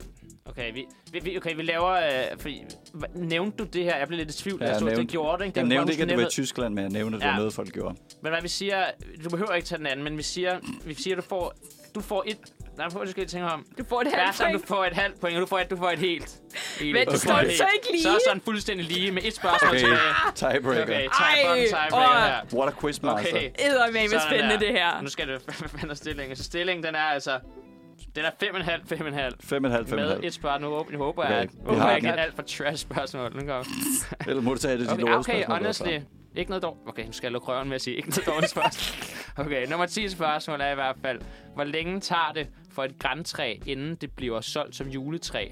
S2: Okay, vi, vi- vi, okay, vi laver... Øh, fordi, hva- nævnte du det her? Jeg blev lidt i tvivl. da
S3: jeg
S2: jeg så, det
S3: nævnte-
S2: gjorde det, ikke? Det
S3: Jeg
S2: var
S3: nævnte
S2: kongens
S3: ikke, at det var i
S2: nemme-
S3: Tyskland, men jeg nævnte, at det var
S2: Ja.
S3: noget, folk gjorde.
S2: Men hvad vi siger... Du behøver ikke tage den anden, men vi siger, vi siger du får... Du får et... Nej, prøv at skal jeg tænke mig om.
S4: Du får et halvt
S2: Bertram,
S4: point.
S2: du får et halvt point, og du får et, du får et helt. helt.
S4: Vent,
S2: Du
S4: det
S2: får
S4: står
S2: et
S4: så
S2: helt.
S4: ikke lige.
S2: Så er sådan fuldstændig lige med et spørgsmål
S3: Okay,
S2: tilbage.
S3: tiebreaker.
S2: Okay,
S3: Okay.
S2: time,
S4: Ej,
S2: Ej, tiebreaker
S4: og-
S2: her.
S3: What a quizmaster.
S2: Okay.
S3: Okay.
S4: Eddermame
S2: Sådan
S4: spændende,
S2: der.
S4: det her.
S2: Nu skal det fandme stillingen. Så stillingen, den er altså... Den er 5,5, 5,5.
S3: 5,5, 5,5.
S2: Med et spørgsmål. Nu håber jeg, håber,
S3: Okay,
S2: okay. at,
S3: vi
S2: håber
S3: har
S2: jeg ikke
S3: den.
S2: et alt for trash spørgsmål. Nu kommer.
S3: Eller må du tage det, dit
S2: Okay,
S3: okay,
S2: okay, honestly. Ikke noget dårligt. Okay, nu skal jeg lukke røven med at sige, ikke noget dårligt spørgsmål. Okay, nummer 10 spørgsmål er i hvert fald, hvor længe tager det for et græntræ, inden det bliver solgt som juletræ?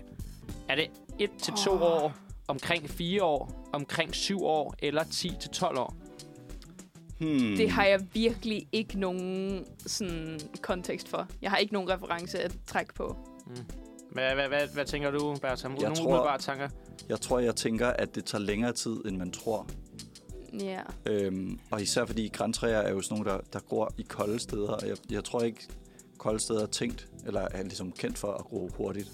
S2: Er det 1-2 til to år, omkring 4 år, omkring 7 år eller 10-12 til tolv år? Mm.
S3: Hmm.
S4: Det har jeg virkelig ikke nogen sådan, kontekst for. Jeg har ikke nogen reference at trække på.
S2: Hvad, hvad, hvad, hvad tænker du, Bertram?
S3: Jeg
S2: Nogle
S3: tror-
S2: umiddelbare tanker?
S3: Jeg tror, jeg tænker, at det tager længere tid, end man tror.
S4: Ja. Yeah.
S3: Øhm, og især fordi græntræer er jo sådan nogle, der, der gror i kolde steder. Og jeg, jeg tror ikke, kolde steder er tænkt, eller er ligesom kendt for at gro hurtigt.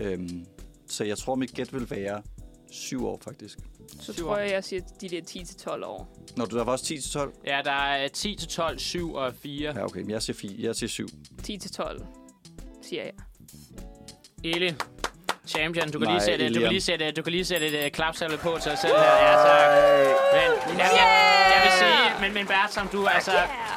S3: Øhm, så jeg tror, mit gæt vil være 7 år, faktisk.
S4: Så
S2: Syv
S4: tror
S2: år.
S4: jeg, jeg siger de der 10-12 år.
S3: Når du der var også 10-12?
S2: Ja, der er 10 til 12, 7 og 4. Ja.
S3: Ja, okay, men jeg siger, 4, jeg siger 7.
S4: 10-12, siger jeg.
S2: Eli, champion, du kan,
S3: Nej,
S2: lige sætte, du kan
S3: Eliam.
S2: lige sætte, du kan lige sætte et uh, klapsalve på til dig selv her. Ja, tak. Men, jeg, jeg, vil sige, men, men Bertram, du, altså,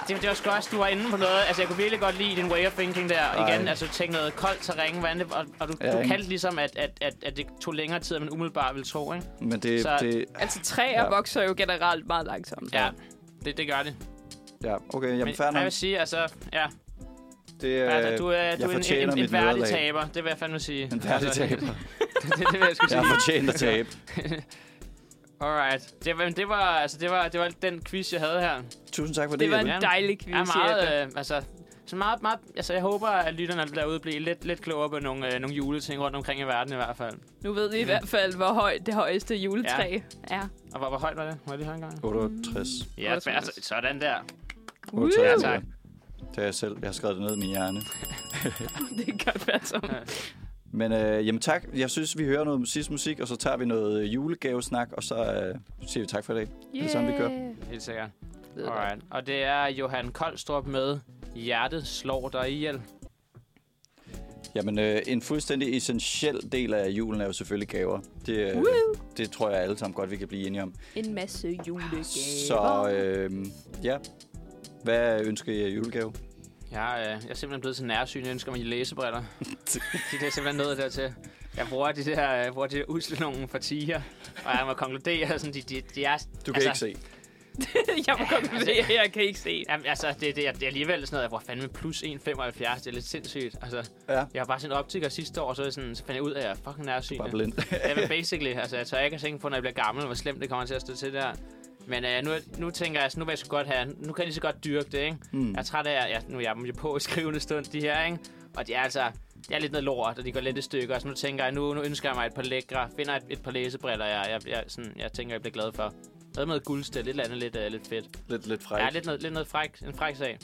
S2: det, det var sgu også, du var inde på noget. Altså, jeg kunne virkelig godt lide din way of thinking der. Og igen,
S3: Ej.
S2: altså, tænk noget koldt terræn, hvordan det, og, og du,
S3: Ja,
S2: du
S3: ikke?
S2: kaldte ligesom, at, at, at, at det tog længere tid, end man umiddelbart ville tro, ikke?
S3: Men det,
S2: Så-
S3: så... det
S4: Altså, træer
S3: Ja.
S4: ja. vokser jo generelt meget langsomt.
S2: Ja, det, det gør det.
S3: ja, okay, jamen
S2: Men
S3: fair
S2: jeg
S3: nok.
S2: vil sige, altså, ja,
S3: Det,
S2: Altså, du er,
S3: jeg
S2: du er en, en,
S3: fortjener
S2: en,
S3: mit
S2: en værdig
S3: nederlag.
S2: taber, det vil jeg fandme sige.
S3: En værdig
S2: Altså,
S3: taber.
S2: det, det vil jeg skulle sige.
S3: Jeg har fortjent at tabe.
S2: Alright. Det, men det, var, altså, det, var, det var den quiz, jeg havde her.
S3: Tusind tak for det.
S4: Det var
S3: Jeppe.
S4: en dejlig quiz,
S2: Jeg er
S4: Jeppe.
S2: meget, øh, altså, så meget, meget, altså, jeg håber, at lytterne derude bliver lidt, lidt klogere på nogle, øh, nogle juleting rundt omkring i verden i hvert fald.
S4: Nu ved vi i hvert fald, hvor højt det højeste juletræ ja. er.
S2: Og hvor, hvor højt var det? Må jeg lige høre en gang?
S3: 68.
S2: Ja,
S4: Hvor er det
S2: altså, sådan der.
S3: 68.
S2: Ja,
S3: Ja,
S2: tak.
S3: Det har jeg selv. Jeg har skrevet det ned i min hjerne.
S4: Det gør være som.
S3: Men øh, jamen tak. Jeg synes, vi hører noget sidst musik, og så tager vi noget øh, julegavesnak, og så øh, siger vi tak for i dag. Yeah. Det er sådan, vi gør.
S2: Helt sikkert. Alright. Og det er Johan Koldstrup med Hjertet slår dig ihjel.
S3: Jamen, øh, en fuldstændig essentiel del af julen er jo selvfølgelig gaver. Det, øh, det tror jeg alle sammen godt, vi kan blive enige om.
S4: En masse julegaver.
S3: Så øh, ja, hvad ønsker I af julegave?
S2: Jeg, øh, jeg er simpelthen blevet så nærsyn, jeg ønsker mig læsebriller. det er simpelthen noget dertil. Jeg bruger de der, jeg bruger de der usle nogen for tiger, og jeg må konkludere, sådan, de, de, de er...
S3: Du kan altså, ikke se.
S4: jeg må godt med det, jeg kan ikke se.
S2: Jamen, altså, det, det, er- det er alligevel sådan noget, jeg bruger fandme plus 1,75. Det er lidt sindssygt. Altså,
S3: Ja.
S2: jeg var bare sådan en optiker sidste år, så, er jeg sådan, så fandt jeg ud af, at jeg er fucking nærsyn.
S3: Bare blind.
S2: Ja, men basically, altså, jeg tør ikke at tænke på, når jeg bliver gammel, hvor slemt det kommer til at stå til der. Men øh, nu, nu tænker jeg, altså, nu vil jeg sgu godt have, nu kan jeg lige så godt dyrke det, ikke? Mm. Jeg er træt af, at jeg, nu er jeg dem jo på i skrivende stund, de her, ikke? Og de er altså, det er lidt noget lort, og de går lidt i stykker, så nu tænker jeg, nu, nu ønsker jeg mig et par lækre, finder et, et par læsebriller, jeg, jeg, jeg, sådan, jeg tænker, jeg bliver glad for. Noget med guldstil, et eller andet lidt, øh, lidt fedt.
S3: lidt, lidt
S2: Ja,
S3: fræk.
S2: lidt noget, lidt noget fræk, en fræk sag.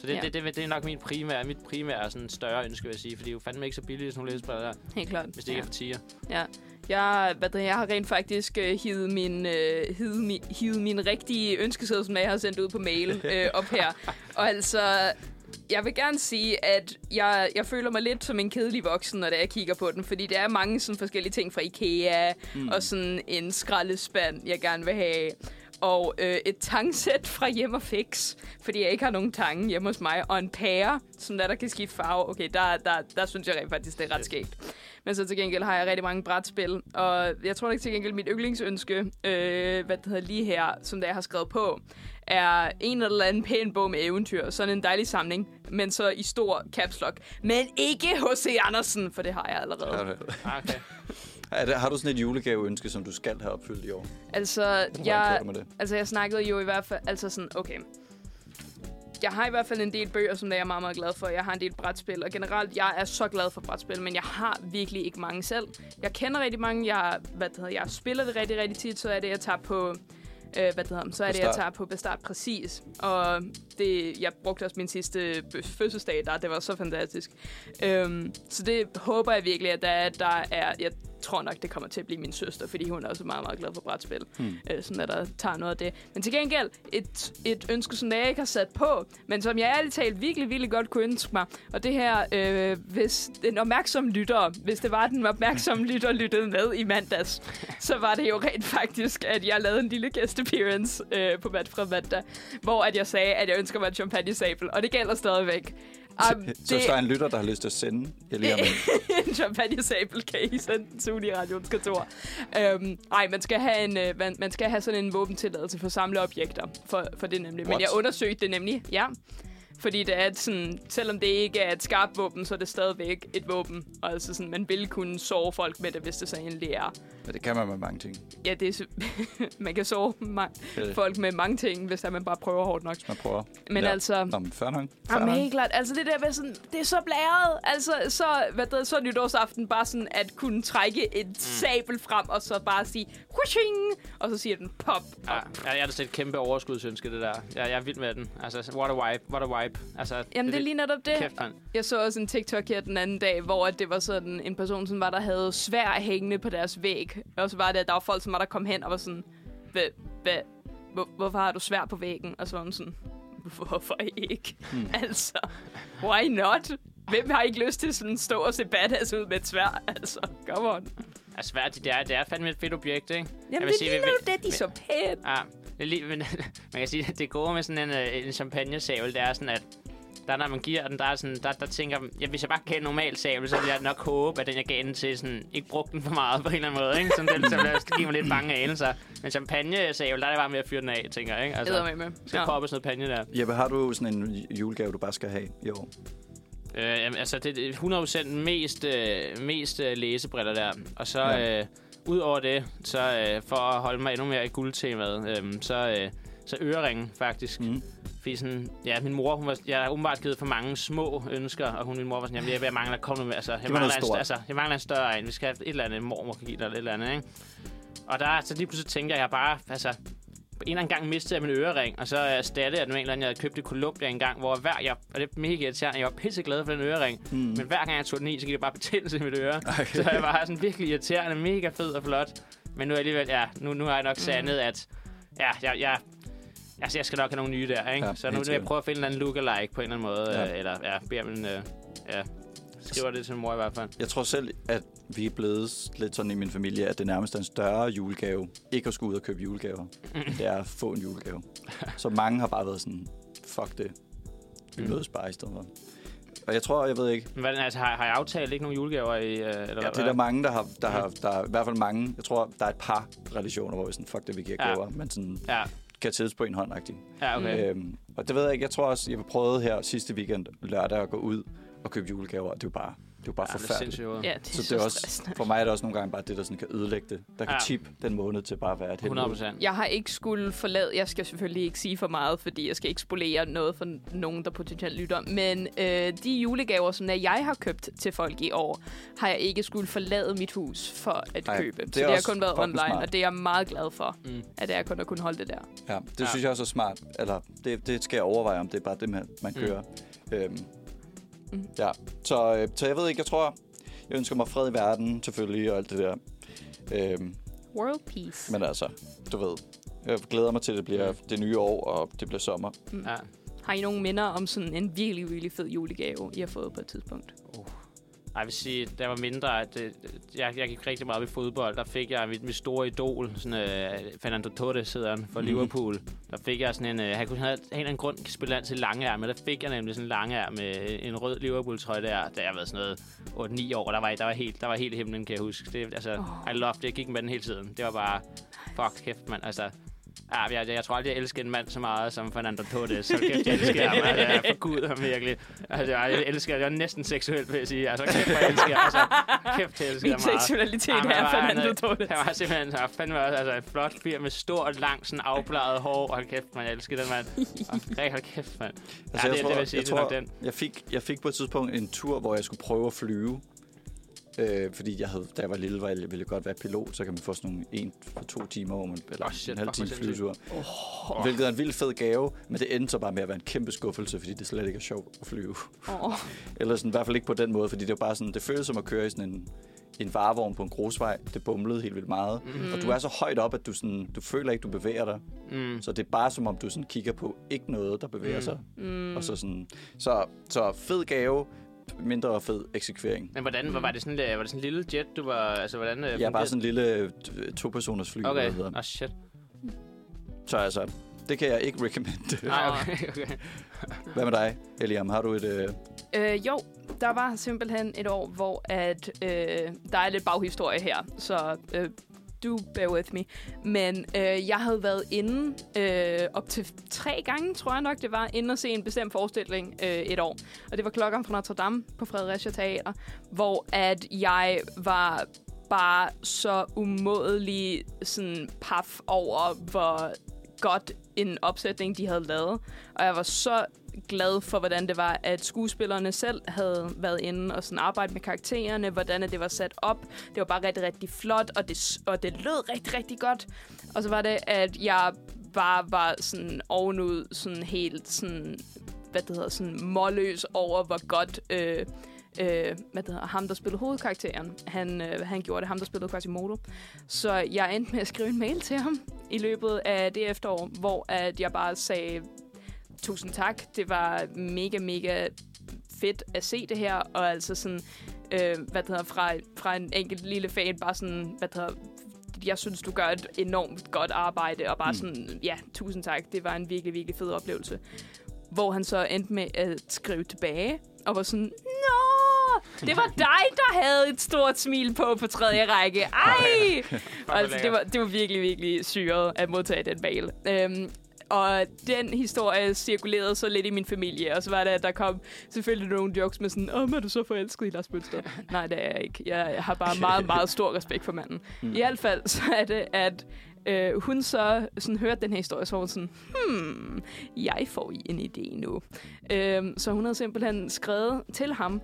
S2: Så det,
S4: Ja.
S2: ja. det, det, det, er nok min primære, mit primære sådan større ønske, vil jeg sige. For det er jo fandme ikke så billigt, sådan nogle læsebriller der,
S4: Helt klart.
S2: hvis det ikke er for tiger.
S4: Ja. Jeg, hvad det, jeg har rent faktisk øh, hivet, min, øh, hivet, mi, hivet min rigtige ønskeseddel, som jeg har sendt ud på mail, øh, op her. Og altså, jeg vil gerne sige, at jeg, jeg føler mig lidt som en kedelig voksen, når det er, jeg kigger på den. Fordi der er mange sådan, forskellige ting fra Ikea, mm. og sådan en skraldespand, jeg gerne vil have. Og øh, et tangsæt fra Hjem og Fix, fordi jeg ikke har nogen tange hjemme hos mig. Og en pære, som der, der kan skifte farve. Okay, der, der, der synes jeg rent faktisk, det er ret skægt. Men så til gengæld har jeg rigtig mange brætspil, og jeg tror ikke til gengæld, mit yndlingsønske, øh, hvad det hedder lige her, som det er, jeg har skrevet på, er en eller anden pæn bog med eventyr. Sådan en dejlig samling, men så i stor caps lock. Men ikke H.C. Andersen, for det har jeg allerede. Ja.
S2: Ah, okay.
S3: Er det, har du sådan et julegaveønske, som du skal have opfyldt i år?
S4: Altså,
S3: tror, jeg
S4: jeg,
S3: kører med det.
S4: altså, jeg snakkede jo i hvert fald... Altså sådan, okay. Jeg har i hvert fald en del bøger, som jeg er meget, meget glad for. Jeg har en del brætspil, og generelt, jeg er så glad for brætspil, men jeg har virkelig ikke mange selv. Jeg kender rigtig mange, jeg, hvad det hedder, jeg spiller det rigtig, rigtig tit, så er det, jeg tager på Øh, hvad det hedder, så er det,
S3: Bastard.
S4: jeg tager på Bastard præcis. Og det, jeg brugte også min sidste bø- fødselsdag der. Det var så fantastisk. Øhm, så det håber jeg virkelig, at der, er- der er... Jeg tror nok, det kommer til at blive min søster, fordi hun er også meget, meget glad for brætspil. Hmm. Øh, sådan at der tager noget af det. Men til gengæld, et, et ønske, som jeg ikke har sat på, men som jeg ærligt talt virkelig, virkelig godt kunne ønske mig. Og det her, øh, hvis den opmærksomme lytter, hvis det var den opmærksomme lytter, lyttede med i mandags, så var det jo rent faktisk, at jeg lavede en lille guest appearance øh, på Mad fra mandag, hvor at jeg sagde, at jeg ønsker mig en champagne-sabel, og det gælder stadigvæk. Um,
S3: Så hvis der er en lytter, der har lyst til at sende jer lige om lidt.
S4: en champagne-sabel kan I sende den til ude i radioens kontor. Øhm, ej, man skal, have en, øh, man, man skal have sådan en våbentilladelse for at samle objekter, for, for det nemlig. Men
S3: What?
S4: jeg undersøgte det nemlig, ja. Fordi det er et sådan, selvom det ikke er et skarpt våben, så er det stadigvæk et våben. Og altså sådan, man vil kunne sove folk med det, hvis det så endelig er.
S3: Men det kan man med mange ting.
S4: Ja, det er, så- man kan sove ma-
S3: Øh.
S4: folk med mange ting, hvis der man bare prøver hårdt nok.
S3: Man prøver.
S4: Men altså-
S3: Nå, men fair nok. Fair
S4: Jamen
S3: nok.
S4: helt klart. Altså det der med sådan, det er så blæret. Altså så, hvad der, så nytårsaften bare sådan at kunne trække en sabel frem og så bare sige, Hushing! og så siger den pop.
S2: Ja, ja, jeg har da set et kæmpe overskudsønske, det der. Jeg, jeg er vild med den. Altså, what a wipe, what a wipe. Altså,
S4: Jamen det er lige netop det.
S2: Kæft, mand.
S4: Jeg så også en TikTok her den anden dag, hvor at det var sådan en person, som var der havde svær hængende på deres væg. Og så var det, at der var folk, som var der kom hen og var sådan, hvad, hvad, hvor, hvorfor har du svær på væggen? Og så var hun sådan, hvorfor ikke? Hmm. Altså, why not? Hvem har ikke lyst til sådan at stå og se badass ud med et svær? Altså, come on.
S2: Altså, hvad er det, det er, det er fandme et fedt objekt, ikke? Jeg
S4: Jamen,
S2: vil
S4: det
S2: sige,
S4: er lige
S2: vi- Altså,
S4: netop det, de er så pæne.
S2: Ja, det er lige, Ah, men, man kan sige, at det gode med sådan en, øh, en champagne-sabel, det er sådan, at der, når man giver den, der, er sådan, der, der tænker man, ja, hvis jeg bare gav en normal sabel, så ville jeg nok håbe, at den, jeg gav den til, sådan, ikke brugte den for meget på en eller anden måde. Ikke? Sådan, det, så ville jeg også give mig lidt bange anelser. Men champagne-sabel, der er det bare med at fyre den af, tænker jeg. Ikke?
S4: Altså, med med.
S2: skal ja. poppes noget panje der.
S3: Jeppe, har du sådan en ju- julegave, du bare skal have i år?
S2: Øh, jamen, altså, det er 100% mest, øh, mest øh, læsebriller der. Og så,
S3: Ja.
S2: ja. øh, ud over det, så øh, for at holde mig endnu mere i guldtemaet, øh, så, øh, så øreringen faktisk.
S3: Mm.
S2: Mm. Fordi sådan, ja, min mor, hun var, jeg har umiddelbart givet for mange små ønsker, og hun, min mor var sådan, jamen, jeg, jeg mangler, kom nu med, altså, jeg
S3: var noget
S2: mangler, en,
S3: stort.
S2: st- altså, jeg mangler en større en, vi skal have et eller andet, mormor kan give dig, eller et eller andet, ikke? Og der, så lige pludselig tænker jeg bare, altså, en eller anden gang mistede jeg min ørering, og så erstattede jeg den med en eller anden, jeg havde købt i Columbia en gang, hvor hver, jeg, og det er mega irriterende, jeg var pisseglad for den ørering,
S3: Hmm.
S2: mm. men hver gang jeg tog den i, så gik det bare betændelse i mit øre. Okay. Så jeg var sådan virkelig irriterende, mega fed og flot. Men nu er jeg alligevel, ja, nu, nu har jeg nok sandet, at ja, jeg, jeg, altså, jeg skal nok have nogle nye der, ikke?
S3: Ja,
S2: Ja, så nu
S3: helt
S2: vil jeg
S3: sikkert.
S2: prøve at finde en eller anden look-alike på en eller anden måde,
S3: Ja.
S2: ja. øh, eller ja, beder min, øh, ja, skriver det til min mor i hvert fald.
S3: Jeg tror selv, at vi er blevet lidt sådan i min familie, at det nærmest er en større julegave. Ikke at skulle ud og købe julegaver. Det er at få en julegave. Så mange har bare været sådan, fuck det. Vi
S2: Mm.
S3: mødes bare i stedet for. Og jeg tror, jeg ved ikke,
S2: Men hvordan, altså, har, har jeg aftalt ikke nogen julegaver i, øh, eller ja,
S3: Ja, det er der mange, der har, der
S2: Mm.
S3: har, der er i hvert fald mange, jeg tror, der er et par relationer, hvor vi sådan, fuck det, vi giver
S2: Ja.
S3: gaver, men sådan
S2: Ja,
S3: kan tælles på en hånd -agtig.
S2: ja okay.
S3: Øhm, og det ved jeg ikke, jeg tror også, jeg prøvede her sidste weekend lørdag at gå ud og købe julegaver, og det er jo bare, det er jo bare
S2: ja, det er
S3: forfærdeligt.
S2: sindssygt. ud.
S4: Ja, det er så,
S3: Så det er også,
S4: stressende.
S3: for mig er det også nogle gange bare det, der sådan kan ødelægge det. Der kan
S2: Ja.
S3: tippe den måned til bare at være et
S2: 100
S3: helvede.
S2: procent.
S4: Jeg har ikke skulle forlade, jeg skal selvfølgelig ikke sige for meget, fordi jeg skal ikke spolere noget for nogen, der potentielt lytter, men øh, de julegaver, som jeg har købt til folk i år, har jeg ikke skulle forlade mit hus for at
S3: Ej,
S4: Ej, købe.
S3: det er
S4: Det så det har
S3: også
S4: kun været
S3: fucking
S4: online,
S3: smart.
S4: og det er jeg meget glad for,
S2: Mm.
S4: at jeg kun har kunnet holde det der.
S3: Ja, det ja.
S2: Ja.
S3: synes jeg også er smart. Eller det, det skal jeg overveje, om det er bare det, man, man
S2: Mm.
S3: kører. Øhm,
S4: Mm.
S3: Ja, så, øh, så jeg ved ikke, jeg tror, jeg ønsker mig fred i verden, selvfølgelig, og alt det der. Øhm,
S4: World peace.
S3: men altså, du ved, jeg glæder mig til, at det bliver
S4: Mm.
S3: det nye år, og det bliver sommer.
S2: Ja.
S4: Har I nogen minder om sådan en virkelig, virkelig fed julegave, I har fået på et tidspunkt?
S2: Ej, Jeg vil sige, da jeg var mindre, at øh, jeg, jeg gik rigtig meget op i fodbold. Der fik jeg mit, mit store idol, sådan, øh, Fernando Torres hedder han, fra mm. Liverpool. Der fik jeg sådan en, øh, han kunne have en eller anden grund spille til langærm, men der fik jeg nemlig sådan en langærm med en rød Liverpool-trøje der, da jeg var sådan noget 8-9 år. Der var, der var helt, der var helt himlen, kan jeg huske. Det, altså, oh. I loved det. Jeg gik med den hele tiden. Det var bare, fuck kæft, mand. Altså, Ja, jeg, jeg, jeg tror aldrig, jeg elskede en mand så meget som Fernando Torres. Så kæft, jeg elsker ham. Altså, jeg forguder ham virkelig. Altså, jeg, jeg elsker jeg er næsten seksuelt, vil jeg sige. Altså, kæft, hvor jeg elsker ham. Altså, kæft, jeg elsker
S4: Min
S2: ham meget.
S4: seksualitet
S2: Jamen, han
S4: er
S2: var-
S4: Fernando
S2: han-
S4: Torres.
S2: Han var simpelthen så fandme også altså, et flot fyr med stort, langt, sådan afbladet hår. Hold kæft, man, jeg elsker den mand. Og Hold kæft, mand. ja,
S3: Altså, jeg
S2: det,
S3: tror,
S2: det vil jeg sige,
S3: jeg,
S2: det er nok
S3: tror
S2: den.
S3: jeg, fik, jeg fik på et tidspunkt en tur, hvor jeg skulle prøve at flyve. Øh, fordi jeg havde, da jeg var lille, var jeg, ville jeg godt være pilot, så kan man få sådan nogle en for to timer, hvor man, eller
S2: Åh,
S3: oh,
S2: shit, fuck,
S3: shit, en halv
S2: hvor
S3: time
S2: sindssygt.
S3: flyvetur. Oh. Hvilket er en vild fed gave, men det endte så bare med at være en kæmpe skuffelse, fordi det slet ikke er sjovt at flyve.
S4: Åh,
S3: Eller sådan, i hvert fald ikke på den måde, fordi det var bare sådan, det føles som at køre i sådan en, en varevogn på en grusvej. Det bumlede helt vildt meget.
S2: Mhm.
S3: Mm. Og du er så højt op, at du, sådan, du føler ikke, du bevæger dig. Mm. Så det er bare som om, du sådan kigger på ikke noget, der bevæger mm. sig. Mm. Og så, sådan, så, så fed gave, mindre fed eksekvering.
S2: Men hvordan, var, var det sådan, øh, var det sådan en lille jet, du var, altså hvordan... øh,
S3: Jeg er bare
S2: fungerede-
S3: sådan en lille øh, t- to-personers fly, okay. hedder.
S2: Okay, oh, shit.
S3: Så altså, det kan jeg ikke recommende.
S2: Nej, okay, okay.
S3: Hvad med dig, Eliam? Har du et... Øh...
S4: Øh, jo, der var simpelthen et år, hvor at, øh, der er lidt baghistorie her, så øh, du bear with me. Men øh, jeg havde været inde øh, op til tre gange, tror jeg nok det var, inde og se en bestemt forestilling øh, et år. Og det var klokken fra Notre Dame på Fredericia Teater, hvor at jeg var bare så umådelig sådan paf over, hvor godt en opsætning, de havde lavet. Og jeg var så glad for, hvordan det var, at skuespillerne selv havde været inde og sådan arbejde med karaktererne, hvordan at det var sat op. Det var bare rigtig, rigtig flot, og det, og det lød rigtig, rigtig godt. Og så var det, at jeg bare var sådan ovenud sådan helt sådan, hvad det hedder, sådan målløs over, hvor godt øh, øh, hvad det hedder, ham, der spillede hovedkarakteren, han, øh, han gjorde det, ham, der spillede Quasimodo. Så jeg endte med at skrive en mail til ham i løbet af det efterår, hvor at jeg bare sagde, tusind tak, det var mega, mega fedt at se det her, og altså sådan, øh, hvad det hedder, fra, fra en enkelt lille fan, bare sådan, hvad det hedder, jeg synes, du gør et enormt godt arbejde, og bare mm. sådan, ja, tusind tak, det var en virkelig, virkelig fed oplevelse. Hvor han så endte med at skrive tilbage, og var sådan, Nå, det var dig, der havde et stort smil på på tredje række. Ej!
S2: hvor
S4: altså, det
S2: lækkert.
S4: var, det var virkelig, virkelig syret at modtage den mail. Øhm, og den historie cirkulerede så lidt i min familie, og så var det, at der kom selvfølgelig nogle jokes med sådan, åh, men er du så forelsket i Lars Bølsted? Nej, det er jeg ikke. Jeg har bare meget, meget stor respekt for manden. I hvert fald så er det, at øh, hun så sådan, hørte den her historie, så var hun sådan, hmm, jeg får I en idé nu. Øhm, så hun havde simpelthen skrevet til ham,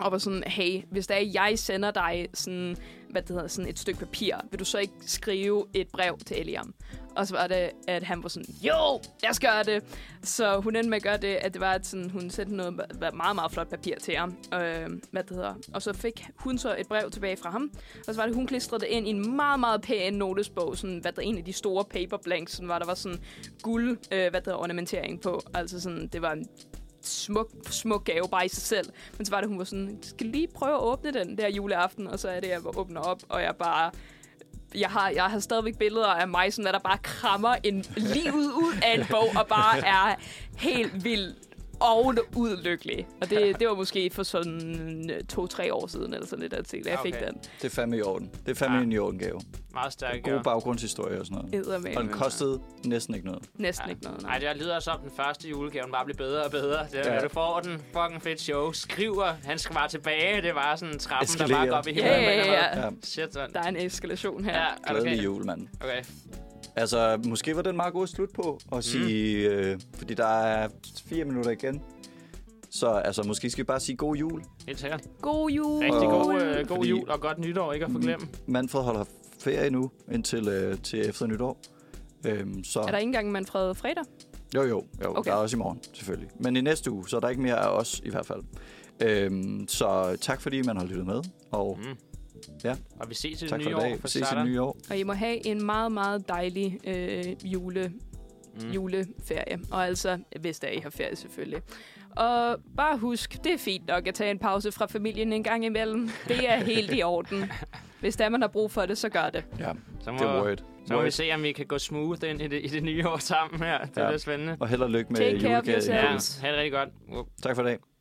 S4: og var sådan, hey, hvis der er, jeg sender dig sådan, hvad det hedder, sådan et stykke papir, vil du så ikke skrive et brev til Eliam? Og så var det, at han var sådan, jo, jeg skal gøre det. Så hun endte med at gøre det, at det var, at sådan, hun sendte noget meget, meget, meget flot papir til ham. Øh, hvad det hedder. Og så fik hun så et brev tilbage fra ham. Og så var det, hun klistrede det ind i en meget, meget pæn notesbog. Sådan, hvad der en af de store paper blanks, sådan, var der var sådan guld, øh, hvad det hedder, ornamentering på. Altså sådan, det var en smuk, smuk gave bare i sig selv. Men så var det, hun var sådan, "Jeg skal lige prøve at åbne den der juleaften, og så er det, jeg åbner op, og jeg bare... Jeg har, jeg har stadigvæk billeder af mig, sådan, at der bare krammer en livet ud af en bog, og bare er helt vildt og udlykkelig. Og det, det var måske for sådan øh, to-tre år siden, eller sådan lidt af til, da jeg fik
S2: Okay.
S4: den.
S3: Det er fandme i orden. Det er fandme
S2: Ja.
S3: ja. en i orden gave.
S2: Meget stærk.
S3: God baggrundshistorie og sådan noget.
S4: Eddermame.
S3: Og den kostede næsten ikke noget.
S4: Næsten ikke noget.
S2: Nej,
S4: Nej.
S2: det lyder også om den første julegave, den bare bliver bedre og bedre. Det, ja.
S3: Ja.
S2: Når du får den, fucking fedt show. Skriver, han skal bare tilbage. Det var sådan trappen, der
S3: Eskalere.
S2: bare går op i himlen.
S4: Ja, ja, ja, ja.
S3: Ja.
S2: Shit, sådan.
S4: Der er en eskalation her.
S2: Ja,
S4: Ja.
S2: er du
S3: Glædelig
S2: okay?
S3: jul, mand.
S2: Okay.
S3: Altså, måske var den meget god at slutte på og sige, mm. øh, fordi der er fire minutter igen. Så altså, måske skal vi bare sige god jul.
S2: Helt sikkert.
S4: God jul!
S2: Rigtig
S3: Og-
S2: god, øh, god
S3: Fordi-
S2: jul og godt nytår, ikke at forglemme.
S3: Manfred holder ferie nu indtil øh, til efter nytår. Øhm, så
S4: Er der ikke engang Manfred Fredag?
S3: Jo, jo. jo
S4: Okay.
S3: okay. Der er også i morgen, selvfølgelig. Men i næste uge, så er der ikke mere af os i hvert fald. Øhm, så tak fordi man har lyttet med, og mm.
S2: Og vi ses i det
S3: tak for i
S2: nye år.
S3: dag.
S2: For
S3: Vi ses i
S2: Satan.
S3: det nye år.
S4: Og I må have en meget, meget dejlig øh, jule, mm. juleferie. Og altså, hvis der I har ferie selvfølgelig. Og bare husk, det er fint nok at tage en pause fra familien en gang imellem. Det er helt i orden. Hvis der man har brug for det, så gør det.
S3: Ja,
S2: Så må,
S3: det er word.
S2: så må vi
S3: Word.
S2: se, om vi kan gå smooth ind i det, i det nye år sammen her. Det
S3: Ja.
S2: er lidt spændende.
S3: Og held og lykke med
S4: Take care of
S3: julegave.
S2: Ja,
S4: yourself.
S2: ha' det rigtig godt.
S3: Tak for i dag.